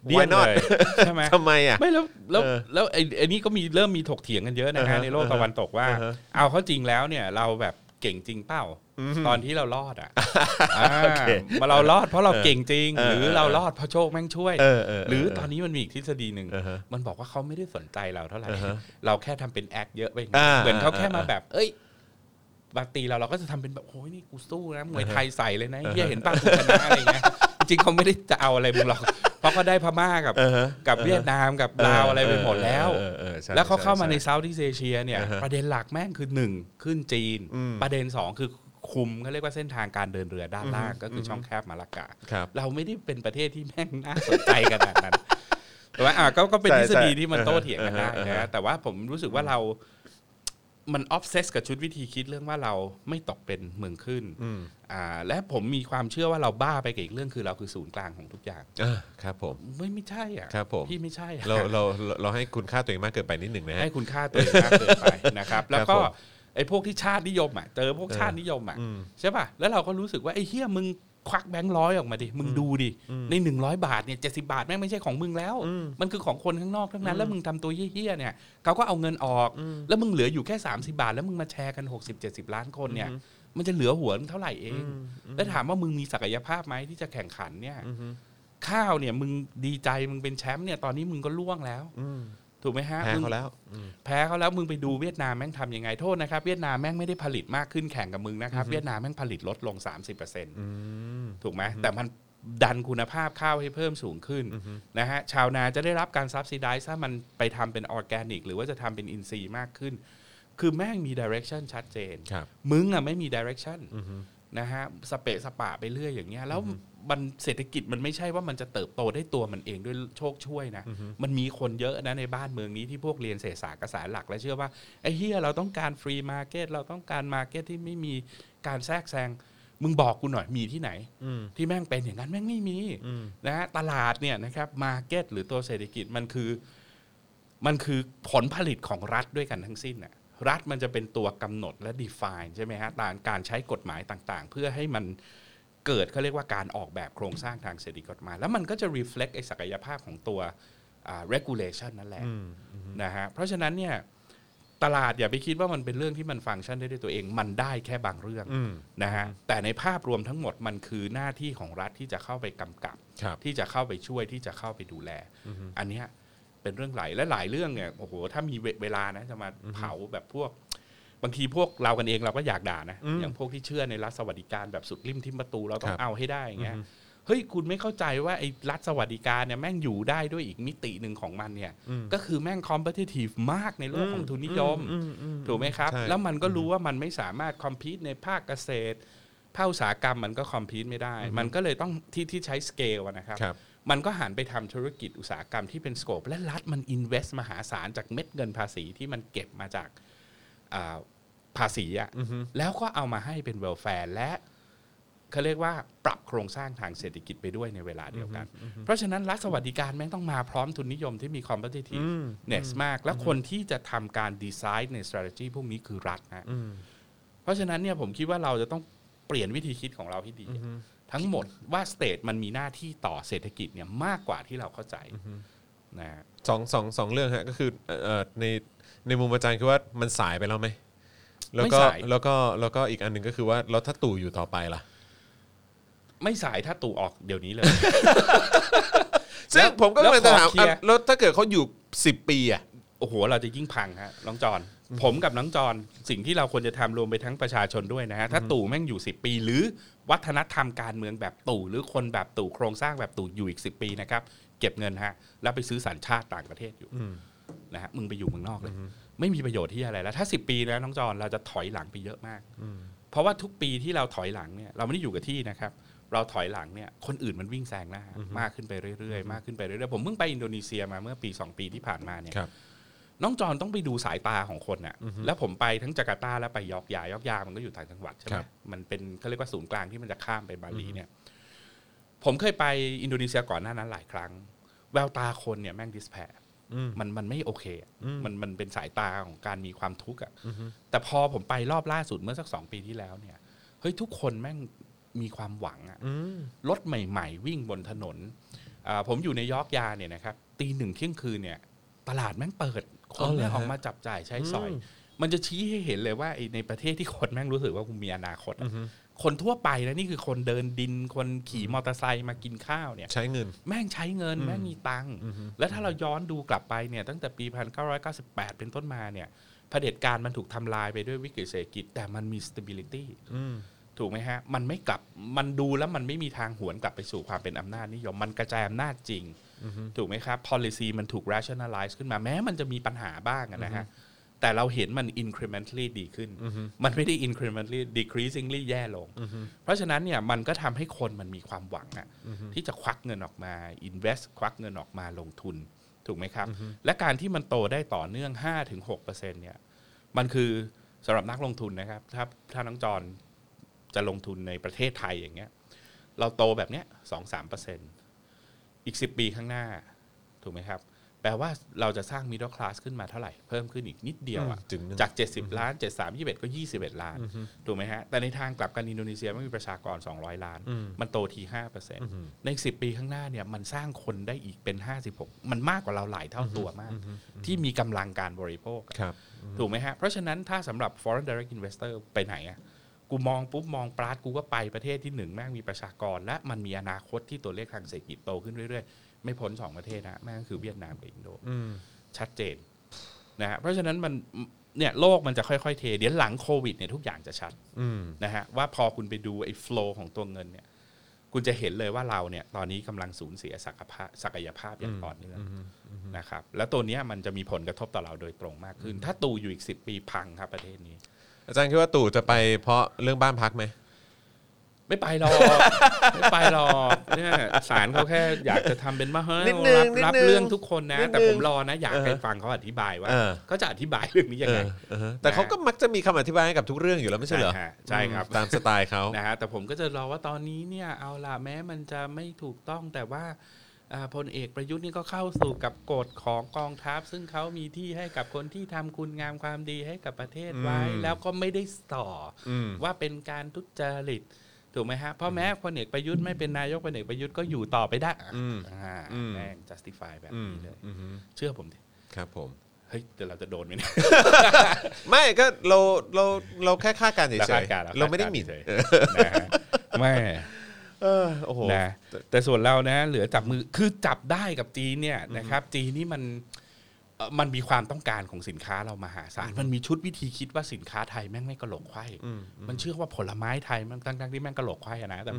C: เดี้ย
B: why
C: น
B: not
C: เลย ใช่ไหม
B: ทำไมอ่ะ
C: ไม่แล้วแล้ว
B: เออ
C: แล้วไอ้ไอ้นี่ก็มีเริ่มมีถกเถียงกันเยอะนะ
B: อ่า
C: ฮะ
B: ฮะ
C: ในโลกตะวันตกว่า
B: อ่าฮะ
C: เอาเข้าจริงแล้วเนี่ยเราแบบเก่งจริงเปล่าตอนที่เรารอ ดอ่ะ
B: โอเค
C: มาเรารอดเพราะเราเก่งจริง
B: เออ
C: หรือ
B: เออ
C: เรารอดเพราะโชคแม่งช่วย
B: เออเออเห
C: รือตอนนี้มันมีอีกทฤษฎีหนึ่ง
B: อ่าฮะ
C: มันบอกว่าเขาไม่ได้สนใจเราเท่าไหร่
B: อ่าฮะ
C: เราแค่ทำเป็นแอคเยอะไปไง
B: อ่า
C: เหมือนเขาแค่มาแบบ เอ้ย บางทีเราเราก็จะทำเป็นแบบโอ้ยนี่กูสู้นะมวยไทยใส่เลยนะเฮียเห็นป้ากูชนะอะไรเงี้ยจริงๆเขาไม่ได้จะเอาอะไรมึงหรอกเพราะเขาได้พม่ากับกับเวียดนามกับลาวอะไรไปหมดแล้ว
B: เออเออเออช่
C: แล้วเขาเข้ามาใน
B: ช่ช่
C: เซาท์อีสเอเชียเนี่ย
B: อ่าฮะ
C: ประเด็นหลักแม่งคือหนึ่งขึ้นจีน
B: อืม
C: ประเด็นสองคือคุมเขาเรียกว่าเส้นทางการเดินเรือด้านล่างก็คือช่องแคบมาลากา
B: ครับ
C: เราไม่ได้เป็นประเทศที่แม่งน่าสนใจขนาด นั้นแต่ว่าอ่ะก็ก็เป็น
B: ใช่
C: ทฤษฎี
B: ใช่
C: ที่มันโต้เถียงกันได้
B: อ่าฮะอ่า
C: นะ
B: ฮะ
C: แต่ว่าผมรู้สึกว่าเรา มันออฟเซสกับชุดวิธีคิดเรื่องว่าเราไม่ตกเป็นเมืองขึ้น
B: อืม
C: อ่าและผมมีความเชื่อว่าเราบ้าไปกับอีกเรื่องคือเราคือศูนย์กลางของทุกอย่าง
B: อ่ะครับผม
C: ไม่ไม่ใช่อ่ะ
B: ครับผม
C: พี่ไม่ใช่อะ
B: เราเราเราเราให้คุณค่าตัวเองมากเกินไปนิดหนึ่งนะฮะ
C: ให้คุณค่าตัวเองมากเกินไปนะครับ แล้ว
B: ค
C: ก็
B: รับผม
C: ไอ้พวกที่ชาตินิยมอ่ะเจอพวกชาตินิยมอ่ะ
B: อืม
C: ใช่ป่ะแล้วเราก็รู้สึกว่าไอ้เฮียมึงควักแบงค์ร้อยออกมาดิมึงดูดิในหนึ่งร้อยบาทเนี่ยเจ็ดสิบาทแม่งไม่ใช่ของมึงแล้ว
B: อืม
C: มันคือของคนข้างนอกทั้งนั้นแล้วมึงทำตัวเฮี้ยๆเนี่ยเขาก็เอาเงินออก แล้วมึงเหลืออยู่แค่ 30 บาท แล้วมึงมาแชร์กัน 60 70 ล้านคนเนี่ย มันจะเหลือหัวเท่าไหร่เอง แล้วถามว่ามึงมีศักยภาพไหมที่จะแข่งขันเนี่ย
B: อือฮึ
C: ข้าวเนี่ยมึงดีใจมึงเป็นแชมป์เนี่ยตอนนี้มึงก็ล่วงแล้ว
B: อืม
C: ถูกไหมฮะ
B: แพ้
C: มึง
B: เขาแล้วอืม
C: แพ้เขาแล้วมึงไปดูเวียดนามแม่งทำยังไงโทษนะครับ เวียดนามแม่งไม่ได้ผลิตมากขึ้นแข่งกับมึงนะครับ เวียดนามแม่งผลิตลดลง 30%
B: อืม
C: ถูกไหมแต่มันดันคุณภาพข้าวให้เพิ่มสูงขึ้นนะฮะชาวนาจะได้รับการซับซิได้ถ้ามันไปทำเป็นออร์แกนิก หรือว่าจะทำเป็นอินทรีย์มากขึ้น คือแม่งมีดิเรกชันชัดเจน
B: ครับ
C: มึงอะไม่มีดิเรกชัน
B: อือฮึ
C: นะฮะสเปะสปะไปเรื่อยอย่างเงี้ยแล้วมันเศรษฐกิจมันไม่ใช่ว่ามันจะเติบโตได้ตัวมันเองด้วยโชคช่วยนะ มันมีคนเยอะนะในบ้านเมืองนี้ที่พวกเรียนเศรษฐศาสตร์กระแสหลักและเชื่อว่า ไอ้เฮียเราต้องการฟรีมาร์เก็ตเราต้องการมาร์เก็ตที่ไม่มีการแทรกแซง มึงบอกกูหน่อยมีที่ไหน
B: อืม
C: ที่แม่งเป็นอย่างนั้นแม่งไม่มี
B: อืม
C: นะฮะตลาดเนี่ยนะครับมาเก็ตหรือตัวเศรษฐกิจมันคือมันคือผลผลิตของรัฐด้วยกันทั้งสิ้นน่ะรัฐมันจะเป็นตัวกำหนดและ define ใช่ไหมฮะตามการใช้กฎหมายต่างๆ เพื่อให้มันเกิดเขาเรียกว่าการออกแบบโครงสร้างทางเศรษฐกิจกฎหมาย แล้วมันก็จะ reflect ไอ้ศักยภาพของตัวอ่า regulation นั่นแหละ
B: อืม
C: นะฮะเพราะฉะนั้นเนี่ยตลาดอย่าไปคิดว่ามันเป็นเรื่องที่มันฟังก์ชันได้ด้วยตัวเอง มันได้แค่บางเรื่อง
B: อืม
C: นะฮะแต่ในภาพรวมทั้งหมดมันคือหน้าที่ของรัฐที่จะเข้าไปกำกับ
B: ครับ
C: ที่จะเข้าไปช่วยที่จะเข้าไปดูแล อันเนี้ยเป็นเรื่องหลายและหลายเรื่องเนี่ยโอ้โหถ้ามีเวเวลานะจะมาเผาแบบพวก บางทีพวกเรากันเองเราก็อยากด่านะ
B: อืม
C: อย่างพวกที่เชื่อในรัฐสวัสดิการแบบสุดริมทิมประตูเราต้อ
B: ครั
C: ง
B: บ
C: เอาให้ได้อย่างเงี้ย
B: อือฮึ
C: เฮ้ยคุณไม่เข้าใจว่าไอ้รัฐสวัสดิการเนี่ยแม่งอยู่ได้ด้วยอีกมิติหนึ่งของมันเนี่ย
B: อืม
C: ก็คือแม่งคอมเพ t ติ v e มากในโลกของทุนนิยม
B: อือือือื
C: ถูกไหมครับ
B: ใช่
C: แล้วมันก็รู้ว่ามันไม่สามารถคอมพีตในภาคเกษตร ภาคอุตสาหกรรมมันก็คอมพีตไม่ได้ มันก็เลยต้องที่ที่ใช้สเกลนะครับ
B: ครับ
C: มันก็หันไปทำธุรกิจอุตสาหกรรมที่เป็นสโ p ปและรัฐมันอินเวสต์มหาศาลจากเม็ดเงินภาษีที่มันเก็บมาจากอ่าภาษีอะ
B: อือฮึ
C: แล้วก็เอามาให้เป็นเวลแฟร์และเขาเรียกว่าปรับโครงสร้างทางเศรษฐกิจไปด้วยในเวลาเดียวกัน เพราะฉะนั้นรัฐสวัสดิการแม่งต้องมาพร้อมทุนนิยมที่มี competitiveness มาก และคนที่จะทำการดีไซน์ใน strategy พวกนี้คือรัฐนะ
B: อืม
C: เพราะฉะนั้นเนี่ยผมคิดว่าเราจะต้องเปลี่ยนวิธีคิดของเราให้ดี ทั้งหมดว่าสเตทมันมีหน้าที่ต่อเศรษฐกิจเนี่ยมากกว่าที่เราเข้าใจนะฮะ
B: สองสองสองเรื่องฮะก็คือเอ่อเอ่อในในมุมอาจารย์คือว่ามันสายไปแล้วไหมแล้วก็
C: ไม่สาย
B: แล้วก็แล้วก็อีกอันหนึ่งก็คือว่าแล้วถ้าตู่อยู่ต่อไปล่ะ
C: ไม่สายถ้าตู่ออกเดี๋ยวนี้เลย
B: ซึ่งผมก็
C: แล้ว
B: กำลังจะถาม
C: ขอเคลียร์
B: อ่ะแล้วถ้าเกิดเขาอยู่ 10 ปีอ่ะ
C: โอ้โหเราจะยิ่งพังฮะน้องจอน ผมกับน้องจอนสิ่งที่เราควรจะทำรวมไปทั้งประชาชนด้วยนะฮะถ้าตู่แม่งอยู่ 10 ปี หรือวัฒนธรรมการเมืองแบบตู่ หรือคนแบบตู่โครงสร้างแบบตู่อยู่อีก 10 ปีนะครับเก็บเงินฮะแล้วไปซื้อสัญชาติต่างประเทศอยู่นะฮะมึงไปอยู่เมืองนอกเลย ไม่มีประโยชน์ที่อะไรแล้ว ถ้า 10 ปีนะน้องจอนเราจะถอยหลังไปเยอะมากเพราะว่าทุกปีที่เราถอยหลังเนี่ยเราไม่ได้อยู่กับที่นะครับ เราถอยหลังเนี่ยคนอื่นมันวิ่งแซงหน้ามากขึ้นไปเรื่อยๆมากขึ้นไปเรื่อยๆผมเพิ่งไปอินโดนีเซียมาเมื่อปีสองปีที่ผ่านมาเนี่ย น้องจอนต้องไปดูสายตาของคนน่ะ แล้วผมไปทั้งจาการ์ตาและไปยอกยายอกยามันก็อยู่ต่างจังหวัดใช่ไห
B: ค
C: ม
B: รับ
C: มันเป็นเขาเรียกว่าศูนย์กลางที่มันจะข้ามไปบาหลีเนี่ย ผมเคยไปอินโดนีเซียก่อนหน้านั้นหลายครั้ง แววตาคนเนี่ยแม่งดิสแพรมันมันไม่โอเคอะมันมันเป็นสายตาของการมีความทุกข์อ่ะแต่พอผมไปรอบล่าสุดเมื่อสักสองปีที่แล้วเนี่ยเฮ้ยทุกคนแม่งมีความหวังอ่ะ รถใหม่ ๆ วิ่งบนถนนอ่าผมอยู่ในยอร์กยาเนี่ยนะครับตีหนึ่งเที่ยงคืนเนี่ยตลาดแม่งเปิด ค
B: อ๋อนเหรอ
C: แม่ง
B: ฮะ
C: ออกมาจับจ่ายใช้สอย มันจะชี้ให้เห็นเลยว่าไอ้ในประเทศที่คนแม่งรู้สึกว่ากูมีอนาคตอะ
B: อือฮึ
C: คนทั่วไปนะนี่คือคนเดินดินคนขี่มอเตอร์ไซค์มากินข้าวเนี่ย
B: ใช้เงิน
C: แม่งใช้เงิน แม่งมีตังค์และถ้าเราย้อนดูกลับไปเนี่ยตั้งแต่ปี 1998 เป็นต้นมาเนี่ย เผด็จการมันถูกทำลายไปด้วยวิกฤตเศรษฐกิจ แต่มันมี stability
B: อืม
C: ถูกไหมฮะ มันไม่กลับ มันดูแล้วมันไม่มีทางหวนกลับไปสู่ความเป็นอำนาจนิยม มันกระจายอำนาจจริง ถูกไหมครับ policy มันถูก rationalize ขึ้นมาแม้มันจะมีปัญหาบ้างอะนะฮะ แต่เราเห็นมัน incrementally ดีขึ้น มันไม่ได้ incrementally decreasingly แย่ลง เพราะฉะนั้นเนี่ยมันก็ทำให้คนมันมีความหวังอะที่จะควักเงินออกมา invest ควักเงินออกมาลงทุน ถูกไหมครับ และการที่มันโตได้ต่อเนื่อง 5-6%เนี่ย มันคือสำหรับนักลงทุนนะครับ ถ้าถ้าน้องจอน จะลงทุนในประเทศไทยอย่างเงี้ย เราโตแบบเนี้ยสองสามเปอร์เซ็นอีกสิบปีข้างหน้า ถูกไหมครับ แปลว่าเราจะสร้าง middle class ขึ้นมาเท่าไหร่ เพิ่มขึ้นอีกนิดเดียวอะ
B: จึงหนึ่ง
C: จาก 70 ล้าน 73 21 ก็ 21 ล้าน ถูกไหมฮะ แต่ในทางกลับกันอินโดนีเซียไม่มีประชากร 200 ล้าน มันโตที 5%ใน 10 ปีข้างหน้าเนี่ยมันสร้างคนได้อีกเป็น 56 มันมากกว่าเราหลายเท่าตัวมาก ที่มีกำลังการบริโภคอะ
B: ครับ
C: ถูกไหมฮะ เพราะฉะนั้นถ้าสำหรับ foreign direct investor ไปไหนอะกูมองปุ๊บ มองปลาดกูก็ไปประเทศที่หนึ่งแม่งมีประชากร และมันมีอนาคตที่ตัวเลขทางเศรษฐกิจโตขึ้นเรื่อยๆ ไม่พ้นสองประเทศนะแม่งก็คือเวียดนามกับอินโด
B: อืม
C: ชัดเจนนะฮะเพราะฉะนั้นมันเนี่ยโลกมันจะค่อยๆเท เดี๋ยวหลังโควิดเนี่ยทุกอย่างจะชัด
B: อืม
C: นะฮะว่าพอคุณไปดูไอ้ฟลอของตัวเงินเนี่ยคุณจะเห็นเลยว่าเราเนี่ยตอนนี้กำลังสูญเสียศักยภาพศักยภาพอย่างต่อเนื่องนะครับแล้วตัวเนี้ยมันจะมีผลกระทบต่อเราโดยตรงมากขึ้น ถ้าตูอยู่อีก 10 ปีพังครับประเทศนี้
B: อาจารย์คิดว่าตู่จะไปเพราะเรื่องบ้านพักไหม
C: ไม่ไปหรอก ไม่ไปหรอกเนี่ยศาลเขาแค่อยากจะทำเป็นมาเฮ้ย
B: นิดนึง
C: รับ
B: นิดนึง
C: รับเรื่องทุกคนนะ
B: นิดนึง
C: แต่ผมรอนะอยากให้ฟังเขาอธิบายว่า
B: เออ
C: เขาจะอธิบายเรื่องนี้ยังไง
B: เออเออแต่เขาก็มักจะมีคำอธิบายให้กับทุกเรื่องอยู่แล้วไม่ใช่เหรอ
C: ใช่ฮะใช่ครับ
B: ตามสไตล์เขา
C: นะฮะแต่ผมก็จะรอว่าตอนนี้เนี่ยเอาล่ะแม้มันจะไม่ถูกต้องแต่ว่าอ่าพลเอกประยุทธ์นี่ก็เข้าสู่กับกฎของกองทัพ ซึ่งเขามีที่ให้กับคนที่ทำคุณงามความดีให้กับประเทศไว้
B: อืม
C: แล้วก็ไม่ได้ต่ออ
B: อืม
C: ว่าเป็นการทุจริตถูกไหมฮะเพราะแม้พลเอกประยุทธ์ไม่เป็นนายกพลเอกประยุทธ์ก็อยู่ต่อไปได้
B: อืม
C: อ่า
B: อืม
C: แม่ง justify แบบ
B: อืม
C: นี้เลย
B: อืม
C: เชื่อผมดิ
B: ครับผม
C: เฮ้ยแต่เราจะโดนไหมเนี่ย
B: ไม่ก็เราเราเราแค่คาดการณ์เฉย
C: เราคาดการณ์
B: ๆเราไม่ได้หมิ่น
C: เฉยๆนะฮะไม่
B: เออโอ้โห
C: นะแต่ส่วนเรานะ เหลือจับมือคือจับได้กับจีนเนี่ยนะครับ จีนนี่มันเอ่อมันมีความต้องการของสินค้าเรามหาศาลมันมีชุดวิธีคิดว่าสินค้าไทยแม่งไม่กระโหลกไข่
B: อืม
C: มันเชื่อว่าผลไม้ไทยมันตั้งๆที่แม่งกระโหลกไข่อะนะแต่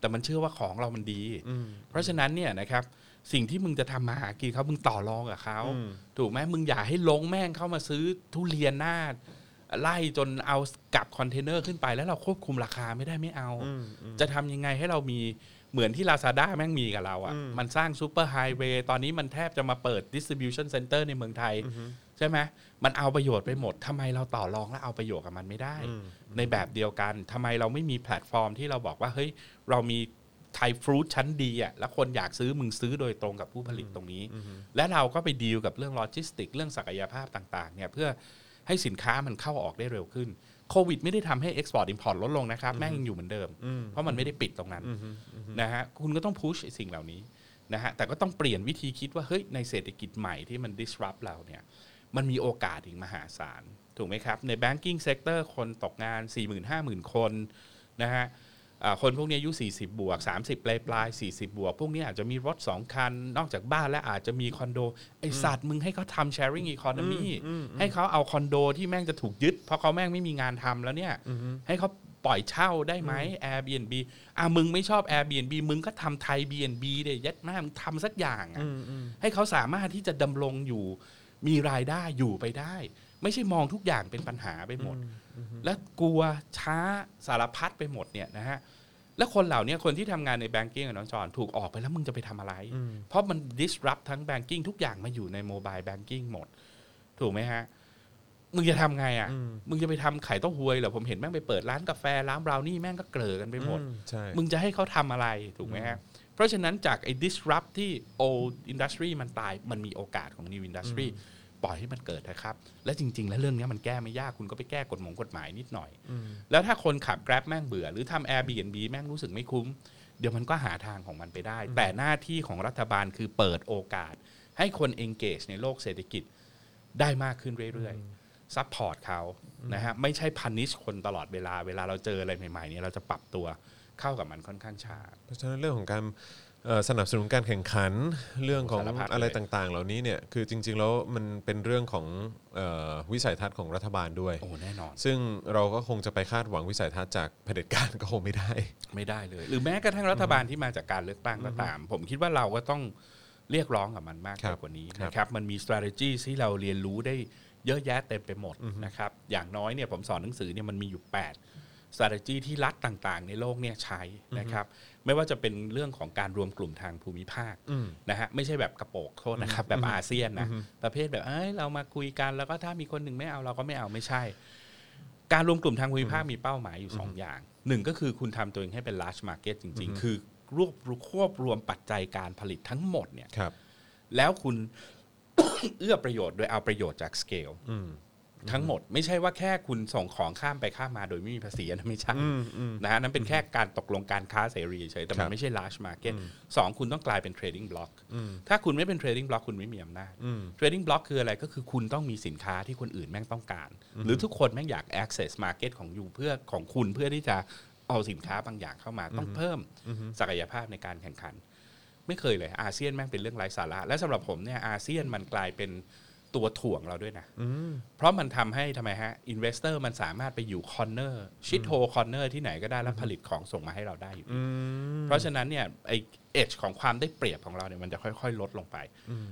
C: แต่มันเชื่อว่าของเรามันดี
B: อืม
C: เพราะฉะนั้นเนี่ยนะครับสิ่งที่มึงจะทำมาหากินเขามึงต่อรองกับเขา
B: อืม
C: ถูกไหมมึงอย่าให้ลงแม่งเข้ามาซื้อทุเรียนหน้าไล่จนเอากลับคอนเทนเนอร์ขึ้นไปแล้วเราควบคุมราคาไม่ได้ไม่เอา
B: อืม
C: จะทำยังไงให้เรามีเหมือนที่ Lazada แม่งมีกับเรา
B: อื
C: อะ่ะ
B: ม
C: มันสร้างซูเปอร์ไฮเวย์ตอนนี้มันแทบจะมาเปิด distribution center ในเมืองไทย ใช่ไหมมันเอาประโยชน์ไปหมดทำไมเราต่อรองและเอาประโยชน์กับมันไม่ได้
B: อืม
C: ในแบบเดียวกันทำไมเราไม่มีแพลตฟอร์มที่เราบอกว่าเฮ้ย เรามีไทยฟรุตชั้นดีอ่ะแล้วคนอยากซื้อมึงซื้อโดยตรงกับผู้ผลิตตรงนี้ และเราก็ไปดีลกับเรื่องโลจิสติก เรื่องศักยภาพต่างๆเนี่ยเพื่อให้สินค้ามันเข้าออกได้เร็วขึ้นโควิดไม่ได้ทำให้ Export Import ลดลงนะครับ แม่งยังอยู่เหมือนเดิม
B: อืม
C: เพราะมันไม่ได้ปิดตรงนั้นนะฮะคุณก็ต้องพุชสิ่งเหล่านี้นะฮะแต่ก็ต้องเปลี่ยนวิธีคิดว่าเฮ้ยในเศรษฐกิจใหม่ที่มัน disrupt เราเนี่ยมันมีโอกาสอีกมหาศาล ถูกไหมครับ ใน banking sector คนตกงาน 40,000-50,000 คนนะฮะอ่าคนพวกนี้อายุ 40 บวก 30 ปลายปลายๆ40 บวก พวกนี้อาจจะมีรถ 2 คัน นอกจากบ้านและอาจจะมีคอนโด ไอสัตว์มึงให้เขาทำ sharing economy ให้เขาเอาคอนโดที่แม่งจะถูกยึด เพราะเขาแม่งไม่มีงานทำแล้วเนี่ย ให้เขาปล่อยเช่าได้ไหม Airbnb อ่ะมึงไม่ชอบ Airbnb มึงก็ทำไทย BNB เดียยัดมากมึงทำสักอย่างอ่ะ ให้เขาสามารถที่จะดำรงอยู่มีรายได้อยู่ไปได้ ไม่ใช่มองทุกอย่างเป็นปัญหาไปหมด และกลัวช้าสารพัดไปหมดเนี่ยนะฮะแล้วคนเหล่าเนี้ยคนที่ทำงานในแบงกิ้งกับน้องจอนถูกออกไปแล้วมึงจะไปทำอะไร เพราะมัน disrupt ทั้งแบงกิ้งทุกอย่างมาอยู่ในโมบายแบงกิ้งหมด ถูกไหมฮะ มึงจะทำไงอ่ะ
B: อืม
C: มึงจะไปทำไข่เต้าหวยเหรอผมเห็นแม่งไปเปิดร้านกาแฟร้านบราวนี่แม่งก็เกลือกันไปหมด
B: อืใช่
C: มึงจะให้เขาทำอะไรถูกไหมฮะ เพราะฉะนั้นจากไอ้ disrupt ที่ old industry มันตาย มันมีโอกาสของ new industry ปล่อยให้มันเกิดนะครับ และจริง ๆ แล้วเรื่องเนี้ยมันแก้ไม่ยากคุณก็ไปแก้กฎหมงกฎหมายนิดหน่อย แล้วถ้าคนขับ Grab แม่งเบื่อ หรือทำ Airbnb แม่งรู้สึกไม่คุ้ม เดี๋ยวมันก็หาทางของมันไปได้ แต่หน้าที่ของรัฐบาลคือเปิดโอกาส ให้คน engage ในโลกเศรษฐกิจได้มากขึ้นเรื่อยๆ ซัพพอร์ตเขานะฮะไม่ใช่พันนิชคนตลอดเวลาเวลาเราเจออะไรใหม่ๆเนี่ยเราจะปรับตัวเข้ากับมันค่อนข้างช้า
B: เพราะฉะนั้นเรื่องของการ เอ่อสนับสนุนการแข่งขันเรื่องของ
C: สารพัดเลย
B: อะไรต่างๆ เหล่านี้เนี่ยคือจริง ๆ แล้วมันเป็นเรื่องของเอ่อวิสัยทัศน์ของรัฐบาลด้วย
C: โอ้แน่นอน
B: ซึ่งเราก็คงจะไปคาดหวังวิสัยทัศน์จากเผด็จการก็คงไม่ได้
C: ไม่ได้เลย หรือแม้กระทั่งรัฐบาลที่มาจากการเลือกตั้งก็ตาม ผมคิดว่าเราก็ต้องเรียกร้องกับมันมาก
B: ครับ
C: กว่านี้
B: ครับ
C: นะครับมันมี s t r a t e g i ที่เราเรียนรู้ได้เยอะแยะเต็มไปหมดนะครับอย่างน้อยเนี่ยผมสอนหนังสือเนี่ยมันมีอยู่ 8 s t r a t e g i ที่รัฐต่างๆ ในโลกเนี่ยใช้นะครับไม่ว่าจะเป็นเรื่องของการรวมกลุ่มทางภูมิภาค
B: อืม
C: นะฮะไม่ใช่แบบกระโปกโทษนะครับแบบอาเซียนนะ
B: อือฮึ
C: ประเภทแบบเอ้ยเรามาคุยกันแล้วก็ถ้ามีคนหนึ่งไม่เอาเราก็ไม่เอาไม่ใช่ การรวมกลุ่มทางภูมิภาคมีเป้าหมายอยู่ 2 อย่าง หนึ่งก็คือคุณทำตัวเองให้เป็น large market จริง ๆ คือรวบควบรวมปัจจัยการผลิตทั้งหมดเนี่ย
B: ครับ
C: แล้วคุณ เอื้อประโยชน์โดยเอาประโยชน์จาก scale
B: อืม
C: ทั้งหมด ไม่ใช่ว่าแค่คุณส่งของข้ามไปข้ามมาโดยไม่มีภาษีอันนะไม่ใช่
B: อืมอืม
C: นะฮะนั่นเป็นแค่การตกลงการค้าเสรีเฉยแต่
B: ค
C: มั
B: รั
C: น
B: บ
C: ไม่ใช่ large market
B: อืม
C: สองคุณต้องกลายเป็น trading block
B: อืม
C: ถ้าคุณไม่เป็น trading block คุณไม่มีอำนาจ
B: อืม
C: trading block คืออะไรก็คือคุณต้องมีสินค้าที่คนอื่นแม่งต้องการ หรือทุกคนแม่งอยาก access market ของอยู่เพื่อของคุณเพื่อที่จะเอาสินค้าบางอย่างเข้ามาต้องเพิ่มศักยภาพในการแข่งขัน ไม่เคยเลยอาเซียนแม่งเป็นเรื่องไร้สาระ และสำหรับผมเนี่ยอาเซียนมันกลายเป็นตัวถ่วงเราด้วยนะ
B: อืม
C: เพราะมันทำให้ทำไมฮะอินเวสเตอร์มันสามารถไปอยู่คอนเนอร์ชิดโฮคอนเนอร์ที่ไหนก็ได้แล้วผลิตของส่งมาให้เราได้อยู่ เพราะฉะนั้นเนี่ยไอเอจของความได้เปรียบของเราเนี่ยมันจะค่อย ๆ ลดลงไป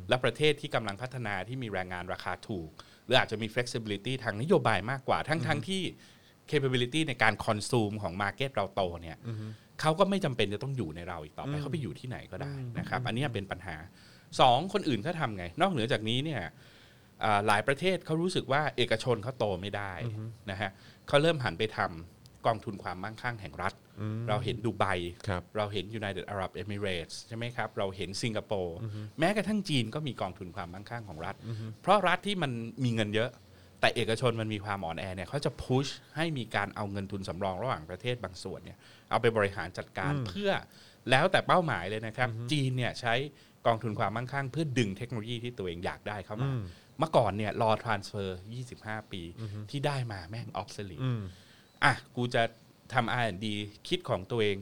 C: และประเทศที่กำลังพัฒนาที่มีแรงงานราคาถูก หรืออาจจะมี flexibility ทางนโยบายมากกว่า ทั้งๆที่ capability ในการ consume ของ market เราโตเนี่ยเขาก็ไม่จำเป็นจะต้องอยู่ในเราอีกต่อไปเขาไปอยู่ที่ไหนก็ได้นะครับ อันเนี้ยเป็นปัญหาสองคนอื่นเขาทำไง นอกเหนือจากนี้เนี่ย อ่าหลายประเทศเขารู้สึกว่าเอกชนเขาโตไม่ได้นะฮะเขาเริ่มหันไปทำกองทุนความมั่งคั่งแห่งรัฐ เราเห็นดูไบ
B: ครับ
C: เราเห็น United Arab Emirates ใช่ไหมครับ เราเห็นสิงคโปร์แม้กระทั่งจีนก็มีกองทุนความมั่งคั่งของรัฐ เพราะรัฐที่มันมีเงินเยอะ แต่เอกชนมันมีความอ่อนแอเนี่ยเขาจะพุชให้มีการเอาเงินทุนสำรองระหว่างประเทศบางส่วนเนี่ยเอาไปบริหารจัดการเพื่อแล้วแต่เป้าหมายเลยนะครับ จีนเนี่ยใช้กองทุนความมั่งคั่ง เพื่อดึงเทคโนโลยีที่ตัวเองอยากได้เข้ามา เมื่อก่อนเนี่ยรอ transfer 25 ปี ที่ได้มาแม่ง obsolete
B: อืม
C: อ่ะ กูจะทำ R&D คิดของตัวเอง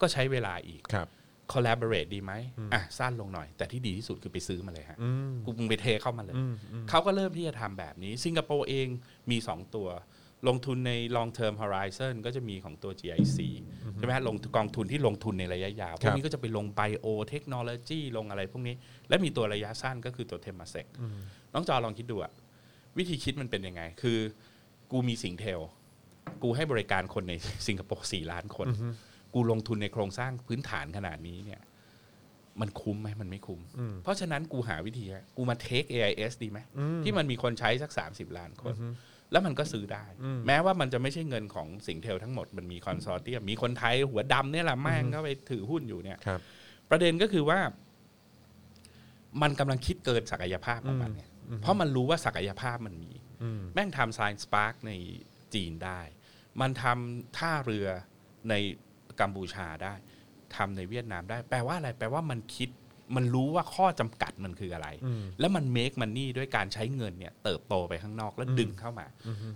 C: ก็ใช้เวลาอีก
B: ครับ
C: collaborate ดีไหมอ่ะ สั้นลงหน่อย แต่ที่ดีที่สุดคือไปซื้อมาเลยฮะ
B: อืม
C: กูมึงไปเทเข้ามาเลย
B: อืมอืม
C: เขาก็เริ่มที่จะทำแบบนี้ สิงคโปร์เองมี 2 ตัว ลงทุนใน long term horizon ก็จะมีของตัว GIC ใช่ไหมฮะลงกองทุนที่ลงทุนในระยะยาว พวกนี้ก็จะไปลง bio technology ลงอะไรพวกนี้ และมีตัวระยะสั้นก็คือตัว temasek น้องจอลองคิดดูอะวิธีคิดมันเป็นยังไง คือกูมีสิงเทล กูให้บริการคนใน สิงคโปร์สี่ล้านคน กูลงทุนในโครงสร้างพื้นฐานขนาดนี้เนี่ย มันคุ้มไหมมันไม่คุ้ม
B: อืม
C: เพราะฉะนั้นกูหาวิธีอะกูมาเทค AIS ดีไหม ที่มันมีคนใช้สัก 30 ล้านคน แล้วมันก็ซื้อได้ แม้ว่ามันจะไม่ใช่เงินของสิงเทลทั้งหมด มันมีคอนซอร์เทียมมีคนไทยหัวดำเนี่ยแหละแม่งก็ไปถือหุ้นอยู่เนี่ย
B: ครับ
C: ประเด็นก็คือว่า มันกำลังคิดเกินศักยภาพของมันไงเพราะมันรู้ว่าศักยภาพมันมี
B: อืม
C: แม่งทำ Science Park ในจีนได้ มันทำท่าเรือในกัมพูชาได้ ทำในเวียดนามได้ แปลว่าอะไร แปลว่ามันคิด มันรู้ว่าข้อจำกัดมันคืออะไร
B: อืม
C: แล้วมัน make money ด้วยการใช้เงินเนี่ย เติบโตไปข้างนอกแล้วดึงเข้ามา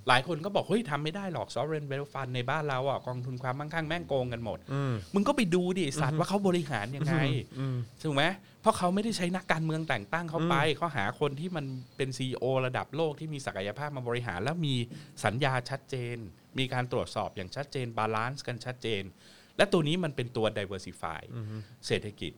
C: หลายคนก็บอก เฮ้ยทำไม่ได้หรอก sovereign wealth fund ในบ้านเราอ่ะ กองทุนความมั่งคั่งแม่งโกงกันหมด
B: อืม
C: มึงก็ไปดูดิไอ้สัตว์ว่าเขาบริหารยังไง
B: อืม
C: ถูกไหมเพราะเขาไม่ได้ใช้นักการเมืองแต่งตั้งเขาไปเขาหาคนที่มันเป็นซีอระดับโลกที่มีศักยภาพมาบริหาร แล้วมีสัญญาชัดเจน มีการตรวจสอบอย่างชัดเจนบาลานซ์กันชัดเจน และตัวนี้มันเป็นตัว diversify เศรษฐกิจ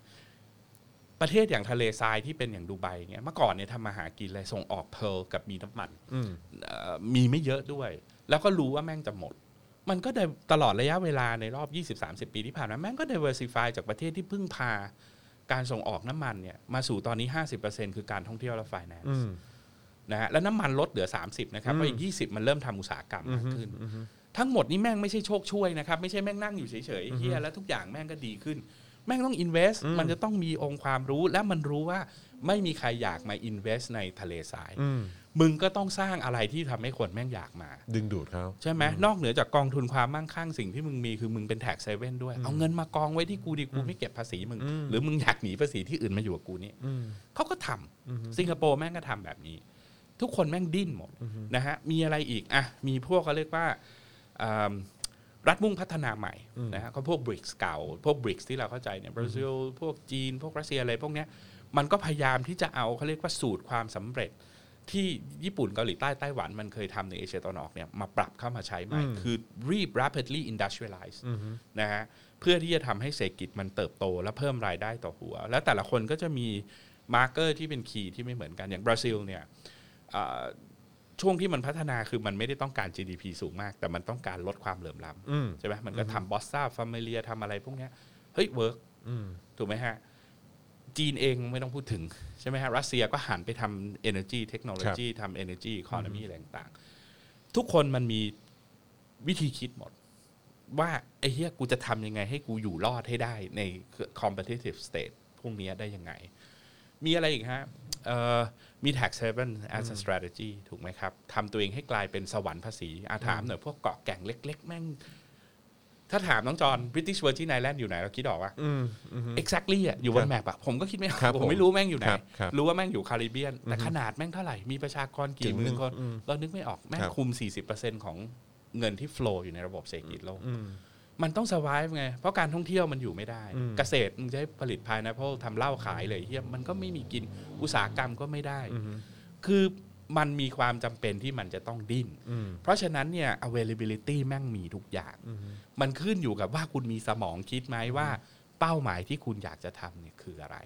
C: ประเทศอย่างทะเลทรายที่เป็นอย่างดูไบเงี้ยเมื่อก่อนเนี่ยทำมาหากินเลยส่งออกเพลกับมีน้ำมัน
B: อืม
C: เอ่อมีไม่เยอะด้วย แล้วก็รู้ว่าแม่งจะหมด มันก็ได้ตลอดระยะเวลาในรอบ 20-30 ปีที่ผ่านมา แม่งก็ diversify จากประเทศที่พึ่งพาการส่งออกน้ำมันเนี่ยมาสู่ตอนนี้ 50%คือการท่องเที่ยวและ finance
B: อืม
C: นะฮะแล้วน้ำมันลดเหลือ 30 นะครับเพราะอีก 20 มันเริ่มทำอุตสาหกรรมมากขึ้น ทั้งหมดนี้แม่งไม่ใช่โชคช่วยนะครับ ไม่ใช่แม่งนั่งอยู่เฉยๆเฮียแล้วทุกอย่างแม่งก็ดีขึ้น แม่งต้อง invest มันจะต้องมีองค์ความรู้และมันรู้ว่าไม่มีใครอยากมา invest ในทะเลทราย
B: อืม
C: มึงก็ต้องสร้างอะไรที่ทำให้คนแม่งอยากมา
B: ดึงดูดเขา
C: ใช่ไหมนอกเหนือจากกองทุนความมั่งคั่งสิ่งที่มึงมีคือมึงเป็นแท็กเซเว่นด้วย เอาเงินมากองไว้ที่กูดีกูไม่เก็บภาษีมึง หรือมึงอยากหนีภาษีที่อื่นมาอยู่กับกูนี่เขาก็ทำสิงคโปร์แม่งก็ทำแบบนี้ ทุกคนแม่งดิ้นหมดนะฮะมีอะไรอีกอ่ะมีพวกเขาเรียกว่า รัฐมุ่งพัฒนาใหม่นะฮะก็พวกบริกเก่า พวกบริกที่เราเข้าใจเนี่ยบราซิลพวกจีน พวกรัสเซียอะไรพวกเนี้ยมันก็พยายามที่จะเอาเขาเรียกว่าสูตรความสำเร็จ ที่ญี่ปุ่นเกาหลีใต้ไต้หวันมันเคยทำในเอเชียตะวันออกเนี่ยมาปรับเข้ามาใช้ใหม่ คือรีบ rapidly industrialize นะฮะเพื่อที่จะทำให้เศรษฐกิจมันเติบโตและเพิ่มรายได้ต่อหัว แล้วแต่ละคนก็จะมีมาร์เกอร์ที่เป็นคีย์ที่ไม่เหมือนกันอย่างบราซิลเนี่ยอ่าช่วงที่มันพัฒนาคือมันไม่ได้ต้องการ GDP สูงมาก แต่มันต้องการลดความเหลื่อมล้
B: อืม
C: ำใช่ไหมมันก็ทำบอสซาฟามิเลียทำอะไรพวกเนี้ยเฮ้ยเวิร์ก
B: อืม
C: ถูกไหมฮะ จีนเองไม่ต้องพูดถึง ใช่ไหมฮะ รัสเซียก็หันไปทำ energy technology ทำ energy economy อะไรต่างๆ ทุกคนมันมีวิธีคิดหมด ว่า ไอ้เฮียกูจะทำยังไงให้กูอยู่รอดให้ได้ใน competitive state พวกเนี้ยได้ยังไง มีอะไรอีกฮะเอ่อมี tax haven as a strategy ถูกไหมครับทำตัวเองให้กลายเป็นสวรรค์ภาษีอาถามหน่อยพวกเกาะแก่งเล็ก ๆ แม่ง ถ้าถามน้องจอน British Virgin Island อยู่ไหนเราคิดออกปะ
B: อืมอืม
C: exactly อ่ะอยู่บนแมปอ่ะผมก็คิดไม่ออ
B: ครั
C: ก
B: บ
C: ผมไม่รู้แม่งอยู่ไหน
B: ครับครับ
C: รู้ว่าแม่งอยู่คาริเบียน แต่ขนาดแม่งเท่าไหร่ มีประชากร
B: กี่
C: กี่ห
B: หมื่
C: มื่น
B: น
C: คน
B: อืม
C: เรานึกไม่ออกแม่ง
B: ครับ
C: คุม 40%ของเงินที่ flow อยู่ในระบบเศรษฐกิจโลก
B: อืม
C: มันต้อง survive ไง เพราะการท่องเที่ยวมันอยู่ไม่ได้
B: อืม
C: เกษตรมึงจะให้ผลิตพายนะเพราะทำเหล้าขายเลยเฮียมันก็ไม่มีกินอุตสาหกรรมก็ไม่ได้
B: อืม
C: คือมันมีความจำเป็นที่มันจะต้องดิ้น
B: อืม
C: เพราะฉะนั้นเนี่ย availability แม่งมีทุกอย่าง มันขึ้นอยู่กับว่าคุณมีสมองคิดไหมว่า เป้าหมายที่คุณอยากจะทำเนี่ยคืออะไร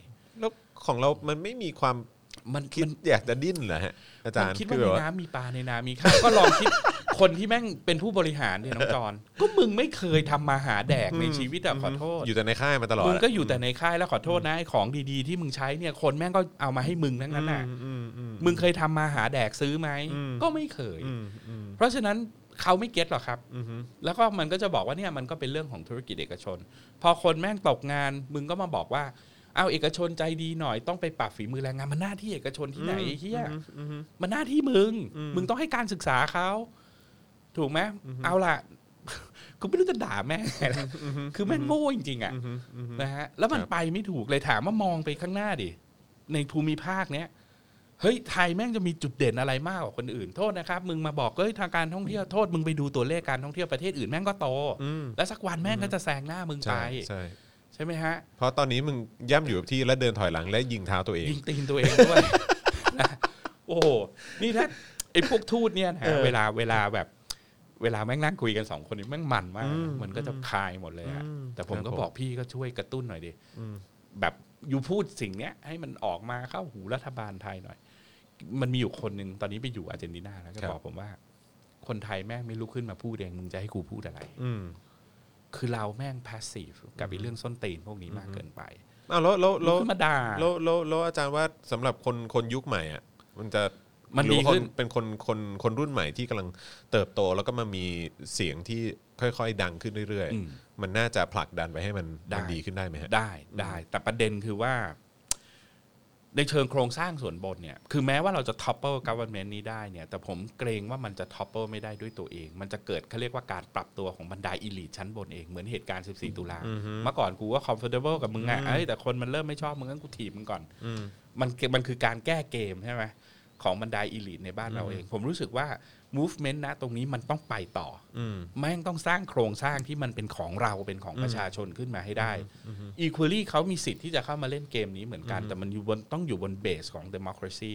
B: แล้วของเรามันไม่มีความ
C: มัน
B: คิด
C: มัน
B: อยากจะดิ้นเหรอฮะ อาจาร
C: มั
B: ย์
C: นคิด
B: คื
C: ว่า
B: อแบบ
C: ใน
B: ว่า
C: น้ำมีปลาในนามีข้าวก็ลองคิด คนที่แม่งเป็นผู้บริหารเนี่ยน้องจอน ก็มึงไม่เคยทำมาหาแดกในชีวิตอะขอโทษ
B: อยู่แต่ในค่ายมาตลอด
C: มึง
B: อะ
C: ก็อยู่แต่ในค่ายแล้วขอโทษนะไอ้ของดีๆที่มึงใช้เนี่ยคนแม่งก็เอามาให้มึงทั้งนั้นน่ะ
B: อืมอืม
C: มึงเคยทำมาหาแดกซื้อไหม
B: อืม
C: ก็ไม่เคย
B: อืมอืม
C: เพราะฉะนั้นเขาไม่เก็ตหรอกครับ
B: อืมอืม
C: แล้วก็มันก็จะบอกว่าเนี่ยมันก็เป็นเรื่องของธุรกิจเอกชน พอคนแม่งตกงาน มึงก็มาบอกว่าเอาเอกชนใจดีหน่อยต้องไปปรับฝีมือแรงงานมันหน้าที่เอกชนที่ไหนไอ้เฮียมันหน้าที่มึง
B: อืม
C: มึงต้องให้การศึกษาเขาถูกไหมเอาล่ะ กูไม่รู้จะด่าแม่งไงละคือแม่งโง่จริงๆอ่ะ
B: อืมอืม
C: นะฮะแล้วมัน
B: ครับ
C: ไปไม่ถูกเลยถามว่ามองไปข้างหน้าดิ ในภูมิภาคเนี้ยเฮ้ยไทยแม่งจะมีจุดเด่นอะไรมากกว่าคนอื่น โทษนะครับ มึงมาบอกเอ้ยทางการท่องเที่ยวโทษมึงไปดูตัวเลขการท่องเที่ยวประเทศอื่นแม่งก็โต
B: อืม
C: แล้วสักวันแม่งก็จะแซงหน้ามึงไป
B: ใช่ใช่
C: ใช่ไหมฮะ
B: เพราะตอนนี้มึงย่ำอยู่กับที่และเดินถอยหลังและยิงเท้าตัวเอง
C: ยิงตีนตัวเอง ด้วย นะโอ้โหนี่ถ้าไอ้พวกทูตเนี่ยนะ
B: เออ
C: เวลาเวลาแบบ เวลาแม่งนั่งคุยกันสองคนนี่แม่งมันมาก
B: อืม
C: นะมันก็จะคายหมดเลยอะ
B: อืม
C: แต่ผม
B: ครับ
C: ก็
B: ผม
C: บอกพี่ก็ช่วยกระตุ้นหน่อยดิ
B: อืม
C: แบบอยู่พูดสิ่งเนี้ย ให้มันออกมาเข้าหูรัฐบาลไทยหน่อย มันมีอยู่คนหนึ่งตอนนี้ไปอยู่อาร์เจนตินาแล้วก็บอกผมว่า คนไทยแม่งไม่ลุกขึ้นมาพูดเองมึงจะให้กูพูดอะไร
B: อืม
C: คือเราแม่งพาสซีฟกับไอ้เรื่องส้นตีนพวกนี้มากเกินไป
B: อ้าวแล้วแล้ว
C: ลุ
B: แล้
C: ก
B: ว
C: ขึ้นมาด่า
B: แล้วแล้วแล้วอาจารย์ว่าสำหรับคนคนยุคใหม่อ่ะมันจะ
C: มัน
B: หรือ
C: ดี
B: ว่าค
C: ขึ้น
B: เป็นคนคนคนรุ่นใหม่ที่กำลังเติบโตแล้วก็มามีเสียงที่ค่อย ๆ ดังขึ้นเรื่อย
C: อืม
B: ๆ มันน่าจะผลักดันไปให้มัน
C: ได้
B: มันดีขึ้นได้ไหมฮะ
C: ได้ได้ แต่ประเด็นคือว่า ในเชิงโครงสร้างส่วนบนเนี่ย คือแม้ว่าเราจะ topple government นี้ได้เนี่ย แต่ผมเกรงว่ามันจะ topple ไม่ได้ด้วยตัวเอง มันจะเกิดเขาเรียกว่าการปรับตัวของบรรดาอิลิทชั้นบนเอง เหมือนเหตุการณ์ 14 ตุลาเมื่อก่อนกูก็ comfortable กับมึงอ่ะเอ้ยแต่คนมันเริ่มไม่ชอบมึงงั้นกูถีบมึงก่อน
B: อืม
C: มันมันคือการแก้เกมใช่ไหมของบรรดาอิลิทในบ้านเราเอง ผมรู้สึกว่า movement นะตรงนี้มันต้องไปต่อ
B: อืม
C: แม่งต้องสร้างโครงสร้างที่มันเป็นของเราเป็นของประชาชนขึ้นมาให้ได้อีควอลี่เขามีสิทธิ์ที่จะเข้ามาเล่นเกมนี้เหมือนกัน แต่มันอยู่บนต้องอยู่บนเบสของ democracy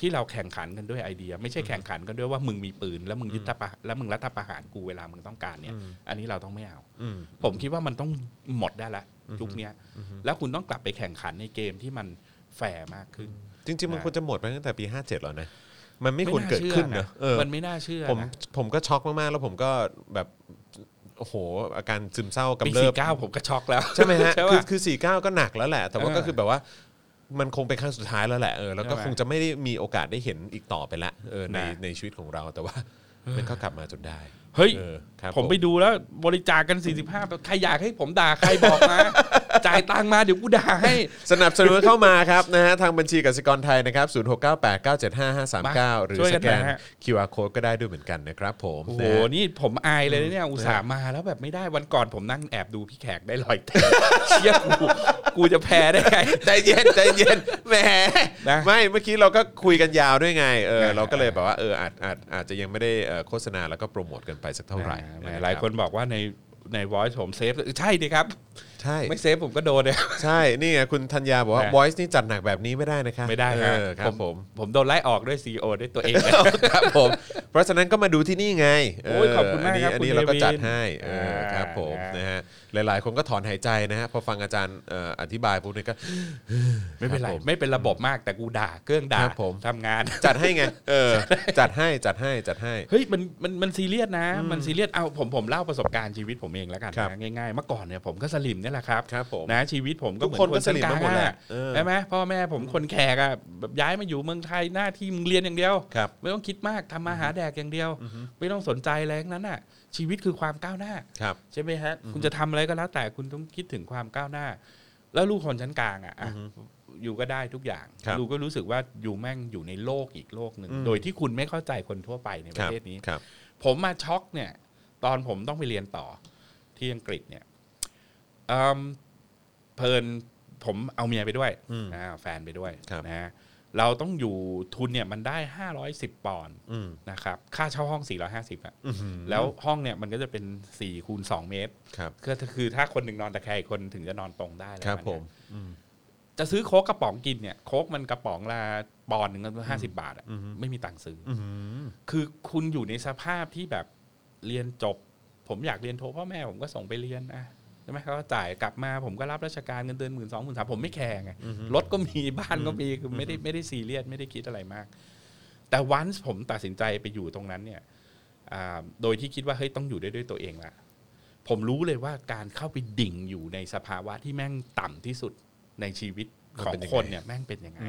C: ที่เราแข่งขันกันด้วยไอเดีย ไม่ใช่แข่งขันกันด้วยว่ามึงมีปืน แล้วมึงยึดทปะแล้วมึงรัฐประหารกูเวลามึงต้องการเนี่ย อันนี้เราต้องไม่เอา
B: อืม
C: ผมคิดว่ามันต้องหมดได้ละยุคเนี้ยแล้วคุณต้องกลับไปแข่งขันในเกมที่มันแฟร์มากขึ้น
B: จริงๆมัน
C: นะ
B: ควรจะหมดไปตั้งแต่ปี 57 แล้วนะ มันไม่ควรเกิดขึ้นนะเออ
C: มันไม่น่าเชื่อ
B: ผม
C: นะ
B: ผมก็ช็อกมาก ๆ แล้วผมก็แบบ โอ้โห อาการซึมเศร้ากำ
C: ปี
B: เริ
C: สี่
B: บ
C: เก้าผมก็ช็อกแล้ว
B: ใช่ไหมฮะ คือ
C: ป
B: คือ 49 ก็หนักแล้วแหละ แต่ว่า
C: เออ
B: ก็คือแบบว่า มันคงเป็นครั้งสุดท้ายแล้วแหละเออแล้วก็
C: ใช่ไหม
B: คงจะไม่ได้มีโอกาสได้เห็นอีกต่อไปละเออใน
C: นะ
B: ในชีวิตของเราแต่ว่า มันก็กลับมาจนได้
C: เฮ้ย
B: เออครับ
C: ผมไปดูแล้วบริจาคกัน 45ใครอยากให้ผมด่าใครบอก มา จ่ายตังค์มาเดี๋ยวกูด่าให้
B: สนับสนุนเข้ามาครับนะฮะทางบัญชีกสิกรไทยนะครับ0698975539 หรือ
C: ช่วย
B: ส
C: กัน
B: แกน
C: นะฮะ
B: QR code ก็ได้ด้วยเหมือนกันนะครับผม
C: โอ้โห
B: นะฮะ
C: นี่ผมอายเลยนะเนี่ย อุตส่าห์มาแล้วแบบไม่ได้วันก่อนผมนั่งแอบดูพี่แขกได้ลอยแต่เชี่ยกู กูจะแพ้ได้ ไง
B: ใจเย็นใจเย็นแหม
C: นะ
B: ไม่เมื่อกี้เราก็คุยกันยาวด้วยไงเออ
C: นะ
B: เราก็เลยแบบว่าเอออาจอาจอาจจะยังไม่ได้เอ่อโฆษณาแล้วก็โปรโมทกันไปสักเท่าไหร่
C: แหมหลายคนบอกว่าในใน voice ผมเซฟใช่ดิครับ
B: ใช่
C: ไม่เซฟผมก็โดนเนี่ย
B: ใช่นี่ไงคุณธัญญาบอกว่า
C: นะ
B: voice นี่จัดหนักแบบนี้ไม่ได้นะคะ
C: ไม่ได้
B: เอ
C: ค
B: อค
C: รับ
B: รับผม
C: ผมโดนไล่ออกด้วยซีโอด้วยตัวเอง
B: ครับผมเพราะฉะนั้นก็มาดูที่นี่ไงเ
C: โอ้ยขอบคุณมากครับ
B: อันนี้
C: คุณ
B: เราก็
C: เดวิน
B: จัดให้เออ
C: อ่า
B: ครับผม
C: นะ
B: นะฮะหลาย ๆ คนก็ถอนหายใจนะฮะพอฟังอาจารย์เอ่ออธิบายปุ๊บเนี่ยก็
C: ไม่เป็น
B: ค
C: ไร
B: รับผม
C: ไม่เป็นระบบมากแต่กูด่าเครื่องด่า
B: ครับผม
C: ทำงาน
B: จัดให้ไงเอ อจัดให้จัดให้จัดให้
C: เฮ้ยมันมันมันซีเรียสนะ มันซีเรียสเอาผมผมเล่าประสบการณ์ชีวิตผมเองแล้วกัน
B: ครับ
C: นะง่ายๆเมื่อก่อนเนี่ยผมก็สลิมเนี่ยแหละครับ
B: ครับผม
C: นะชีวิตผมก็เหมื
B: ทุ
C: อ
B: กคนก็
C: นคน
B: สลิมมาหมดแหละเออ
C: ใช่ไหมพ่อแม่ผมคนแขกอะแบบย้ายมาอยู่เมืองไทยหน้าที่มึงเรียนอย่างเดียว
B: ครับ
C: ไม่ต้องคิดมากทำมาหาแดกอย่างเดียว ไม่ต้องสนใจแรงนั้นอ่ะ ชีวิตคือความก้าวหน้า
B: ครับ
C: ใช่ไหมฮะคุณจะทำอะไรก็แล้วแต่คุณต้องคิดถึงความก้าวหน้า แล้วลูกคนชั้นกลางอ่ะอะอยู่ก็ได้ทุกอย่าง
B: ครับ
C: ลูกก็รู้สึกว่าอยู่แม่งอยู่ในโลกอีกโลกหนึ่ง
B: อืม
C: โดยที่คุณไม่เข้าใจคนทั่วไปใน
B: ค
C: ประ
B: รับ
C: เทศนี้
B: ครับ
C: ผมมาช็อกเนี่ย ตอนผมต้องไปเรียนต่อที่อังกฤษเนี่ยเอิ่มเพลินผมเอาเมียไปด้วย
B: อืม
C: อ่าแฟนไปด้วย
B: ครับ
C: นะฮะเราต้องอยู่ทุนเนี่ยมันได้ 510 ปอนด์
B: อืม
C: นะครับ ค่าเช่าห้อง 450อะ
B: อื้อหือ
C: แล้วห้องเนี่ยมันก็จะเป็น4คูณ2เมตร
B: ครับ
C: ก็คือถ้าคนหนึ่งนอนตะแคงอีกคนถึงจะนอนตรงได้แล้ว
B: ครับ
C: น
B: ผ
C: เนี่ย
B: มอืม
C: จะซื้อโค้กกระป๋องกินเนี่ยโค้กมันกระป๋องละปอนด์หนึ่งก็ห้าสิบบาทอะ
B: อือฮึ
C: ไม่มีตังค์ซื้ออ
B: อื้อหือ
C: คือคุณอยู่ในสภาพที่แบบเรียนจบ ผมอยากเรียนโทพ่อแม่ผมก็ส่งไปเรียนนะใช่ไหมเขาก็จ่ายกลับมาผมก็รับราชการเงินเดือนหมื่นสองหมื่นสามผมไม่แคร์ไงรถก็มีบ้านก็มีคือไม่ได้ไม่ได้ซีเรียสไม่ได้คิดอะไรมาก แต่วันผมตัดสินใจไปอยู่ตรงนั้นเนี่ยอ่าโดยที่คิดว่าเฮ้ยต้องอยู่ได้ด้วยตัวเองละ ผมรู้เลยว่าการเข้าไปดิ่งอยู่ในสภาวะที่แม่งต่ำที่สุดในชีวิตของคนเนี่ยแม่งเป็นยังไง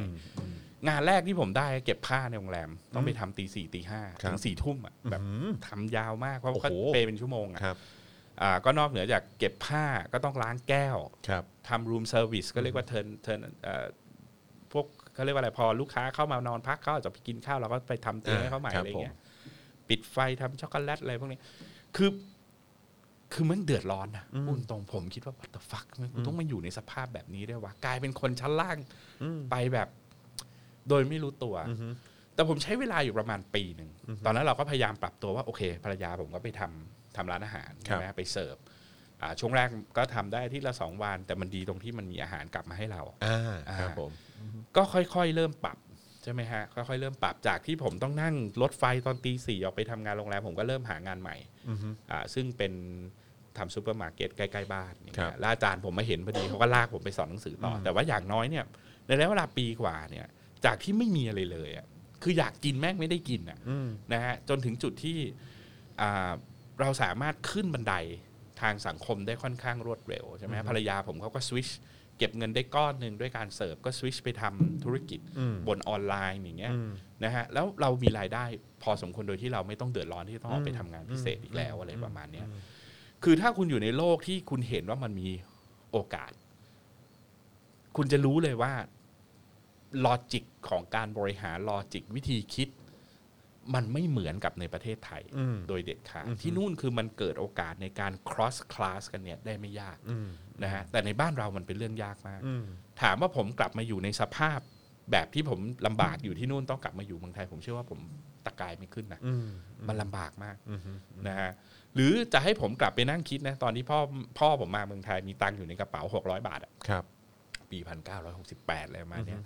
C: งานแรกที่ผมได้เก็บผ้าในโรงแรม ต้องไปทำตีสี่ตีห้า
B: ครับ
C: ถึงสี่ทุ่มอะแบบทำยาวมากเพราะ
B: โอ้โห
C: เขาเปย์เป็นชั่วโมงอะ
B: ครับ
C: อ่าก็นอกเหนือจากเก็บผ้าก็ต้องล้างแก้ว
B: ครับ
C: ทำรูมเซอร์วิสก็เรียกว่าเทิร์นเทิร์นเอ่อพวกเขาเรียกว่าอะไรพอลูกค้าเข้ามานอนพักเขาอาจจะไปกินข้าวเราก็ไปทำเตียงให้เขาใหม่
B: ครับ
C: อะไรเงี้ยปิดไฟทำช็อกโกแลตอะไรพวกนี้คือ คือมันเดือดร้อนนะพูดตรงผมคิดว่า what the fuck มันกูต้องมาอยู่ในสภาพแบบนี้ด้วยวะกลายเป็นคนชั้นล่าง
B: อืม
C: ไปแบบ โดยไม่รู้ตัว แต่ผมใช้เวลาอยู่ประมาณปีหนึ่ง ตอนนั้นเราก็พยายามปรับตัวว่า โอเค ภรรยาผมก็ไปทำทำร้านอาหาร
B: ครับ
C: ใช่ไหมไปเสิร์ฟอ่าช่วงแรกก็ทำได้อาที่ละสองวัน แต่มันดีตรงที่มันมีอาหารกลับมาให้เรา
B: อ่าครับผม
C: ก็ค่อยๆ เริ่มปรับใช่ไหมฮะค่อยๆ เริ่มปรับจากที่ผมต้องนั่งรถไฟตอนตีสี่ออกไปทำงานโรงแรมผมก็เริ่มหางานใหม่อ่าซึ่งเป็นทำซูเปอร์มาร์เก็ตใกล้ๆบ้านอย่าง
B: ครั
C: เงี้
B: บ
C: ยแล้วอาจารย์ผมมาเห็นพอดีเขาก็ลากผมไปสอนหนังสือต่ออแต่ว่าอย่างน้อยเนี่ยในระยะเวลาปีกว่าเนี่ยจากที่ไม่มีอะไรเลยอะคืออยากกินแม่งไม่ได้กินอะ
B: อืม
C: นะฮะจนถึงจุดที่อ่าเราสามารถขึ้นบันไดทางสังคมได้ค่อนข้างรวดเร็วใช่ไหมฮะภรรยาผมเขาก็สวิชเก็บเงินได้ก้อนหนึ่งด้วยการเสิร์ฟก็สวิชไปทำธุรกิจ
B: อืม
C: บนออนไลน์อย่างเงี้ย
B: อืม
C: นะฮะแล้วเรามีรายได้พอสมควรโดยที่เราไม่ต้องเดือดร้อนที่จะต้องออกไป
B: อืม
C: ทำงานพิเศษอีกแล้ว
B: อืม
C: อะไรประมาณเนี้ยคือถ้าคุณอยู่ในโลกที่คุณเห็นว่ามันมีโอกาส คุณจะรู้เลยว่าลอจิกของการบริหารลอจิกวิธีคิด มันไม่เหมือนกับในประเทศไทย
B: อืม
C: โดยเด็ดขาด
B: อือฮึ
C: ที่นู่นคือมันเกิดโอกาสในการ cross class กันเนี่ยได้ไม่ยาก
B: อืม
C: นะฮะแต่ในบ้านเรามันเป็นเรื่องยากมาก
B: อืม
C: ถามว่าผมกลับมาอยู่ในสภาพแบบที่ผมลำบากอยู่ที่นู่นต้องกลับมาอยู่เมืองไทย ผมเชื่อว่าผมตะกายไม่ขึ้นนะ
B: อืม
C: มันลำบากมาก
B: อืม
C: นะฮะหรือจะให้ผมกลับไปนั่งคิดนะตอนที่พ่อพ่อผมมาเมืองไทยมีตังค์อยู่ในกระเป๋า 600 บาทอะ
B: ครับ
C: ปี 1968อะไรประมาณเนี้ย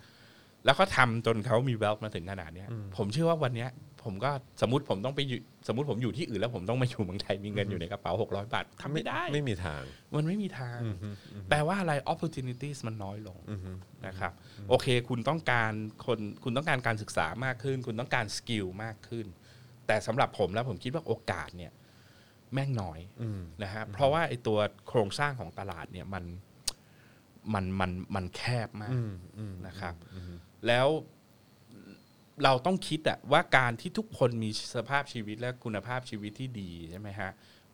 C: แล้วก็ทำจนเขามี wealth มาถึงขนาดเนี้ย
B: อืม
C: ผมเชื่อว่าวันเนี้ยผมก็สมมติผมต้องไปอยู่สมมติผมอยู่ที่อื่นแล้วผมต้องมาอยู่เมืองไทยมีเงินอยู่ในกระเป๋า 600 บาททำไม่ได้
B: ไม่มีทาง
C: มันไม่มีทาง
B: อืมอืม
C: แปลว่าอะไร opportunities มันน้อยลง
B: อืม
C: นะครับโอเคคุณต้องการคนคุณต้องการการศึกษามากขึ้น คุณต้องการสกิลมากขึ้น แต่สำหรับผมแล้วผมคิดว่าโอกาสเนี่ยแม่งน้อย
B: อืม
C: นะฮะเพราะว่าไอ้ตัวโครงสร้างของตลาดเนี่ยมันมันมันมันแคบมาก
B: อืมอืม
C: นะครับ แล้วเราต้องคิดอะว่าการที่ทุกคนมีสภาพชีวิตและคุณภาพชีวิตที่ดีใช่ไหมฮะ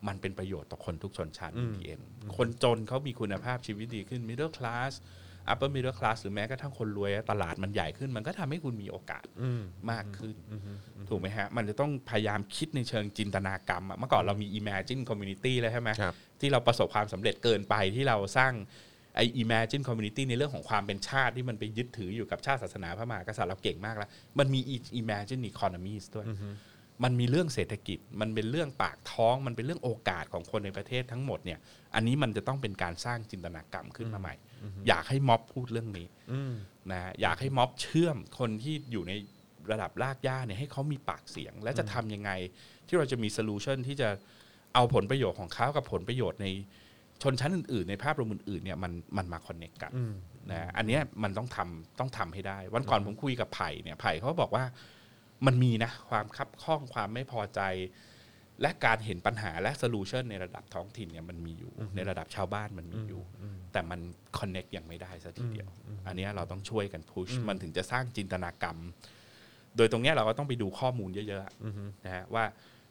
C: มันเป็นประโยชน์ต่อคนทุกชนชั้น BTN คนจนเขามีคุณภาพชีวิตดีขึ้น middle class upper middle class หรือแม้กระทั่งคนรวยอะตลาดมันใหญ่ขึ้น มันก็ทำให้คุณมีโอกาส
B: อืม
C: มากขึ้น ถูกไหมฮะ มันจะต้องพยายามคิดในเชิงจินตนากรรมอะเมื่อก่อนเรามี imagine community แล้วใช่ไหม
B: ครับ
C: ที่เราประสบความสำเร็จเกินไปที่เราสร้าง ไอ imagine community ในเรื่องของความเป็นชาติที่มันไปยึดถืออยู่กับชาติศาสนาพระมหากษัตริย์เราเก่งมากแล้ว มันมี imagine economies ด้วย มันมีเรื่องเศรษฐกิจ มันเป็นเรื่องปากท้อง มันเป็นเรื่องโอกาสของคนในประเทศทั้งหมดเนี่ย อันนี้มันจะต้องเป็นการสร้างจินตนากรรมขึ้นมาใหม่ อยากให้ม็อบพูดเรื่องนี้ นะฮะอยากให้ม็อบเชื่อมคนที่อยู่ในระดับรากหญ้าเนี่ยให้เขามีปากเสียง และจะทำยังไง ที่เราจะมีโซลูชันที่จะเอาผลประโยชน์ของเขากับผลประโยชน์ในชนชั้นอื่นๆ ในภาพรวมอื่นๆเนี่ยมันมันมาคอนเนคกันนะฮะอันเนี้ยมันต้องทำต้องทำให้ได้ วันก่อนผมคุยกับไผ่เนี่ยไผ่เขาบอกว่ามันมีนะความคับข้องความไม่พอใจ และการเห็นปัญหาและโซลูชันในระดับท้องถิ่นเนี่ยมันมีอยู่ในระดับชาวบ้านมันมีอยู่ แต่มันคอนเน็กยังไม่ได้สัทีเดียว อันเนี้ยเราต้องช่วยกันพุชมันถึงจะสร้างจินตนากรรม โดยตรงเนี้ยเราก็ต้องไปดูข้อมูลเยอะๆนะฮะว่า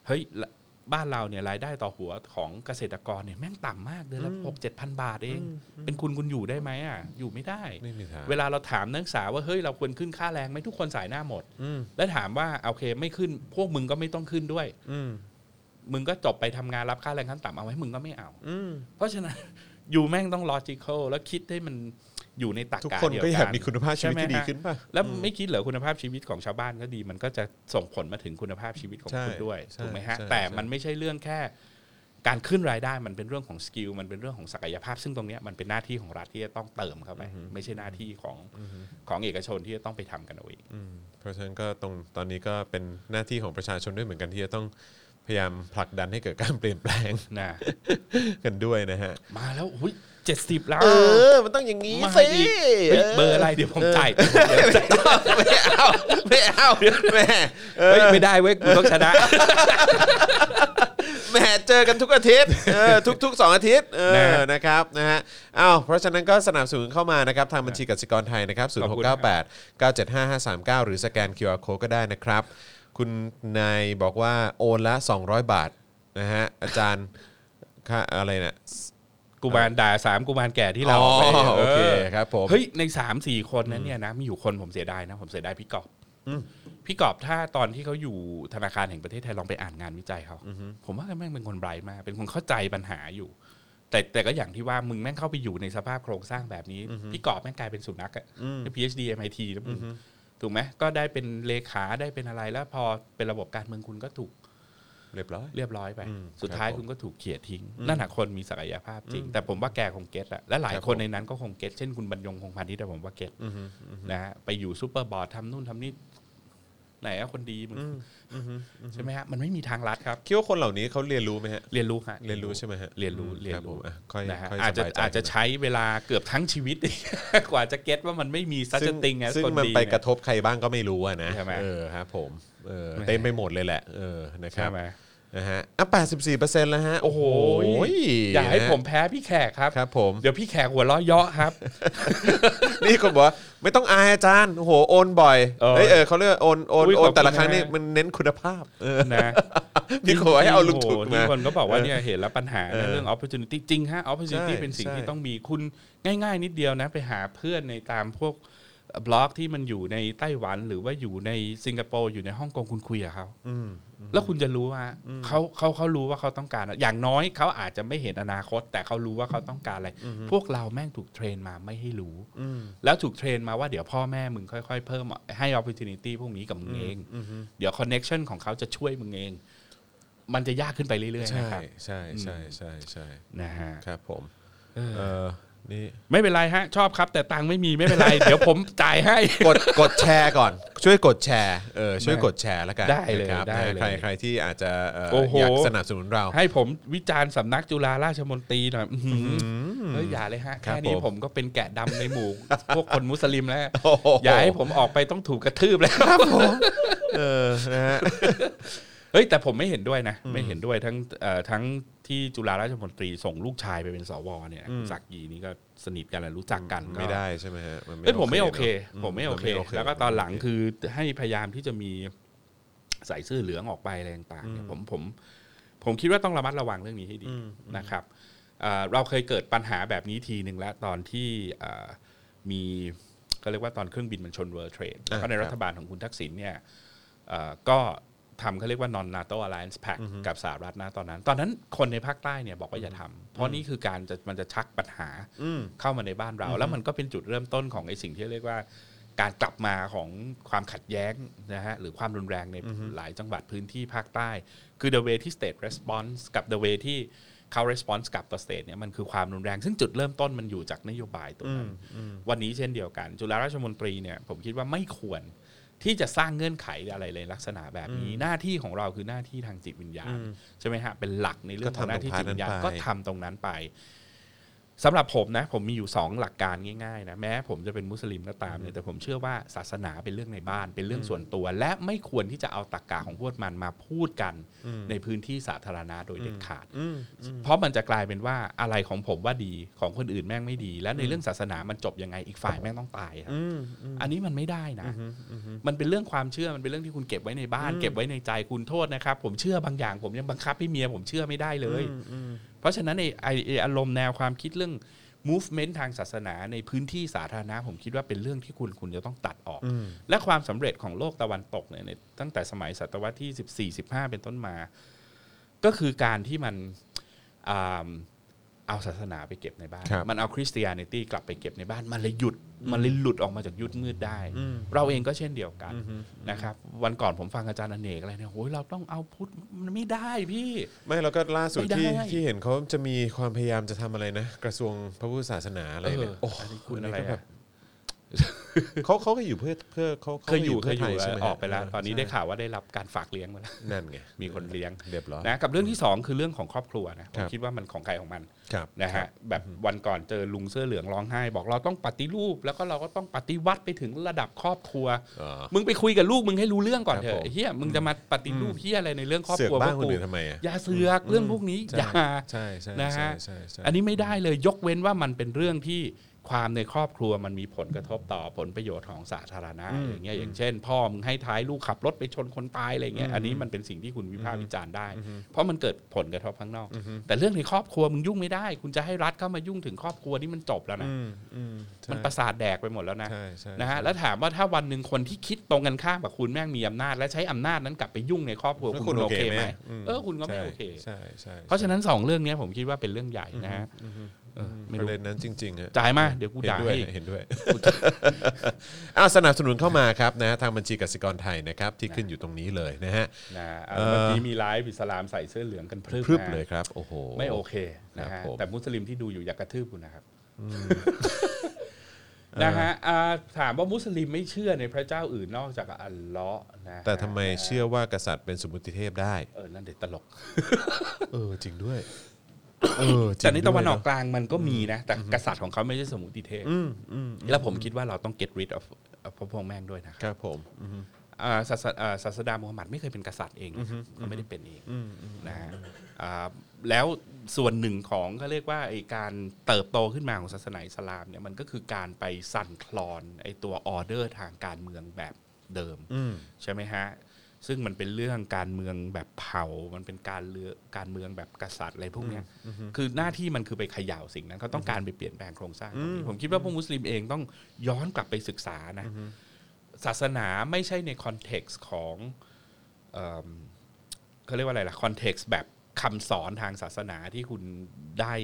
C: เฮ้ยละบ้านเราเนี่ยรายได้ต่อหัวของเกษตรกรเนี่ยแม่งต่ำมากเดือนละหกเจ็ดพันบาทเอง เป็นคุณคุณอยู่ได้ไหมอ่ะอยู่ไม่ได้
B: ไม่มีทาง
C: เวลาเราถามนักศึกษาว่าเฮ้ยเราควรขึ้นค่าแรงไหมทุกคนสายหน้าหมด
B: อืม
C: แล้วถามว่าโอเคไม่ขึ้นพวกมึงก็ไม่ต้องขึ้นด้วย
B: อืม
C: มึงก็จบไปทำงานรับค่าแรงขั้นต่ำเอาไว้มึงก็ไม่เอา
B: อืม
C: เพราะฉะนั้น อยู่แม่งต้อง logical แล้วคิดให้มันอยู่ในตรร
B: ทุก
C: กะ
B: คน
C: เดียว
B: ก็
C: กัน
B: อยากมีคุณภาพชีวิตที่ดีขึ้นป่ะ
C: แล้วไม่คิดเหรอคุณภาพชีวิตของชาวบ้านก็ดี มันก็จะส่งผลมาถึงคุณภาพชีวิตของ
B: ใช่
C: คุณด้วย
B: ใช่
C: ถูกไหมฮะ
B: ใช่
C: แต่
B: ใช่
C: มันไม่ใช่เรื่องแค่ การขึ้นรายได้มันเป็นเรื่องของสกิลมันเป็นเรื่องของศักยภาพ ซึ่งตรงเนี้ยมันเป็นหน้าที่ของรัฐที่จะต้องเติมเข้าไป ไม่ใช่หน้าที่ของของเอกชนที่จะต้องไปทำกันเอาเอง
B: อืมเพราะฉะนั้นก็ตรงตอนนี้ก็เป็นหน้าที่ของประชาชนด้วยเหมือนกันที่จะต้องพยายามผลักดันให้เกิดการเปลี่ยนแปลง
C: นะ
B: กันด้วยนะฮะ
C: มาแล้วอุ้ยเจ็ดสิบแล้ว
B: เออ มันต้องอย่างนี้
C: มา
B: สิ
C: อีกเฮ้ยเบอร์อะไรเดี๋ยวผมจ่ายเดี๋ยวผมจ่าย
B: ไม่เอาไม่เอาแม่เออ
C: เฮ้ยไม่ได้เว้ยกูต้องชนะ
B: แม่เจอกันทุกอาทิ ตย์เออทุกๆ 2 อาทิตย์เอ
C: นะ
B: อนะครับนะฮะอ้าวเพราะฉะนั้นก็สนับสนุนเข้ามานะครับ ทางบัญชีกสิกรไทยนะครับ
C: ขอบคุณ
B: 0698 975 539 หรือสแกน QR Code ก็ได้นะครับ คุณนายบอกว่าโอนละ 200 บาทนะฮะอาจารย์ค่าอะไรเนี่ย
C: กุมารด่าสามกุมารแก่ที่เราาไป
B: อ๋อโอเคครับผม
C: เฮ้ยในสามสี่คนนั้นเนี่ยนะมีอยู่คนผมเสียดายนะ ผมเสียดายพี่กอบพี่กอบถ้าตอนที่เขาอยู่ธนาคารแห่งประเทศไทยลองไปอ่านงานวิจัยเขาผมว่าแม่งเป็นคนไบรท์มากเป็นคนเข้าใจปัญหาอยู่ แต่แต่ก็อย่างที่ว่ามึงแม่งเข้าไปอยู่ในสภาพโครงสร้างแบบนี้ พี่กอบแม่งกลายเป็นสุนัขอะเป็น PhD MIT นะมึงถูกไหมก็ได้เป็นเลขาได้เป็นอะไรแล้วพอเป็นระบบการเมืองคุณก็ถูก
B: เรียบร้อย
C: เรียบร้อยไป
B: อืม
C: สุดท้าย
B: ครับผม
C: คุณก็ถูกเขี่ยทิ้ง นั่นแหะคนมีศักยภาพจริง แต่ผมว่าแกคงเก็ตอะและหลาย
B: ครับ
C: คน
B: ผม
C: ในนั้นก็คงเก็ตเช่นคุณบรรยงคงพันธิแต่ผมว่าเก็ตนะฮะไปอยู่ซูเปอร์บอร์ดทำนู่นทำนี่ไหนอะคนดีมึงใช่ไหมฮะมันไม่มีทางลัดครับ
B: คิดว่าคนเหล่านี้เขาเรียนรู้ไหมฮะ
C: เรียนรู้ฮะ
B: เรียนรู้ใช่ไหมฮะ
C: เรียนรู้
B: อืม
C: เรียน
B: ครับผ
C: รู้
B: มอ่ะค่อย
C: นะฮะ
B: ค่อย
C: อาจจะ
B: สบย
C: อาจจะ
B: น
C: ใช้เวลาเกือบทั้งชีวิต กว่าจะเก็ตว่ามันไม่มีซัจ
B: ซึ่ง
C: ติงอะ
B: ซึ่ง
C: คน
B: มัน
C: ดี
B: ไป
C: เนี่ย
B: กระทบใครบ้างก็ไม่รู้อะนะ
C: ใช่ไหม
B: เออครับผมเออ
C: ใช่ไหม
B: เต็มไปหมดเลยแหละเออนะครั
C: ใช่
B: บ
C: ไหม
B: นะฮะอ่ะ84เปอร์เซ็นต์แล้วฮะ
C: โอ้โห
B: อ้ย
C: อย่าให้
B: นะฮะ
C: ผมแพ้พี่แขกครับ
B: ครับผม
C: เดี๋ยวพี่แขกหัวเราะเยาะครับ
B: นี่คนบอกว่าไม่ต้องอายอาจารย์โอ้โหโอนบ่อย
C: เออ
B: เอ้ยเออเขาเรียกว่าโอนโอน
C: อุ๊ย
B: โอ
C: ขอบ
B: น
C: คุณ
B: แต่ละครั้งนี่
C: นะ
B: มันเน้นคุณภาพเออ
C: นะ
B: นี่ขอให้เอาลุง
C: โโห
B: ถูก
C: ที่
B: มา
C: คนก็บอกว่าเนี่ยเห็นแล้วปัญหานะเรื่อง opportunity จริงฮะ opportunity
B: ใช่
C: เป็นสิ่ง
B: ใช่
C: ที่ต้องมีคุณง่าย ๆ นิดเดียวนะ ไปหาเพื่อนในตามพวกบล็อกที่มันอยู่ในไต้หวันหรือว่าอยู่ในสิงคโปร์อยู่ในฮ่องกงคุณคุยกับเขา
B: อืม
C: แล้วคุณจะรู้ว่าเขาเขาเขารู้ว่าเขาต้องการอะไรอย่างน้อยเขาอาจจะไม่เห็นอนาคต แต่เขารู้ว่าเขาต้องการอะไร พวกเราแม่งถูกเทรนมาไม่ให้รู้
B: อืม
C: แล้วถูกเทรนมาว่าเดี๋ยวพ่อแม่มึงค่อยๆ เพิ่มให้ opportunity พวกนี้กับมึงเอง เดี๋ยว connection ของเขาจะช่วยมึงเอง มันจะยากขึ้นไปเรื่อยๆ
B: ใช่
C: นะครับ
B: ใช่ใช่ใช่ใช่
C: นะฮะ
B: ครับผมเออนี่
C: ไม่เป็นไรฮะ ชอบครับ แต่ตังค์ไม่มีไม่เป็นไร เดี๋ยวผมจ่ายให้
B: กดกดแชร์ก่อน ช่วยกดแชร์เออช่วยกดแชร์แล้วกัน
C: ได้เลย
B: นะครับ
C: ได้เลย
B: ใครใครที่อาจจะเอ่อ
C: โอ้โห
B: อยากสนับสนุนเรา
C: ให้ผมวิจารณ์สำนักจุฬาราชมนตรีหน่อยอื้อหือเฮ้ยอย่าเลยฮะ
B: ครับ
C: แค่นี้
B: ผม
C: ผมก็เป็นแกะดำในหมู่ พวกคนมุสลิมแล้ว
B: โอ้โ
C: อย่าให้ผมออกไปต้องถูกกระทืบแล้ว
B: เออนะฮะ
C: เฮ้ยแต่ผมไม่เห็นด้วยนะ ไม่เห็นด้วยทั้งเอ่อทั้งที่จุฬาราชมนตรีส่งลูกชายไปเป็นสวเนี่ย
B: อืม
C: ศักดิ์ยีนี่ก็สนิทกันและรู้จักกันก็
B: ไม่ได้ใช่ไหมฮะน
C: เอ้ยผมไม่โอเค
B: นอะ
C: ผมไม่โอเค
B: น
C: แล้วก็ตอนหลังคือให้พยายามที่จะมีใส่เสื้อเหลืองออกไปอะไรต่างๆเนี่ยผมผมผมคิดว่าต้องระมัดระวังเรื่องนี้ให้ดีนะครับเอ่อเราเคยเกิดปัญหาแบบนี้ทีหนึ่งแล้วตอนที่เอ่อมีก็เรียกว่าตอนเครื่องบินมันชนเวิร์เทรดแล้วก็ในรัฐบาลของคุณทักษิณเนี่ย เอ่อก็ ทำเขาเรียกว่า non NATO alliance pact กับสหรัฐนะตอนนั้น ตอนนั้นคนในภาคใต้เนี่ยบอกว่าอย่าทำเพราะนี่คือการจะมันจะชักปัญหาเข้ามาในบ้านเรา แล้วมันก็เป็นจุดเริ่มต้นของไอ้สิ่งที่เรียกว่า การกลับมาของความขัดแย้งนะฮะหรือความรุนแรงในหลายจังหวัดพื้นที่ภาคใต้ คือ the way ที่ state response กับ the way ที่เขา response กลับต่อ state เนี่ยมันคือความรุนแรง ซึ่งจุดเริ่มต้นมันอยู่จากนโยบายตัวนั้น วันนี้เช่นเดียวกัน จุฬาราชมนตรีเนี่ยผมคิดว่าไม่ควรที่จะสร้างเงื่อนไขอะไรเลยลักษณะแบบนี้ หน้าที่ของเราคือหน้าที่ทางจิตวิญญาณใช่ไหมฮะเป็นหลักในเรื่องของหน้าที่จิตวิญญาณ
B: ก็ทำตรงพาร์ทนั้นไป
C: ก็ทำตรงนั้นไป สำหรับผมนะ ผมมีอยู่ 2 หลักการง่ายๆนะแม้ผมจะเป็นมุสลิมก็ตามเนี่ยแต่ผมเชื่อว่าศาสนาเป็นเรื่องในบ้านเป็นเรื่องส่วนตัว และไม่ควรที่จะเอาตรกกาของพวกมันมาพูดกันในพื้นที่สาธารณะโดยเด็ดขาด เพราะมันจะกลายเป็นว่าอะไรของผมว่าดีของคนอื่นแม่งไม่ดี และในเรื่องศาสนามันจบยังไงอีกฝ่ายแม่งต้องตายครับอันนี้มันไม่ได้นะ มันเป็นเรื่องความเชื่อมันเป็นเรื่องที่คุณเก็บไว้ในบ้าน เก็บไว้ในใจคุณโทษนะครับ ผมเชื่อบางอย่าง ผมยังบังคับให้เมียผมเชื่อไม่ได้เลย เพราะฉะนั้นไอ้ไอ้ไอ้อารมณ์แนวความคิดเรื่อง movement ทางศาสนาในพื้นที่สาธารณะผมคิดว่าเป็นเรื่องที่คุณคุณจะต้องตัดออก และความสำเร็จของโลกตะวันตกเนี่ยในตั้งแต่สมัยศตวรรษที่ 14 15 เป็นต้นมา ก็คือการที่มันอ่าเอาศาสนาไปเก็บในบ้าน
B: ครับ
C: มันเอาคริสเตียนิตี้กลับไปเก็บในบ้าน มันเลยหยุดมันเลยหลุดออกมาจากยุทธมืดได้ เราเองก็เช่นเดียวกันนะครับ วันก่อนผมฟังอาจารย์อเนกอะไรเนี่ยโอ้ยเราต้องเอาพุทธมันไม่ได้พี่
B: ไม่แล้วก็ล่าสุด
C: ไม่ได้
B: ที่ที่เห็นเขาจะมีความพยายามจะทำอะไรนะ กระทรวงพระพุทธศาสนาอะไรเนี่ย
C: เอ
B: โอ้
C: ออันนี้คุณอะไร
B: ก็แบ
C: อะ
B: บเขาเขาก็อยู่เพื่อเพื่อเขาขา
C: เคยอยู่เค
B: พื่
C: ยอยู่
B: ไทใช่หม
C: ออกไปแล้วตอนนี้
B: ใช่
C: ได้ข่าวว่าได้รับการฝากเลี้ยงมาแล้ว
B: นั่นไง
C: มีคนเลี้ยง
B: เรียบร้อย
C: นะกับเรื่องที่ 2 คือเรื่องของครอบครัวนะผ
B: ครั
C: ม
B: บ
C: คิดว่ามันของใครของมัน
B: ครับ
C: นะฮะแบบวันก่อนเจอลุงเสื้อเหลืองร้องไห้ บอกเราต้องปฏิรูป แล้วก็เราก็ต้องปฏิวัติไปถึงระดับครอบครัว
B: เออ
C: มึงไปคุยกับลูกมึงให้รู้เรื่องก่อน
B: ครับ
C: เถ
B: ผ
C: อะ
B: ม
C: ไอ้เฮียมึงจะมาปฏิรูปเฮียอะไรในเรื่องครอบ
B: เสือก
C: ครัว
B: บ้างค
C: พวก
B: น
C: กู
B: อื่นทำไมอ่ะ
C: อย่าเสือกเรื่องพวกนี้อย่า
B: ใช่ใช่
C: นะ
B: ใช่
C: ฮะ
B: ใช่ใช่
C: อันนี้ไม่ได้เลยยกเว้นว่ามันเป็นเรื่องที่ความในครอบครัวมันมีผลกระทบต่อผลประโยชน์ของสาธารณะอย่างเงี้ยอย่างเช่น พ่อมึงให้ท้ายลูกขับรถไปชนคนตายอะไรเงี้ยอันนี้มันเป็นสิ่งที่คุณวิพากษ์วิจารณ์ได้ เพราะมันเกิดผลกระทบข้างนอก แต่เรื่องในครอบครัวมึงยุ่งไม่ได้ คุณจะให้รัฐเข้ามายุ่งถึงครอบครัวนี่มันจบแล้วนะ
B: อืมอืมใช่
C: มันประสาทแดกไปหมดแล้วนะ
B: ใช่ใช่
C: นะฮะแล้วถามว่าถ้าวันหนึ่งคนที่คิดตรงกันข้ามกับคุณแม่งมีอำนาจ และใช้อำนาจนั้นกลับไปยุ่งในครอบครัว
B: แล้ว
C: คุณโอเคไหม
B: ม
C: เออคุณก็ไม่โอเค
B: ใช่ใช่
C: เพราะฉะนั้นสองเรื่องเนี้ยผมคิดว่าเป็นเรื่องใหญ่นะฮะเออไม่
B: ป
C: รู้
B: ระเด็นนั้นจริงๆฮะ
C: จ่ายมาเดี๋ยวกู
B: เห็น
C: ด่า
B: ด้วย
C: ให้
B: เห็น ด้วยอ้าวสนับสนุนเข้ามาครับนะทางบัญชีกสิกรไทยนะครับที่ขึ้นอยู่ตรงนี้เลยนะฮะ
C: นะเอาวันนี้มีไลฟ์อิสลามใส่เสื้อเหลืองกันพรึบ
B: พรึบ
C: นะ
B: เลยครับ โอ้โห
C: ไม่โอเคนะ
B: ครั
C: ฮะ
B: บผม
C: แต่มุสลิมที่ดูอยู่อยากกระทืบคุณนะครับนะฮะอ่าถามว่ามุสลิมไม่เชื่อในพระเจ้าอื่นนอกจากอัลเลาะห์นะฮะ
B: แต่ทำไมเชื่อว่ากษัตริย์เป็นสมมุติเทพได้
C: เออนั่นเด็ดตลก
B: เออจริงด้วยเออจริง
C: แต่ในตะวันออก
B: ด้วย
C: กลางมันก็มีนะ แต่กษัตริย์ของเขาไม่ใช่สมุติเทพแล้วผมคิดว่าเราต้อง get rid of พวกพวกแม่งด้วยนะค
B: ครับ รับผมอืม
C: อ่าศาสอ่าศาสดามูฮัมหมัดไม่เคยเป็นกษัตริย์เองนะครับเขาไม่ได้เป็นเอง
B: อืม
C: นะฮะอ่าแล้วส่วนหนึ่งของเขาเรียกว่าไอการเติบโตขึ้นมาของศาสนาอิสลามเนี่ยมันก็คือการไปสั่นคลอนไอตัวออเดอร์ทางการเมืองแบบเดิม
B: อืม
C: ใช่ไหมฮะ ซึ่งมันเป็นเรื่องการเมืองแบบเผ่า มันเป็นการเลือกการเมืองแบบกษัตริย์อะไรพวกเนี้ย คือหน้าที่มันคือไปเขย่าสิ่งนั้นเขาต้องการไปเปลี่ยนแปลงโครงสร้างตรงนี้ผมคิดว่าพวกมุสลิมเองต้องย้อนกลับไปศึกษานะ ศาสนาไม่ใช่ในคอนเท็กซ์ของเอิ่มเขาเรียกว่าอะไรล่ะ คอนเท็กซ์แบบคำสอนทางศาสนาที่คุณได้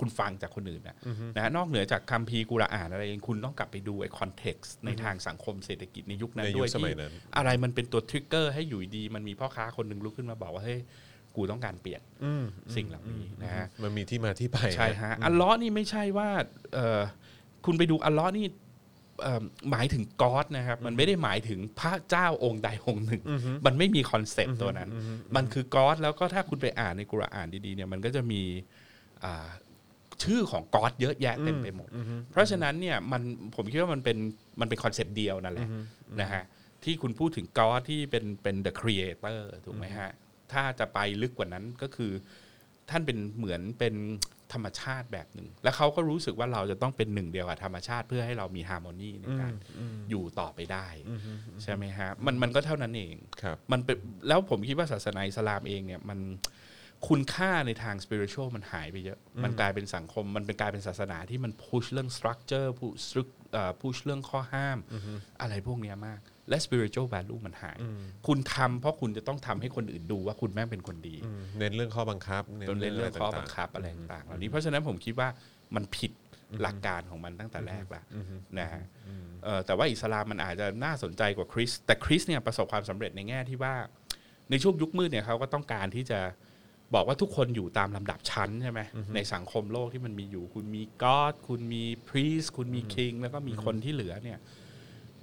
C: คุณฟังจากคนอื่นนะนะนอกเหนือจากคัมภีร์กุรอานอะไรเองคุณต้องกลับไปดูไอ้คอนเท็กซ์ในทางสังคมเศรษฐกิจในยุคนั้น
B: ในยุค
C: ด้วย
B: สมัย
C: ที่
B: นั้น
C: อะไรมันเป็นตัวทริกเกอร์ให้อยู่ดีๆมันมีพ่อค้าคนหนึ่งลุกขึ้นมาบอกว่าเฮ้ยกูต้องการเปลี่ยน
B: อืม
C: สิ่งเหล่านี้นะฮะ
B: มันมีที่มาที่ไป
C: ใช่ฮะอัลเลอฮ์นี่ไม่ใช่ว่าเอ่อคุณไปดูอัลเลอฮ์นี่เอ่อหมายถึงก็อดนะครับ มันไม่ได้หมายถึงพระเจ้าองค์ใดองค์หนึ่ง มันไม่มีคอนเซปต์ตัวนั้น มันคือก็อดแล้วก็ถ้าคุณไปอ่านในกุรอานดีๆเนี่ยมันก็จะมีอ่าชื่อของก็อดเยอะแยะเต็มไปหมด เพราะฉะนั้นเนี่ยมันผมคิดว่ามันเป็นมันเป็นคอนเซปต์เดียวนั่นแหละนะฮะที่คุณพูดถึงก็ที่เป็นเป็น the creator ถูกไหมฮะ ถ้าจะไปลึกกว่านั้นก็คือท่านเป็นเหมือนเป็นธรรมชาติแบบหนึ่ง และเขาก็รู้สึกว่าเราจะต้องเป็นหนึ่งเดียวกับธรรมชาติเพื่อให้เรามีฮาร์โมนีในการอยู่ต่อไปได้ ใช่ไหมฮะมันมันก็เท่านั้นเอง
B: ครับ
C: มันเป็นแล้วผมคิดว่าศาสนาอิสลามเองเนี่ยมันคุณค่าในทางสปิริต u a l มันหายไปเยอะ มันกลายเป็นสังคม มันเป็นกลายเป็นศาสนาที่มันพุชเรื่องสตรัคเจอร์พุชพุชเรื่องข้อห้าม อะไรพวกเนี้ยมาก และ spiritual value มันหาย คุณทำเพราะคุณจะต้องทำให้คนอื่นดูว่าคุณแม่งเป็นคนดี
B: อืมเน้นเรื่องข้อบังคับ
C: จนเล่นเรื่องข้อบัง
B: ะไต่า
C: คับอะไรต่างๆเหล่านี้เพราะฉะนั้นผมคิดว่ามันผิดหลักการของมันตั้งแต่แรกละนะฮะเอ่อแต่ว่าอิสลามมันอาจจะน่าสนใจกว่าคริสต์แต่คริสต์เนี่ยประสบความสำเร็จในแง่ที่ว่าในช่วงยุคมืดเนี่ยเขาก็ต้องการที่จะบอกว่าทุกคนอยู่ตามลำดับชั้นใช่ไหมในสังคมโลกที่มันมีอยู่คุณมีกอดคุณมีพรีสคุณมีคิงแล้วก็มีคนที่เหลือเนี่ย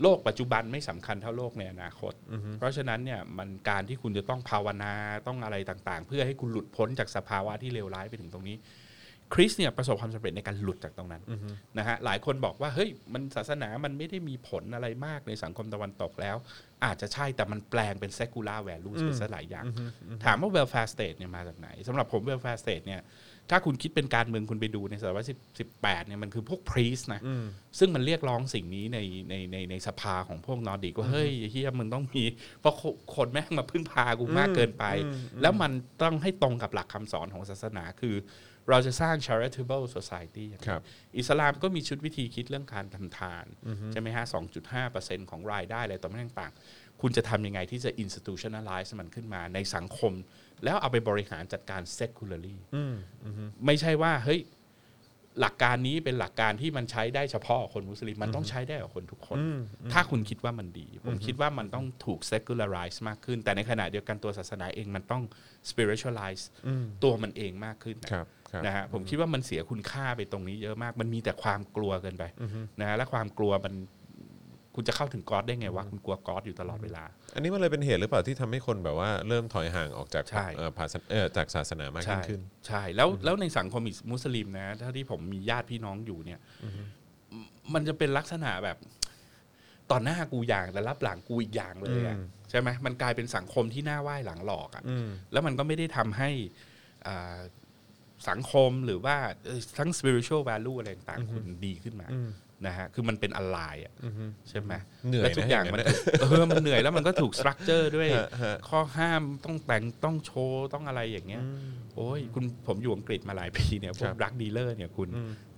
C: โลกปัจจุบันไม่สำคัญเท่าโลกในอนาคต เพราะฉะนั้นเนี่ยมันการที่คุณจะต้องภาวนาต้องอะไรต่างๆ เพื่อให้คุณหลุดพ้นจากสภาวะที่เลวร้ายไปถึงตรงนี้ คริสเนี่ยประสบความสำเร็จในการหลุดจากตรงนั้นนะฮะหลายคนบอกว่าเฮ้ยมันศาสนามันไม่ได้มีผลอะไรมากในสังคมตะวันตกแล้ว อาจจะใช่แต่มันแปลงเป็น secular values เป็นซะหลายอย่าง ถามว่า welfare state เนี่ยมาจากไหนสำหรับผม welfare state เนี่ยถ้าคุณคิดเป็นการเมืองคุณไปดูในศตวรรษที่18เนี่ยมันคือพวก priest นะ ซึ่งมันเรียกร้องสิ่งนี้ในในในในสภาของพวกนอร์ดิกว่าเฮ้ยไอ้เฮียมึงต้องมี เพราะคนคนแม่งมาพึ่งพากูมากเกินไป แล้วมันต้องให้ตรงกับหลักคำสอนของศาสนาคือ เราจะสร้าง charitable society ยังไง
B: ครับ
C: อิสลามก็มีชุดวิธีคิดเรื่องการทำทาน ใช่ไหมฮะ 2.5%ของรายได้อะไรต่อไม่ต่างๆ คุณจะทำยังไงที่จะ institutionalize มันขึ้นมาในสังคม แล้วเอาไปบริหารจัดการ secularly ไม่ใช่ว่าเฮ้ย หลักการนี้เป็นหลักการที่มันใช้ได้เฉพาะกับคนมุสลิม มันต้องใช้ได้กับคนทุกคน ถ้าคุณคิดว่ามันดี ผมคิดว่ามันต้องถูก secularize มากขึ้น แต่ในขณะเดียวกันตัวศาสนาเองมันต้อง spiritualize ตัวมันเองมากขึ้นนะครับ
B: ครับ
C: นะฮะผมคิดว่ามันเสียคุณค่าไปตรงนี้เยอะมาก มันมีแต่ความกลัวเกินไปนะฮะและความกลัวมันคุณจะเข้าถึงก๊อดได้ไงวะคุณกลัวก๊อดอยู่ตลอดเวลา
B: อันนี้มันเลยเป็นเหตุหรือเปล่าที่ทำให้คนแบบว่าเริ่มถอยห่างออกจาก
C: ใช่
B: เอ่อภาษาเอ่อจากศาสนามากยิ่งขึ้น
C: ใช่แล้วแล้วในสังคมอิสมุสลิมนะเท่าที่ผมมีญาติพี่น้องอยู่เนี่ยมมันจะเป็นลักษณะแบบต่อหน้ากูอย่างแต่รับหลังกูอีกอย่างเลยอะ
B: อืม
C: ใช่ไหมมันกลายเป็นสังคมที่หน้าไหว้หลังหลอกอะแล้วมันก็ไม่ได้ทำให้อ่าสังคมหรือว่าเอ่อทั้ง spiritual value อะไรต่างๆคุณดีขึ้นมานะฮะคือมันเป็นอะไรอะใช่ไหม
B: เหนื่อย
C: และทุก
B: นะ
C: อย่าง
B: อย่างนั้
C: มัน
B: น
C: เออมันเหนื่อยแล้วมันก็ถูก structure ด้วย ข้อห้ามต้องแต่งต้องโชว์ต้องอะไรอย่างเงี้ย โอ้ยคุณผมอยู่อังกฤษมาหลายปีเนี่ยพ
B: ค
C: ว
B: รั
C: ก
B: บ
C: รักดีลเลอร์เนี่ยคุณ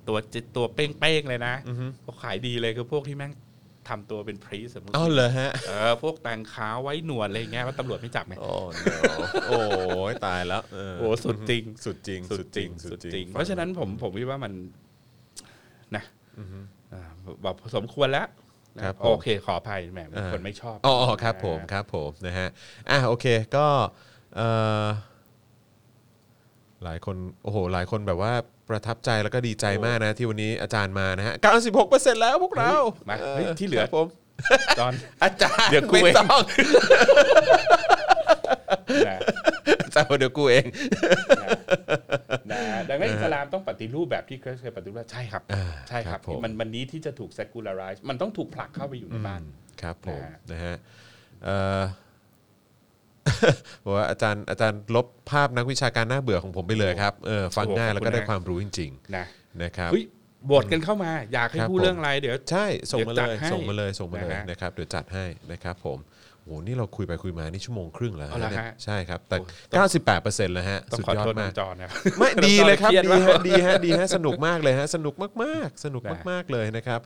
C: ตัวจิตตัวเป้งๆเลยนะพวกขายดีเลยคือพวกที่แม่งทำตัวเป็นพรีสมมติ
B: อ้าวเหรอฮะ
C: เออพวกแต่งขาวไว้หนวดอะไรอย่างเงี้ยว่าตำรวจไม่จับไหม
B: โอ้ no โอ้ยตายแล้วเ
C: โอ้สุดจริง
B: สุดจริง สุดจริง สุ
C: สุ
B: ด
C: ด
B: จ
C: จ
B: ริ
C: ริ
B: ง
C: ง เพราะฉะนั้นผมผมคิดว่ามันนะาแบบสมควรแล้วนะครับ
B: ผม
C: โอเคขออภัยแหมมีคนไม่ชอบ
B: อ๋ออ๋อครับผมครับผมนะฮะอ่ะโอเคก็เอ่อหลายคนโอ้โหหลายคนแบบว่าประทับใจแล้วก็ดีใจมากนะที่วันนี้อาจารย์มานะฮะ 96%แล้วพวกเรา
C: มา
B: ออ
C: เฮ้ยที่เหลือ
B: ครับผม
C: ตอน
B: อาจารย์
C: เดี๋ยวกู
B: ไม่
C: เอง
B: ต้อง
C: นะ
B: อาจารย์บอกเดี๋ยวกูเอง
C: นะดังนั้นอิสลามต้องปฏิรูปแบบที่คริสต์เคยปฏิรูปใช่ครับ ใช่ค
B: ครั
C: รับบ
B: ผม
C: มันมันนี้ที่จะถูก secularize มันต้องถูกผลักเข้าไปอยู่ในบ้าน
B: ครับผม
C: นะฮะ
B: นะฮะเอ่อ บอกว่าอาจารย์อาจารย์ลบภาพนักวิชาการน่าเบื่อของผมไปเลยครับเออฟังง่ายแล้วก็ได้ความรู้จริง
C: นะ
B: ๆ นะครับ
C: เฮ้ยโหวตกันเข้ามา อยากให้
B: ครับ
C: พูด
B: ผม
C: เรื่องอะไรเดี๋ยว
B: ใช่ส่งมาเล
C: เดี๋
B: ย
C: ยวจัดให้
B: ส่งมาเลยส่งมาเลย
C: นะฮะ
B: นะครับเดี๋ยวจัดให้นะครับผมโหนี่เราคุยไปคุยมานี่ชั่วโมงครึ่งแล้ว
C: เอาละ
B: เนี่ย
C: ฮะ
B: ใช่ครับ แต่
C: โอ้
B: 98%แล้วฮะ
C: ต้อง
B: สุด
C: ขอย
B: อ
C: โท
B: ด
C: ษน้
B: มา
C: อก งจอ นะครับ
B: ไม่ดีเลยครับ
C: เครียด
B: ดี
C: มาก
B: ฮะดีฮะดีฮะสนุกมากเลยฮะสนุกมากๆ สนุก
C: นะ
B: มากๆเลยนะครับ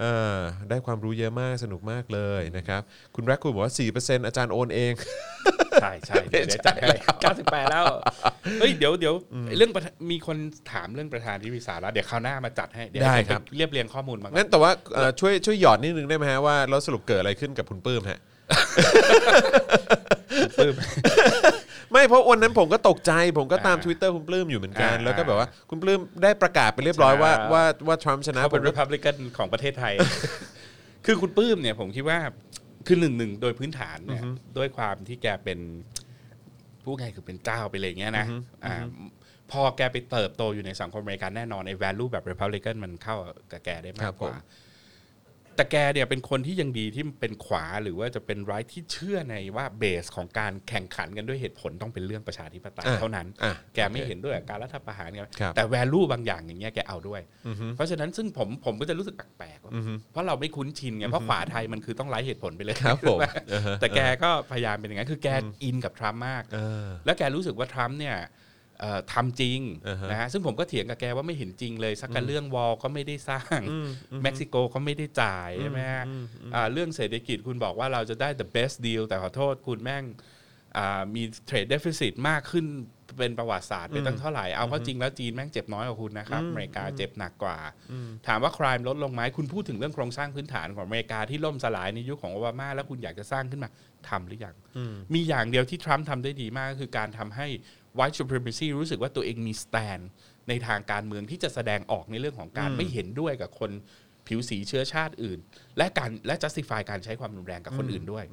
B: เอ่อได้ความรู้เยอะมากสนุกมากเลยนะครับคุณแรกคุณบอกว่า 4%อาจารย์โอนเอง
C: ใช่ใช่เดี๋ยวเดี๋ยวจัดให้98 แล้ว เฮ้ยเดี๋ยวเดี๋ยวเรื่องประธานมีคนถามเรื่องประธานที่วิสาระเดี๋ยวคราวหน้ามาจัดให้เดี๋ยว
B: ได้
C: ให้ผม
B: ครับ
C: ปเรียบเรียงข้อมูลมาก่อน
B: งั้นแต่ว่าเอ่อช่วยช่วยหยอดนิดนึงได้ไหมฮะว่าแล้วสรุปเกิดอะไรขึ้นกับคุณปื้มฮะ
C: ปึ้ม
B: ไม่เพราะวันนั้นผมก็ตกใจผมก็ตาม
C: อ่า
B: Twitter คุณปลื้มอยู่เหมือนกัน
C: อ่า
B: แล้วก็แบบว่าคุณปลื้มได้ประกาศไปเรียบร้อยว่า
C: ใช่
B: ว่าว่าทรัมป์ชนะ
C: เขา
B: ผ
C: เป็
B: ม
C: น
B: ก็
C: รีพับลิกันของประเทศไท ย คือคุณปื้มเนี่ยผมคิดว่าคือหนึ่งหนึ่งโดยพื้นฐานเนี่ยด้วยความที่แกเป็นผู้ไงคือเป็นเจ้าไปเลยอย่างเงี้ยนะอ่าพอแกไปเติบโตอยู่ในสังคมอเมริกันแน่นอนไอ้ value แบบ Republican มันเข้ากับแกได้
B: ครั
C: มาก
B: บ
C: ก
B: ผ
C: ว่า
B: ม
C: แต่แกเนี่ยเป็นคนที่ยังดีที่เป็นขวาหรือว่าจะเป็นร้ายที่เชื่อในว่าเบสของการแข่งขันกันด้วยเหตุผลต้องเป็นเรื่องประชาธิปไตย
B: อ่ะ
C: เท่านั้น
B: อ่ะ
C: แกไม่
B: โอเค
C: เห็นด้วยกับการรัฐประหารไง
B: ครับ
C: แต่ value บางอย่างอย่างเงี้ยแกเอาด้วย เพราะฉะนั้นซึ่งผมผมก็จะรู้สึกแปลกๆว่าเพราะเราไม่คุ้นชินไงเพราะขวาไทยมันคือต้องไร้เหตุผล ไปเลย
B: ครับผม
C: ใช่ไห
B: อ่าฮะ
C: แต่แกก็พยายามเป็นอย่างนั้นคือแกอินกับทรัมป์มาก
B: เออ
C: แล้วแกรู้สึกว่าทรัมป์เนี่ย เอ่อทำจริง
B: อ่าฮะ
C: นะฮะซึ่งผมก็เถียงกับแกว่าไม่เห็นจริงเลย สักกับเรื่องวอลก็ไม่ได้สร้าง เม็กซิโกก็ไม่ได้จ่ายใช่ไหมฮะอ่าเรื่องเศรษฐกิจคุณบอกว่าเราจะได้ the best deal แต่ขอโทษคุณแม่งอ่ามีเทรดเดฟ i ิ i t มากขึ้นเป็นประวัติศาสตร์ไปตั้งเท่าไหร่ เอาเข้าจริงแล้วจีนแม่งเจ็บน้อยกว่าคุณนะครับอเมริกาเจ็บหนักกว่า ถามว่า crime ลดลงไหมคุณพูดถึงเรื่องโครงสร้างพื้นฐานของอเมริกาที่ล่มสลายในยุคของโอบามา แล้วคุณอยากจะสร้างขึ้นมาทำหรือยัง มีอย่างเดียวที่ทรัมป์ทำได้ดีมากก็คือการทำให้ white supremacy รู้สึกว่าตัวเองมี stand ในทางการเมืองที่จะแสดงออกในเรื่องของการไม่เห็นด้วยกับคนผิวสีเชื้อชาติอื่น และการและ justify การใช้ความรุนแรงกับคนอื่นด้วย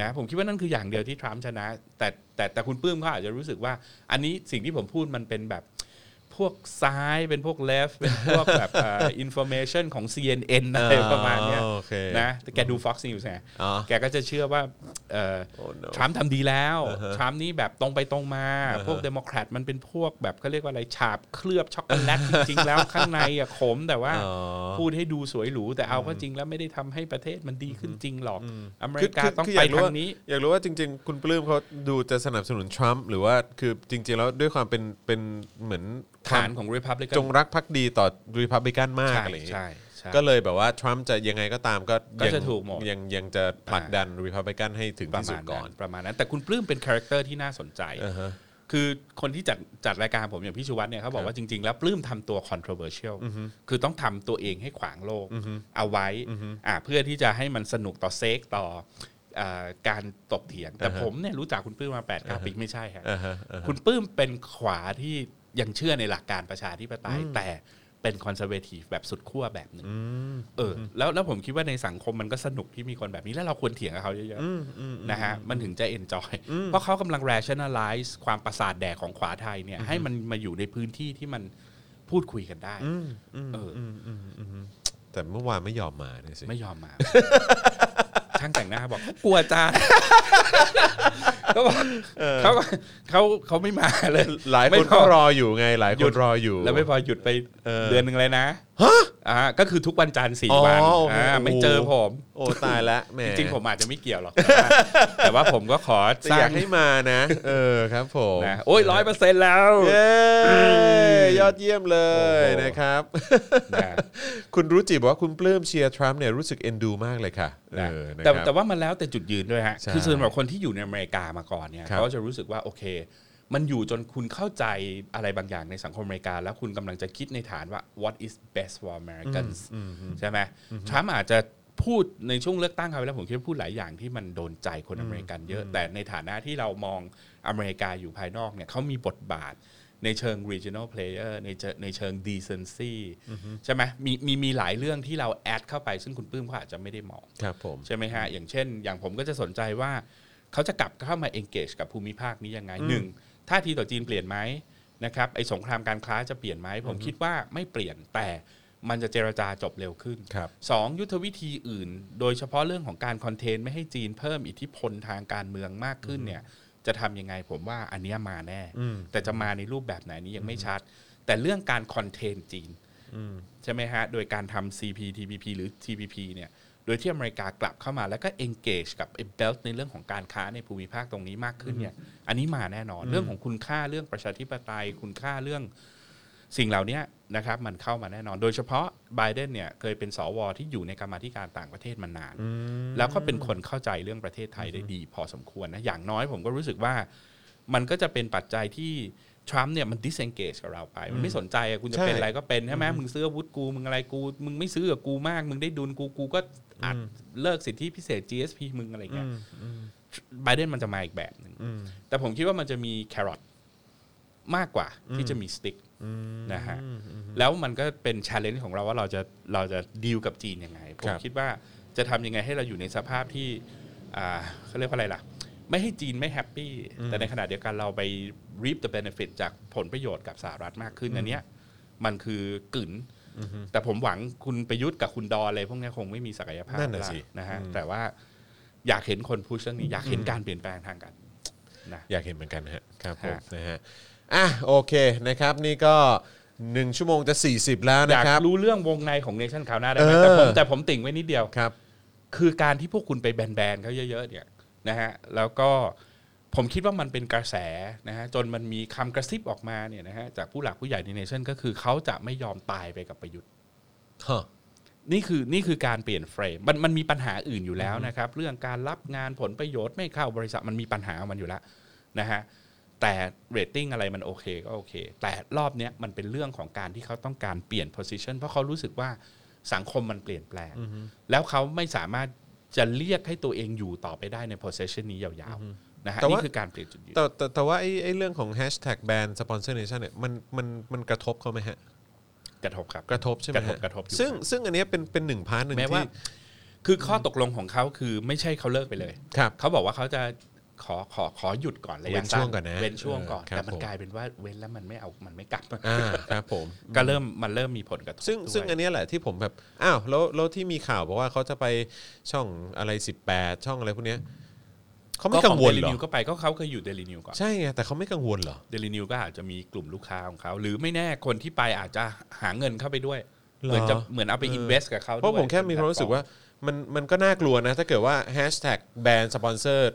C: นะผมคิดว่านั่นคืออย่างเดียวที่ทรัมป์ชนะ แต่แต่แต่คุณปลื้มเขาอาจจะรู้สึกว่า อันนี้สิ่งที่ผมพูดมันเป็นแบบ พวกซ้ายเป็นพวกเลฟเป็นพวกแบบ อินโฟเมชันของ CNN อะไรประมาณเนี้ย
B: อ๋อโอเค
C: นะแต่แกดู Fox News ไง
B: อ๋อ
C: แกก็จะเชื่อว่าเอ่อ
B: Oh no
C: ทรัมป์ทำดีแล้ว ทรัมป์นี่แบบตรงไปตรงมา พวกเดโมแครตมันเป็นพวกแบบเขาเรียกว่าอะไร ฉาบเคลือบช็อกโกแลต จริงๆ แล้ว ข้างในอะขมแต่ว่า
B: อ๋อ
C: พูดให้ดูสวยหรู แต่เอาก็จริงแล้วไม่ได้ทำให้ประเทศมันดีขึ้นจริงหรอก อเม
B: คื
C: ริกาต้อง
B: คื
C: ไป
B: ยรู้
C: ทา
B: ว่
C: งนี้
B: อยากรู้ว่าจริง ๆ คุณปลื้มเขาดูจะสนับสนุนทรัมป์หรือว่าคือจริง ๆ แล้วด้วยความเป็นเป็นเหมือน
C: ฐานของ Republican
B: จงรักภักดีต่อรีพับลิกันมาก
C: ใช่
B: อะไรอย่างเงี้ย
C: ใช่ใช่
B: ก็เลยแบบว่า ทรัมป์จะยังไงก็ตามก็
C: ก็
B: ยัง
C: จะถูกหมด
B: ยังยังจะผลักดันรีพับลิกันให้ถึง
C: ประ
B: ที่สุ
C: มา
B: ด
C: ณ
B: ก่
C: ก่
B: อ
C: อน นประมาณนั้นแต่คุณปลื้มเป็นคาแรคเตอร์ที่น่าสนใจ คือคนที่จัดจัดรายการผมอย่างพี่ชูวัฒน์เนี่ยเขาบอกว่าจริง ๆ แล้วปลื้มทำตัว controversial คือต้องทำตัวเองให้ขวางโลกเอาไว้อ่าเพื่อที่จะให้มันสนุกต่อเซ็กต่ออ่าการตบเถียง แต่ผมเนี่ยรู้จักคุณปลื้มมา8ปดปีไม่ใช่ฮะคุณปลื้มเป็นขวาที่ยังเชื่อในหลักการประชาธิปไตยแต่เป็นคอนเซอร์เวทีฟแบบสุดขั้วแบบหนึ่ง เออแล้วแล้วผมคิดว่าในสังคมมันก็สนุกที่มีคนแบบนี้แล้วเราควรเถียงกับเขาเยอะๆนะฮะมันถึงจะ enjoy เพราะเขากำลัง rationalize ความประสาทแดกของขวาไทยเนี่ยให้มันมาอยู่ในพื้นที่ที่มันพูดคุยกันได้เอออ
B: แต่เมื่อวานไม่ยอมมาเนี่ยสิ
C: ไม่ยอมมา ช่างแต่งหน้าบอกกลัวจ้าเขาบอกเขาเขาเขาไม่มาเลย
B: หลายคน
C: ไม่พ
B: ก็
C: อ
B: รออยู่ไงหลาย
C: ห
B: ค
C: ยุ
B: น
C: ด
B: รออยู่
C: แล้วไม่พอหยุดไป
B: เออ
C: เดือนหนึ่งเลยนะอ่าก็คือทุกวันจันทร์สี่วัน
B: อ๋อโอเค
C: อ่าไม่เจอผม
B: โอ้ตายละแหม
C: จริงๆผมอาจจะไม่เกี่ยวหรอก แต่ว่าแต่ว่าผมก็ขอ
B: แต่
C: สร้า
B: อยาง กให้มานะ เออครับผม
C: นะโอ้ยร้อยเปอร์เซ็นต์แล้ว
B: เย้ยอดเยี่ยมเลยนะครับ
C: นะ
B: คุณรู้จิบอกว่าคุณปลื้มเชียร์ทรัมป์เนี่ยรู้สึกเอ็นดูมากเลยค่ะเอ
C: นะ
B: อนะค
C: แต่
B: รับ
C: แต่ว่ามันแล้วแต่จุดยืนด้วยฮะ
B: ใช่
C: คือส่วนแบบคนที่อยู่ในอเมริกามาก่อนเนี่ย
B: ครับ
C: เขาจะรู้สึกว่าโอเค มันอยู่จนคุณเข้าใจอะไรบางอย่างในสังคมอเมริกา แล้วคุณกำลังจะคิดในฐานว่า what is best for Americans ใช่ไหมทรัมป์อาจจะพูดในช่วงเลือกตั้งเขาไปแล้วผมคิดว่าพูดหลายอย่างที่มันโดนใจคนอเมริกันเยอะ แต่ในฐานะที่เรามองอเมริกาอยู่ภายนอกเนี่ยเขามีบทบาท ในเชิง regional player ในเชิงในเชิง decency ใช่ไหมมีมีมีหลายเรื่องที่เราแอดเข้าไป ซึ่งคุณปลื้มเขาอาจจะไม่ได้มอง
B: ครับผม
C: ใช่ไหมฮะ อย่างเช่น อย่างผมก็จะสนใจว่า เขาจะกลับเข้ามา engage กับภูมิภาคนี้ยังไงหนึ่งท่าทีต่อจีนเปลี่ยนไหมนะครับไอสงครามการค้าจะเปลี่ยนไหม ผมคิดว่าไม่เปลี่ยนแต่มันจะเจรจาจบเร็วขึ้น
B: ครับ
C: สองยุทธวิธีอื่น โดยเฉพาะเรื่องของการคอนเทนไม่ให้จีนเพิ่มอิทธิพลทางการเมืองมากขึ้นเนี่ยจะทำยังไงผมว่าอันเนี้ยมาแน่ แต่จะมาในรูปแบบไหนนี้ยังไม่ชัด แต่เรื่องการคอนเทนจีน ใช่ไหมฮะ โดยการทำ CP TPP หรือ TPP เนี่ย โดยที่อเมริกากลับเข้ามาแล้วก็ engage กับ belt ในเรื่องของการค้าในภูมิภาคตรงนี้มากขึ้นเนี่ย อันนี้มาแน่นอน เรื่องของคุณค่าเรื่องประชาธิปไตย คุณค่าเรื่องสิ่งเหล่านี้นะครับ มันเข้ามาแน่นอน โดยเฉพาะไบเดนเนี่ยเคยเป็นสวที่อยู่ในกรรมาธิการต่างประเทศมานาน แล้วก็เป็นคนเข้าใจเรื่องประเทศไทยได้ดี พอสมควรนะ อย่างน้อยผมก็รู้สึกว่า มันก็จะเป็นปัจจัยที่ทรัมป์เนี่ยมัน disengage กับเราไป มันไม่สนใจอะคุณจะ
B: ใช่
C: เป็นอะไรก็เป็นใช่ไหมมึงซื้ออาวุธกูมึงอะไรกู มึงไม่ซื้อกับกูมาก มึงได้ดุลกูกูก็อัดเลิกสิทธิพิเศษ GSP มึงอะไรเงี้ยไบเดนมันจะมาอีกแบบหนึ่งแต่ผมคิดว่ามันจะมีแครอทมากกว่าที่จะมีสติ๊กนะฮะแล้วมันก็เป็นช l เลน g e ของเราว่าเราจะเราจะดีลกับจีนยังไง ผ
B: ครั
C: ม
B: บ
C: คิดว่าจะทำยังไงให้เราอยู่ในสภาพที่ อ่าเขาเรียกว่าอะไรล่ะ ไม่ให้จีนไม่แฮปปี้ แต่ในขณะเดียวกันเราไป reap the benefit จากผลประโยชน์กับสหรัฐมากขึ้นอันเนี้ยมันคือกลืนแต่ผมหวังคุณประยุทธ์กับคุณดอนอะไรพวกเนี้ยคงไม่มีศักยภาพ
B: นั่นน่ะ
C: ละ
B: สิ
C: นะฮะแต่ว่าอยากเห็นคนพูดเรื่องนี้ อยากเห็นการเปลี่ยนแปลงทางการเมืองนะ
B: อยากเห็นเหมือนกันนะฮะครับผม
C: ฮะ
B: นะฮะอ่ะโอเคนะครับ นี่ก็ 1 ชั่วโมงจะ 40 แล้ว
C: อ
B: นะ
C: ยาก
B: ครับ
C: รู้เรื่องวงในของเนชั่นข่าวหน้าได้ไหม
B: เออ
C: แต่ผมแต่ผมติ่งไว้นิดเดียว
B: ครับ
C: คือการที่พวกคุณไปแบนๆเขาเยอะ ๆ เนี่ยนะฮะแล้วก็ ผมคิดว่ามันเป็นกระแสนะฮะจนมันมีคำกระซิบออกมาเนี่ยนะฮะจากผู้หลักผู้ใหญ่ในเนชั่นก็คือเขาจะไม่ยอมตายไปกับประยุทธ์
B: ฮะ
C: นี่คือนี่คือการเปลี่ยนเฟรมมันมันมีปัญหาอื่นอยู่แล้วนะครับ เรื่องการรับงานผลประโยชน์ไม่เข้าบริษัทมันมีปัญหาของมันอยู่แล้วนะฮะแต่เรตติ้งอะไรมันโอเคก็โอเค แต่รอบเนี้ยมันเป็นเรื่องของการที่เขาต้องการเปลี่ยน position เพราะเขารู้สึกว่าสังคมมันเปลี่ยนแปลง แล้วเขาไม่สามารถจะเรียกให้ตัวเองอยู่ต่อไปได้ใน position นี้ยาวๆนะฮะ
B: แต่ว่า
C: นี่คือการเปลี่ยนจุดยืน
B: แต่แต่แต่ว่าไอ้ไอ้เรื่องของแฮชแท็กแบนสปอนเซอร์เนชั่นเนี่ยมันมันมันกระทบเขาไหมฮะ
C: กระทบครับ
B: กระทบใช่ไหม
C: กระทบ
B: ฮ
C: กระทบอยู่
B: ซึ่งซึ่งอันเนี้ยเป็นเป็นหนึ่งพาร์ทหนึ่ง
C: แม้ว่า
B: ที่
C: คือข้อตกลงของเขาคือไม่ใช่เขาเลิกไปเลย
B: ครับ
C: เขาบอกว่าเขาจะขอขอขอหยุดก่อนระ
B: เว้
C: ยะ
B: น
C: สั้
B: ช่วงก่อนนะ
C: เว้นช่วงก่อน
B: เออครับ
C: แต่มัน
B: ผม
C: กลายเป็นว่าเว้นแล้วมันไม่เอามันไม่กลับ
B: อ่าครับผม
C: ก็เริ่มมันเริ่มมีผลกระทบ
B: ซึ่ง
C: ด้วย
B: ซึ่งอันเนี้ยแหละที่ผมแบบอ้าวแล้วแล้วที่มีข่าวบอกว่าเขาจะไปช่องอะไร 18 ช่องอะไรพวกเนี้ยเขาไม่
C: ก็
B: กั
C: ของ ง
B: วล
C: เด
B: เห
C: ลิ
B: รอ
C: นิวก็ไปก็เขาเคยอยู่เดลินิวก่อน
B: ใช่ไงแต่เขาไม่กังวลเหรอ
C: เดลินิวก็อาจจะมีกลุ่มลูกค้าของเขา หรือไม่แน่คนที่ไปอาจจะหาเงินเข้าไปด้วย เหมือนจะเหมือนเอาไป
B: เออ
C: อินเวสกับเขา
B: เพราะ
C: ด้วย
B: ผมแค่มีความรู้สึกว่ามันมันก็น่ากลัวนะ ถ้าเกิดว่าแฮชแท็กแบนสปอนเซอร์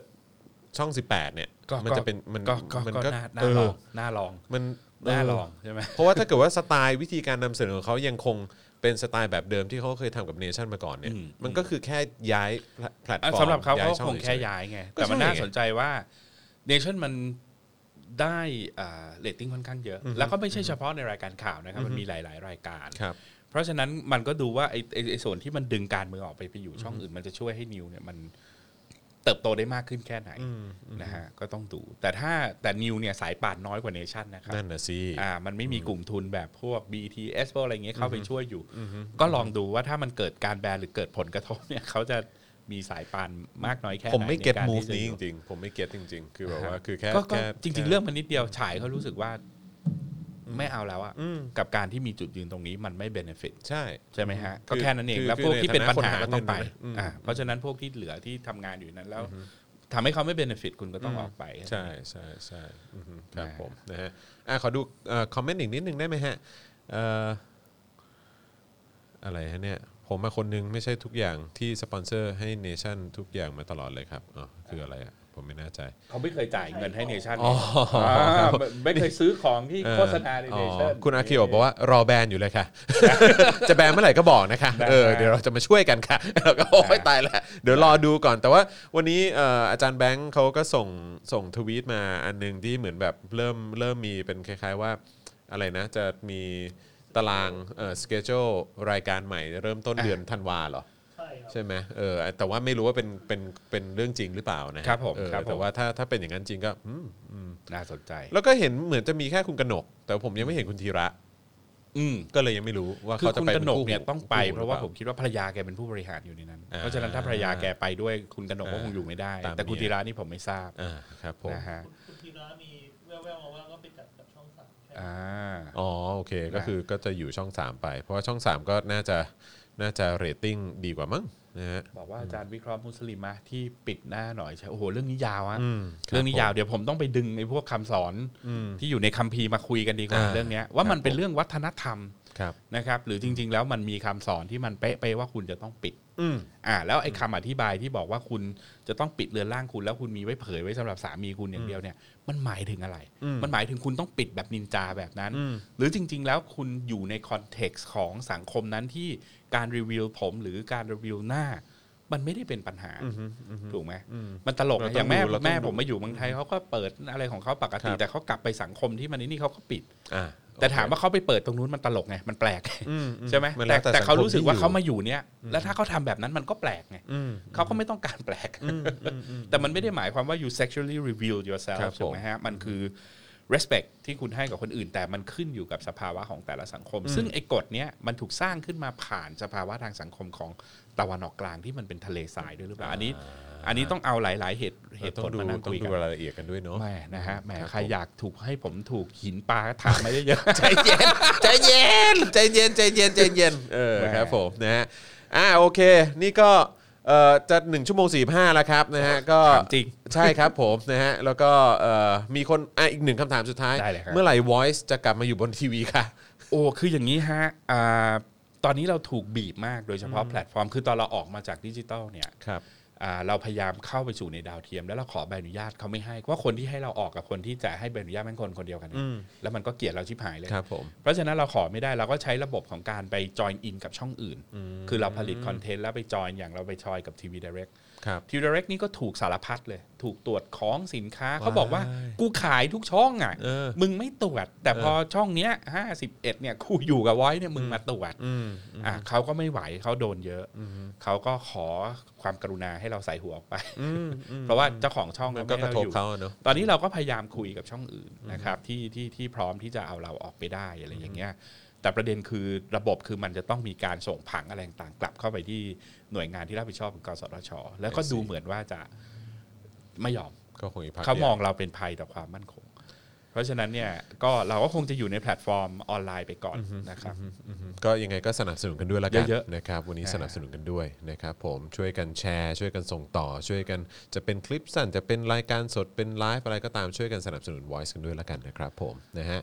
B: ช่อง 18 เนี่ย
C: ก็
B: มันจะเป็นมัน
C: ก็ก็
B: มัน
C: ก็
B: ก็
C: น่า
B: เอ
C: น่าล
B: อ
C: องน่าลอง
B: มัน
C: น่า
B: เล
C: องใช่ไหม
B: เพราะว่าถ้าเกิดว่าสไตล์วิธีการนำเสนอของเขายังคงเป็นสไตล์แบบเดิมที่เขาเคยทำกับเนชั่นมาก่อนเนี่ย
C: อืม
B: มันก็คือแค่ย้ายแพลตฟอร์ม
C: สำหรับเขาเขา
B: ช่อ
C: คงแค่
B: เฉ
C: ย้ายไง
B: ก็
C: แต่มัน
B: ใช่
C: น่า
B: ไง
C: สนใจว่าเนชั่นมันได้เรตติ้งค่อนข้างเยอะ แล้วก็ไม่ใช่เฉพาะในรายการข่าวนะครับ มันมีหลาย ๆ รายการ
B: ๆครับ
C: เพราะฉะนั้นมันก็ดูว่าไอ้ไอ้ไอ้ส่วนที่มันดึงการเมืองออกไปไปอยู่ช่องอื่น มันจะช่วยให้นิวเนี่ยมันเติบโตได้มากขึ้นแค่ไหนนะฮะก็ต้องดู แต่ถ้าแต่นิวเนี่ยสายป่านน้อยกว่าเนชั่นนะครับ
B: นั่นนะสิ
C: อ่ามันไม่มีกลุ่มทุนแบบพวก BTS พวกอะไรเงี้ยเข้าไปช่วยอยู่ ก็ลองดูว่าถ้ามันเกิดการแบนหรือเกิดผลกระทบเนี่ยเขาจะมีสายปานมากน้อยแค่ไหน
B: ผมไม่เก็ต
C: ใาร
B: มูฟ
C: ที่จะ
B: นี้จ
C: อยู่
B: ริงๆ ผมไม่เก็ตจริง ๆ คือแบบว่าคือแค่
C: ก็ก็
B: แค่
C: จริง ๆ เรื่องมันนิดเดียวฉายเขารู้สึกว่าไม่เอาแล้วอะ
B: อืม
C: กับการที่มีจุดยืนตรงนี้มันไม่เบนฟิต
B: ใช่
C: ใช่ไหมฮะ
B: คือ
C: ก็แค่นั้นเอง
B: คือ
C: แล้วพวกที่เป็นปัญหา
B: คือในฐานะ
C: ก็ต้องไป
B: คนหาเงินด้วยนะอืม
C: อ่าเพราะฉะนั้นพวกที่เหลือที่ทำงานอยู่นั้นแล้วทำให้เขาไม่เบนฟิตคุณก็ต้องออกไป
B: ใช่ใช่ใช่อือฮึครับ
C: นะฮะ
B: ผมนะฮะอ่ะขอดูคอมเมนต์อีกนิดนึงได้ไหมฮะเอ่ออะไรฮะเนี่ย ผมมาคนนึงไม่ใช่ทุกอย่างที่สปอนเซอร์ให้เนชั่นทุกอย่างมาตลอดเลยครับอ๋อคืออะไรอ่ะ ผมไม่แน่ใจ
C: เขาไม่เคยจ่ายเงินให้เนชั่น
B: อ๋อ
C: ไม่เคยซื้อของที่โฆษณาใน
B: อ๋
C: เน
B: อ
C: ชั่น
B: คุณอาคิโอะบอกว่ารอแบนอยู่เลยค่ะ จะแบนเมื่อไหร่ก็บอกนะคะ
C: ได้
B: เออเดี๋ยวเราจะมาช่วยกันค่ะ เราก็โอ้ยตายแล้วเดี๋ยวรอดูก่อนแต่ว่าวันนี้เอ่ออาจารย์แบงค์เขาก็ส่งส่งทวีตมาอันหนึงที่เหมือนแบบเริ่มเริ่มมีเป็นคล้าย ๆว่าอะไรนะ จะมีตารางเอ่อสเกจรายการใหม่เริ่มต้นเดือนธันวาเหรอ
D: ใช่ครับ
B: ใช่ไหมเออแต่ว่าไม่รู้ว่าเป็นเป็นเป็นเรื่องจริงหรือเปล่านะฮะ
C: ครับผม
B: เออ
C: ครับผม
B: แต่ว่าถ้าถ้าเป็นอย่างนั้นจริงก็อืมอืม
C: น่าสนใจ
B: แล้วก็เห็นเหมือนจะมีแค่คุณกนก แต่ผมยังไม่เห็นคุณธีระ
C: อืม
B: ก็เลยยังไม่รู้ว่า
C: คือ
B: เขาจะ
C: คุณ
B: ไป
C: ก
B: ป็
C: นก
B: คู่
C: เนี่ย
B: หู
C: ต้องไป
B: คู่หู
C: เพราะว่า
B: หอ
C: ผ
B: ปล่
C: มคิดว่าภรรยาแกเป็นผู้บริหารอยู่ในนั้น
B: อ่า
C: เพราะฉะนั้นถ้าภรรยาแกไปด้วยคุณกนกก็
B: อ่า
C: คงอยู่ไม่ได้
B: ตาม
C: แต่คุณ
B: นี้
C: ธีระนี่ผมไม่ทราบ
B: อ่าครับผม
C: นะฮะ
D: คุณธีระมีแววๆมาว่าก็ไปจัดกับช่องสามใช่ไหม
C: อ่า
B: อ๋อโอเคก็
C: นะ
B: คือก็จะอยู่ช่อง 3 ไป เพราะว่าช่อง 3 ก็น่าจะน่าจะเรตติ้งดีกว่ามั้งนะฮะ
C: บอกว่าอาจารย์วิเคราะห์มุสลิมมาที่ปิดหน้าหน่อยใช่โอ้โหเรื่องนี้ยาวอะ
B: อืมคบ
C: เรื่องนี้ยาว
B: ผม
C: เดี๋ยวผมต้องไปดึงไอ้พวกคำสอน
B: อืม
C: ที่อยู่ในคัมภีร์มาคุยกันดีกว่า
B: อ่า
C: เรื่องเนี้ยว่ามัน
B: ครับ
C: เป็น
B: ผม
C: เรื่องวัฒนธรรม
B: ครับ
C: นะครับหรือจริง ๆ แล้วมันมีคำสอนที่มันเป๊ะไปว่าคุณจะต้องปิด
B: อืม
C: อ่าแล้วไอ้คำอธิบายที่บอกว่าคุณจะต้องปิดเรือนร่างคุณแล้วคุณมีไว้เผยไว้สำหรับสามีคุณอย่างเดียวเนี่ยมันหมายถึงอะไร มันหมายถึงคุณต้องปิดแบบนินจาแบบนั้น หรือจริง ๆ แล้วคุณอยู่ในคอนเท็กซ์ของสังคมนั้นที่การรีวิวผมหรือการรีวิวหน้า มันไม่ได้เป็นปัญหาถูกไหมมันตลกนะอย่างแม่แม่ผมมาอยู่เมืองไทยเขาก็เปิดอะไรของเขาปกติ แต่เขากลับไปสังคมที่มันนี่เขาก็ปิด
B: อ่า
C: แต่ถามว่าเขาไปเปิดตรงนู้นมันตลกไงมันแปลก
B: อืม
C: ใช่ไหม
B: น
C: แต่
B: ล้ว
C: แต่เขา
B: สังคม
C: รู้สึกว่า
B: ที่
C: เขามาอยู่เนี้ยแล้วถ้าเขาทำแบบนั้นมันก็แปลกไง
B: อืม
C: เขาก็ไม่ต้องการแปลก แต่มันไม่ได้หมายความว่า you sexually reveal
B: ครั
C: yourself
B: บผม
C: ถูกไหมฮะมันคือ respect ที่คุณให้กับคนอื่น แต่มันขึ้นอยู่กับสภาวะของแต่ละสังคม ซึ่งไอ้กฎเนี้ยมันถูกสร้างขึ้นมาผ่านสภาวะทางสังคมของตะวันออกกลางที่มันเป็นทะเลทรายด้วยหรือเปล่าอันนี้ อันนี้ต้องเอาหลาย ๆ เหตุเหตุ
B: ต้อ
C: ผ
B: ง
C: ล
B: ดู
C: มานั่ง
B: ต้อ
C: คุ
B: ง
C: ยกั
B: ดู
C: น
B: รายละเอียดกันด้วยเนาะ
C: แหม่นะฮะแหม
B: ครับ
C: ใค
B: ผ
C: ร
B: ม
C: อยากถูกให้ผมถูกหินปลาก็ถามไม่ได้เยอะ
B: ใจเย็นใจเย็นใจเย็นใจเย็นใจเย็นเออ
C: แหม่
B: ครับผมนะฮะอ่าโอเค นี่ก็เอ่อจะ1ชั่วโมง45แล้วครับนะฮะก็
C: ถามจริง
B: ใช่ครับผมนะฮะ แล้วก็เอ่อมีคนอ่ะอีกหนึ่งคำถามสุดท้าย
C: ได้เลยครับ
B: เมื่อไหร่ Voice จะกลับมาอยู่บนทีวีคะ
C: โอ้ คืออย่างนี้ฮะอ่าตอนนี้เราถูกบีบมากโดยเฉพาะแพลตฟอร์ม คือตอนเราออกมาจากดิจิตอลเนี่ย อ่าเราพยายามเข้าไปสู่ในดาวเทียม แล้วเราขอใบอนุญาตเขาไม่ให้เพราะคนที่ให้เราออกกับคนที่จะให้ใบอนุญาตมันคนคนเดียวกันเนี่ย
B: อืม
C: แล้วมันก็เกลียดเราชิบหายเลย
B: ครับผม
C: เพราะฉะนั้นเราขอไม่ได้เราก็ใช้ระบบของการไปจอยอินกับช่องอื่น คือเราผลิตคอนเทนต์แล้วไปจอยอย่างเราไปจอยกับทีวีดิเรก
B: ครับ
C: ทีวีดิเรกนี่ก็ถูกสารพัดเลย ถูกตรวจของสินค้า
B: Why?
C: เขาบอกว่ากูขายทุกช่องอ่ะ
B: เออ
C: มึงไม่ตรวจ แต่พอช่องเนี้ยห้าสิบเอ็ดเนี่ยกูอยู่กับไว้เนี่ยมึงมาตรวจ
B: อืมอืม
C: อ่ะเขาก็ไม่ไหวเขาโดนเยอะเขาก็ขอความกรุณาให้เราใส่หัวออกไป
B: อืมอืม
C: เพราะว่าเจ้าของช่อง
B: มัน
C: เขา
B: ก็
C: ไม่
B: กระ
C: ให้เรา
B: ทบ
C: อยู่
B: เขาอะเนอะ
C: ตอนนี้เราก็พยายามคุยกับช่องอื่นนะครับที่ที่ที่พร้อมที่จะเอาเราออกไปได้อะไรอย่างเงี้ยแต่ประเด็นคือระบบคือมันจะต้องมีการส่งผังอะไรต่างๆกลับเข้าไปที่หน่วยงานที่รับผิดชอบของกสทช แล้วก็ดูเหมือนว่าจะไม่ยอม
B: ก็คงอีกพัก
C: เขา
B: ดียว
C: มองเราเป็นภัยต่อความมั่นคง เพราะฉะนั้นเนี่ยก็เราก็คงจะอยู่ในแพลตฟอร์มออนไลน์ไปก่อนนะครับ
B: อืมก็ยังไงก็สนับสนุนกันด้วยละกัน
C: เยอะ
B: นะครับ วันนี้
C: อ่า
B: สนับสนุนกันด้วยนะครับ ผมช่วยกันแชร์ ช่วยกันส่งต่อ ช่วยกันจะเป็นคลิปสั้นจะเป็นรายการสดเป็นไลฟ์อะไรก็ตามช่วยกันสนับสนุน Voice กันด้วยละกันนะครับผมนะฮะ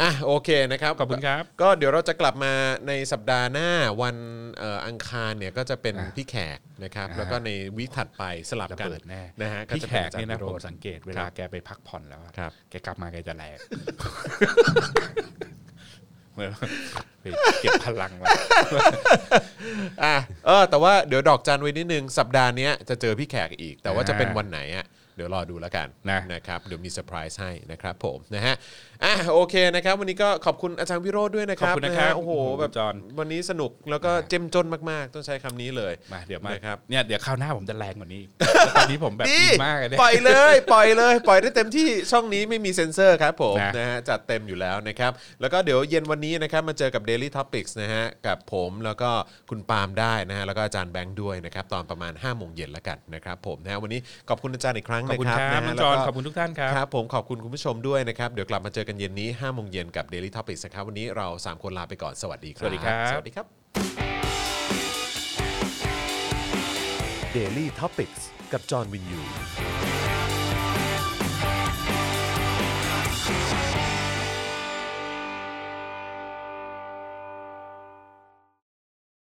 B: อ่ะโอเคนะครับ
C: ขอบคุณครับ
B: ก็เดี๋ยวเราจะกลับมาในสัปดาห์หน้าวันเอ่ออังคารเนี่ยก็จะเป็นพี่แขกนะครับ
C: อ่า
B: แล้วก็ในวีคถัดไปสลับ
C: ระ
B: กัน
C: เบิดแน่
B: นะฮะ
C: พี่
B: ก็จ
C: แข
B: ป็
C: กเนี่ยนะ
B: อาจารวิโรจ
C: ผมสังเกตเวลาแกไปพักผ่อนแล้วอะ
B: ครับ
C: แกกลับมาแกจะ แรงเหมือนไปเก็บพลังมา
B: อ่ะเออแต่ว่าเดี๋ยวดอกจันไว้นิดนึงสัปดาห์เนี้ยจะเจอพี่แขกอีก แต่ว่าจะเป็นวันไหนอ่ะเดี๋ยวรอดูแล้วกัน
C: นะ
B: นะครับเดี๋ยวมีเซอร์ไพรส์ให้นะครับผมนะฮะอ่ะโอเคนะครับ วันนี้ก็ขอบคุณอาจารย์วิโรจน์ด้วยนะครับ
C: ขอบคุณนะครับ
B: ฮโอ้โหแบบ
C: จอน
B: วันนี้สนุกแล้วก็เจ้มจนมากๆ ต้องใช้คำนี้เลย
C: มาเดี๋ยวมา
B: นะครับ
C: เนี่ยเดี๋ยวคราวหน้าผมจะแรงกว่านี้อีกแล้วตอนนี้ผมแบบดีมากเลยเนี่ย
B: ปล่อยเลย ปล่อยเลย ปล่อยได้เต็มที่ช่องนี้ไม่มีเซ็นเซอร์ครับผม
C: นะ
B: นะฮะจัดเต็มอยู่แล้วนะครับ แล้วก็เดี๋ยวเย็นวันนี้นะครับมาเจอกับ Daily Topics นะฮะกับผมแล้วก็คุณปาล์มได้นะฮะแล้วก็อาจารย์แบงค์ด้วยนะครับตอนประมาณ5้าโมงเย็นละกันนะครับผมนะฮะวันนี้ขอบคุณอาจารย์อีกครั้ง
C: ขอบ
B: นะ
C: คุณ
B: ครับ
C: ครับ
B: นะฮะ
C: น้องจอน
B: แล้ว
C: ขอบคุณทุกท่านครับ
B: ครับผมขอบคุณคุณผู้ชมด้วยนะครับเดี๋ยวกลับมาเจอกันเย็นนี้5้าโมงเย็นกับ Daily Topics นะครับวันนี้เราสามคนลาไปก่อนสวัสดีครับ
C: สวัสดีครับ
B: สวัสดีครับ
A: Daily t o p i c กกับจอห์นวินยู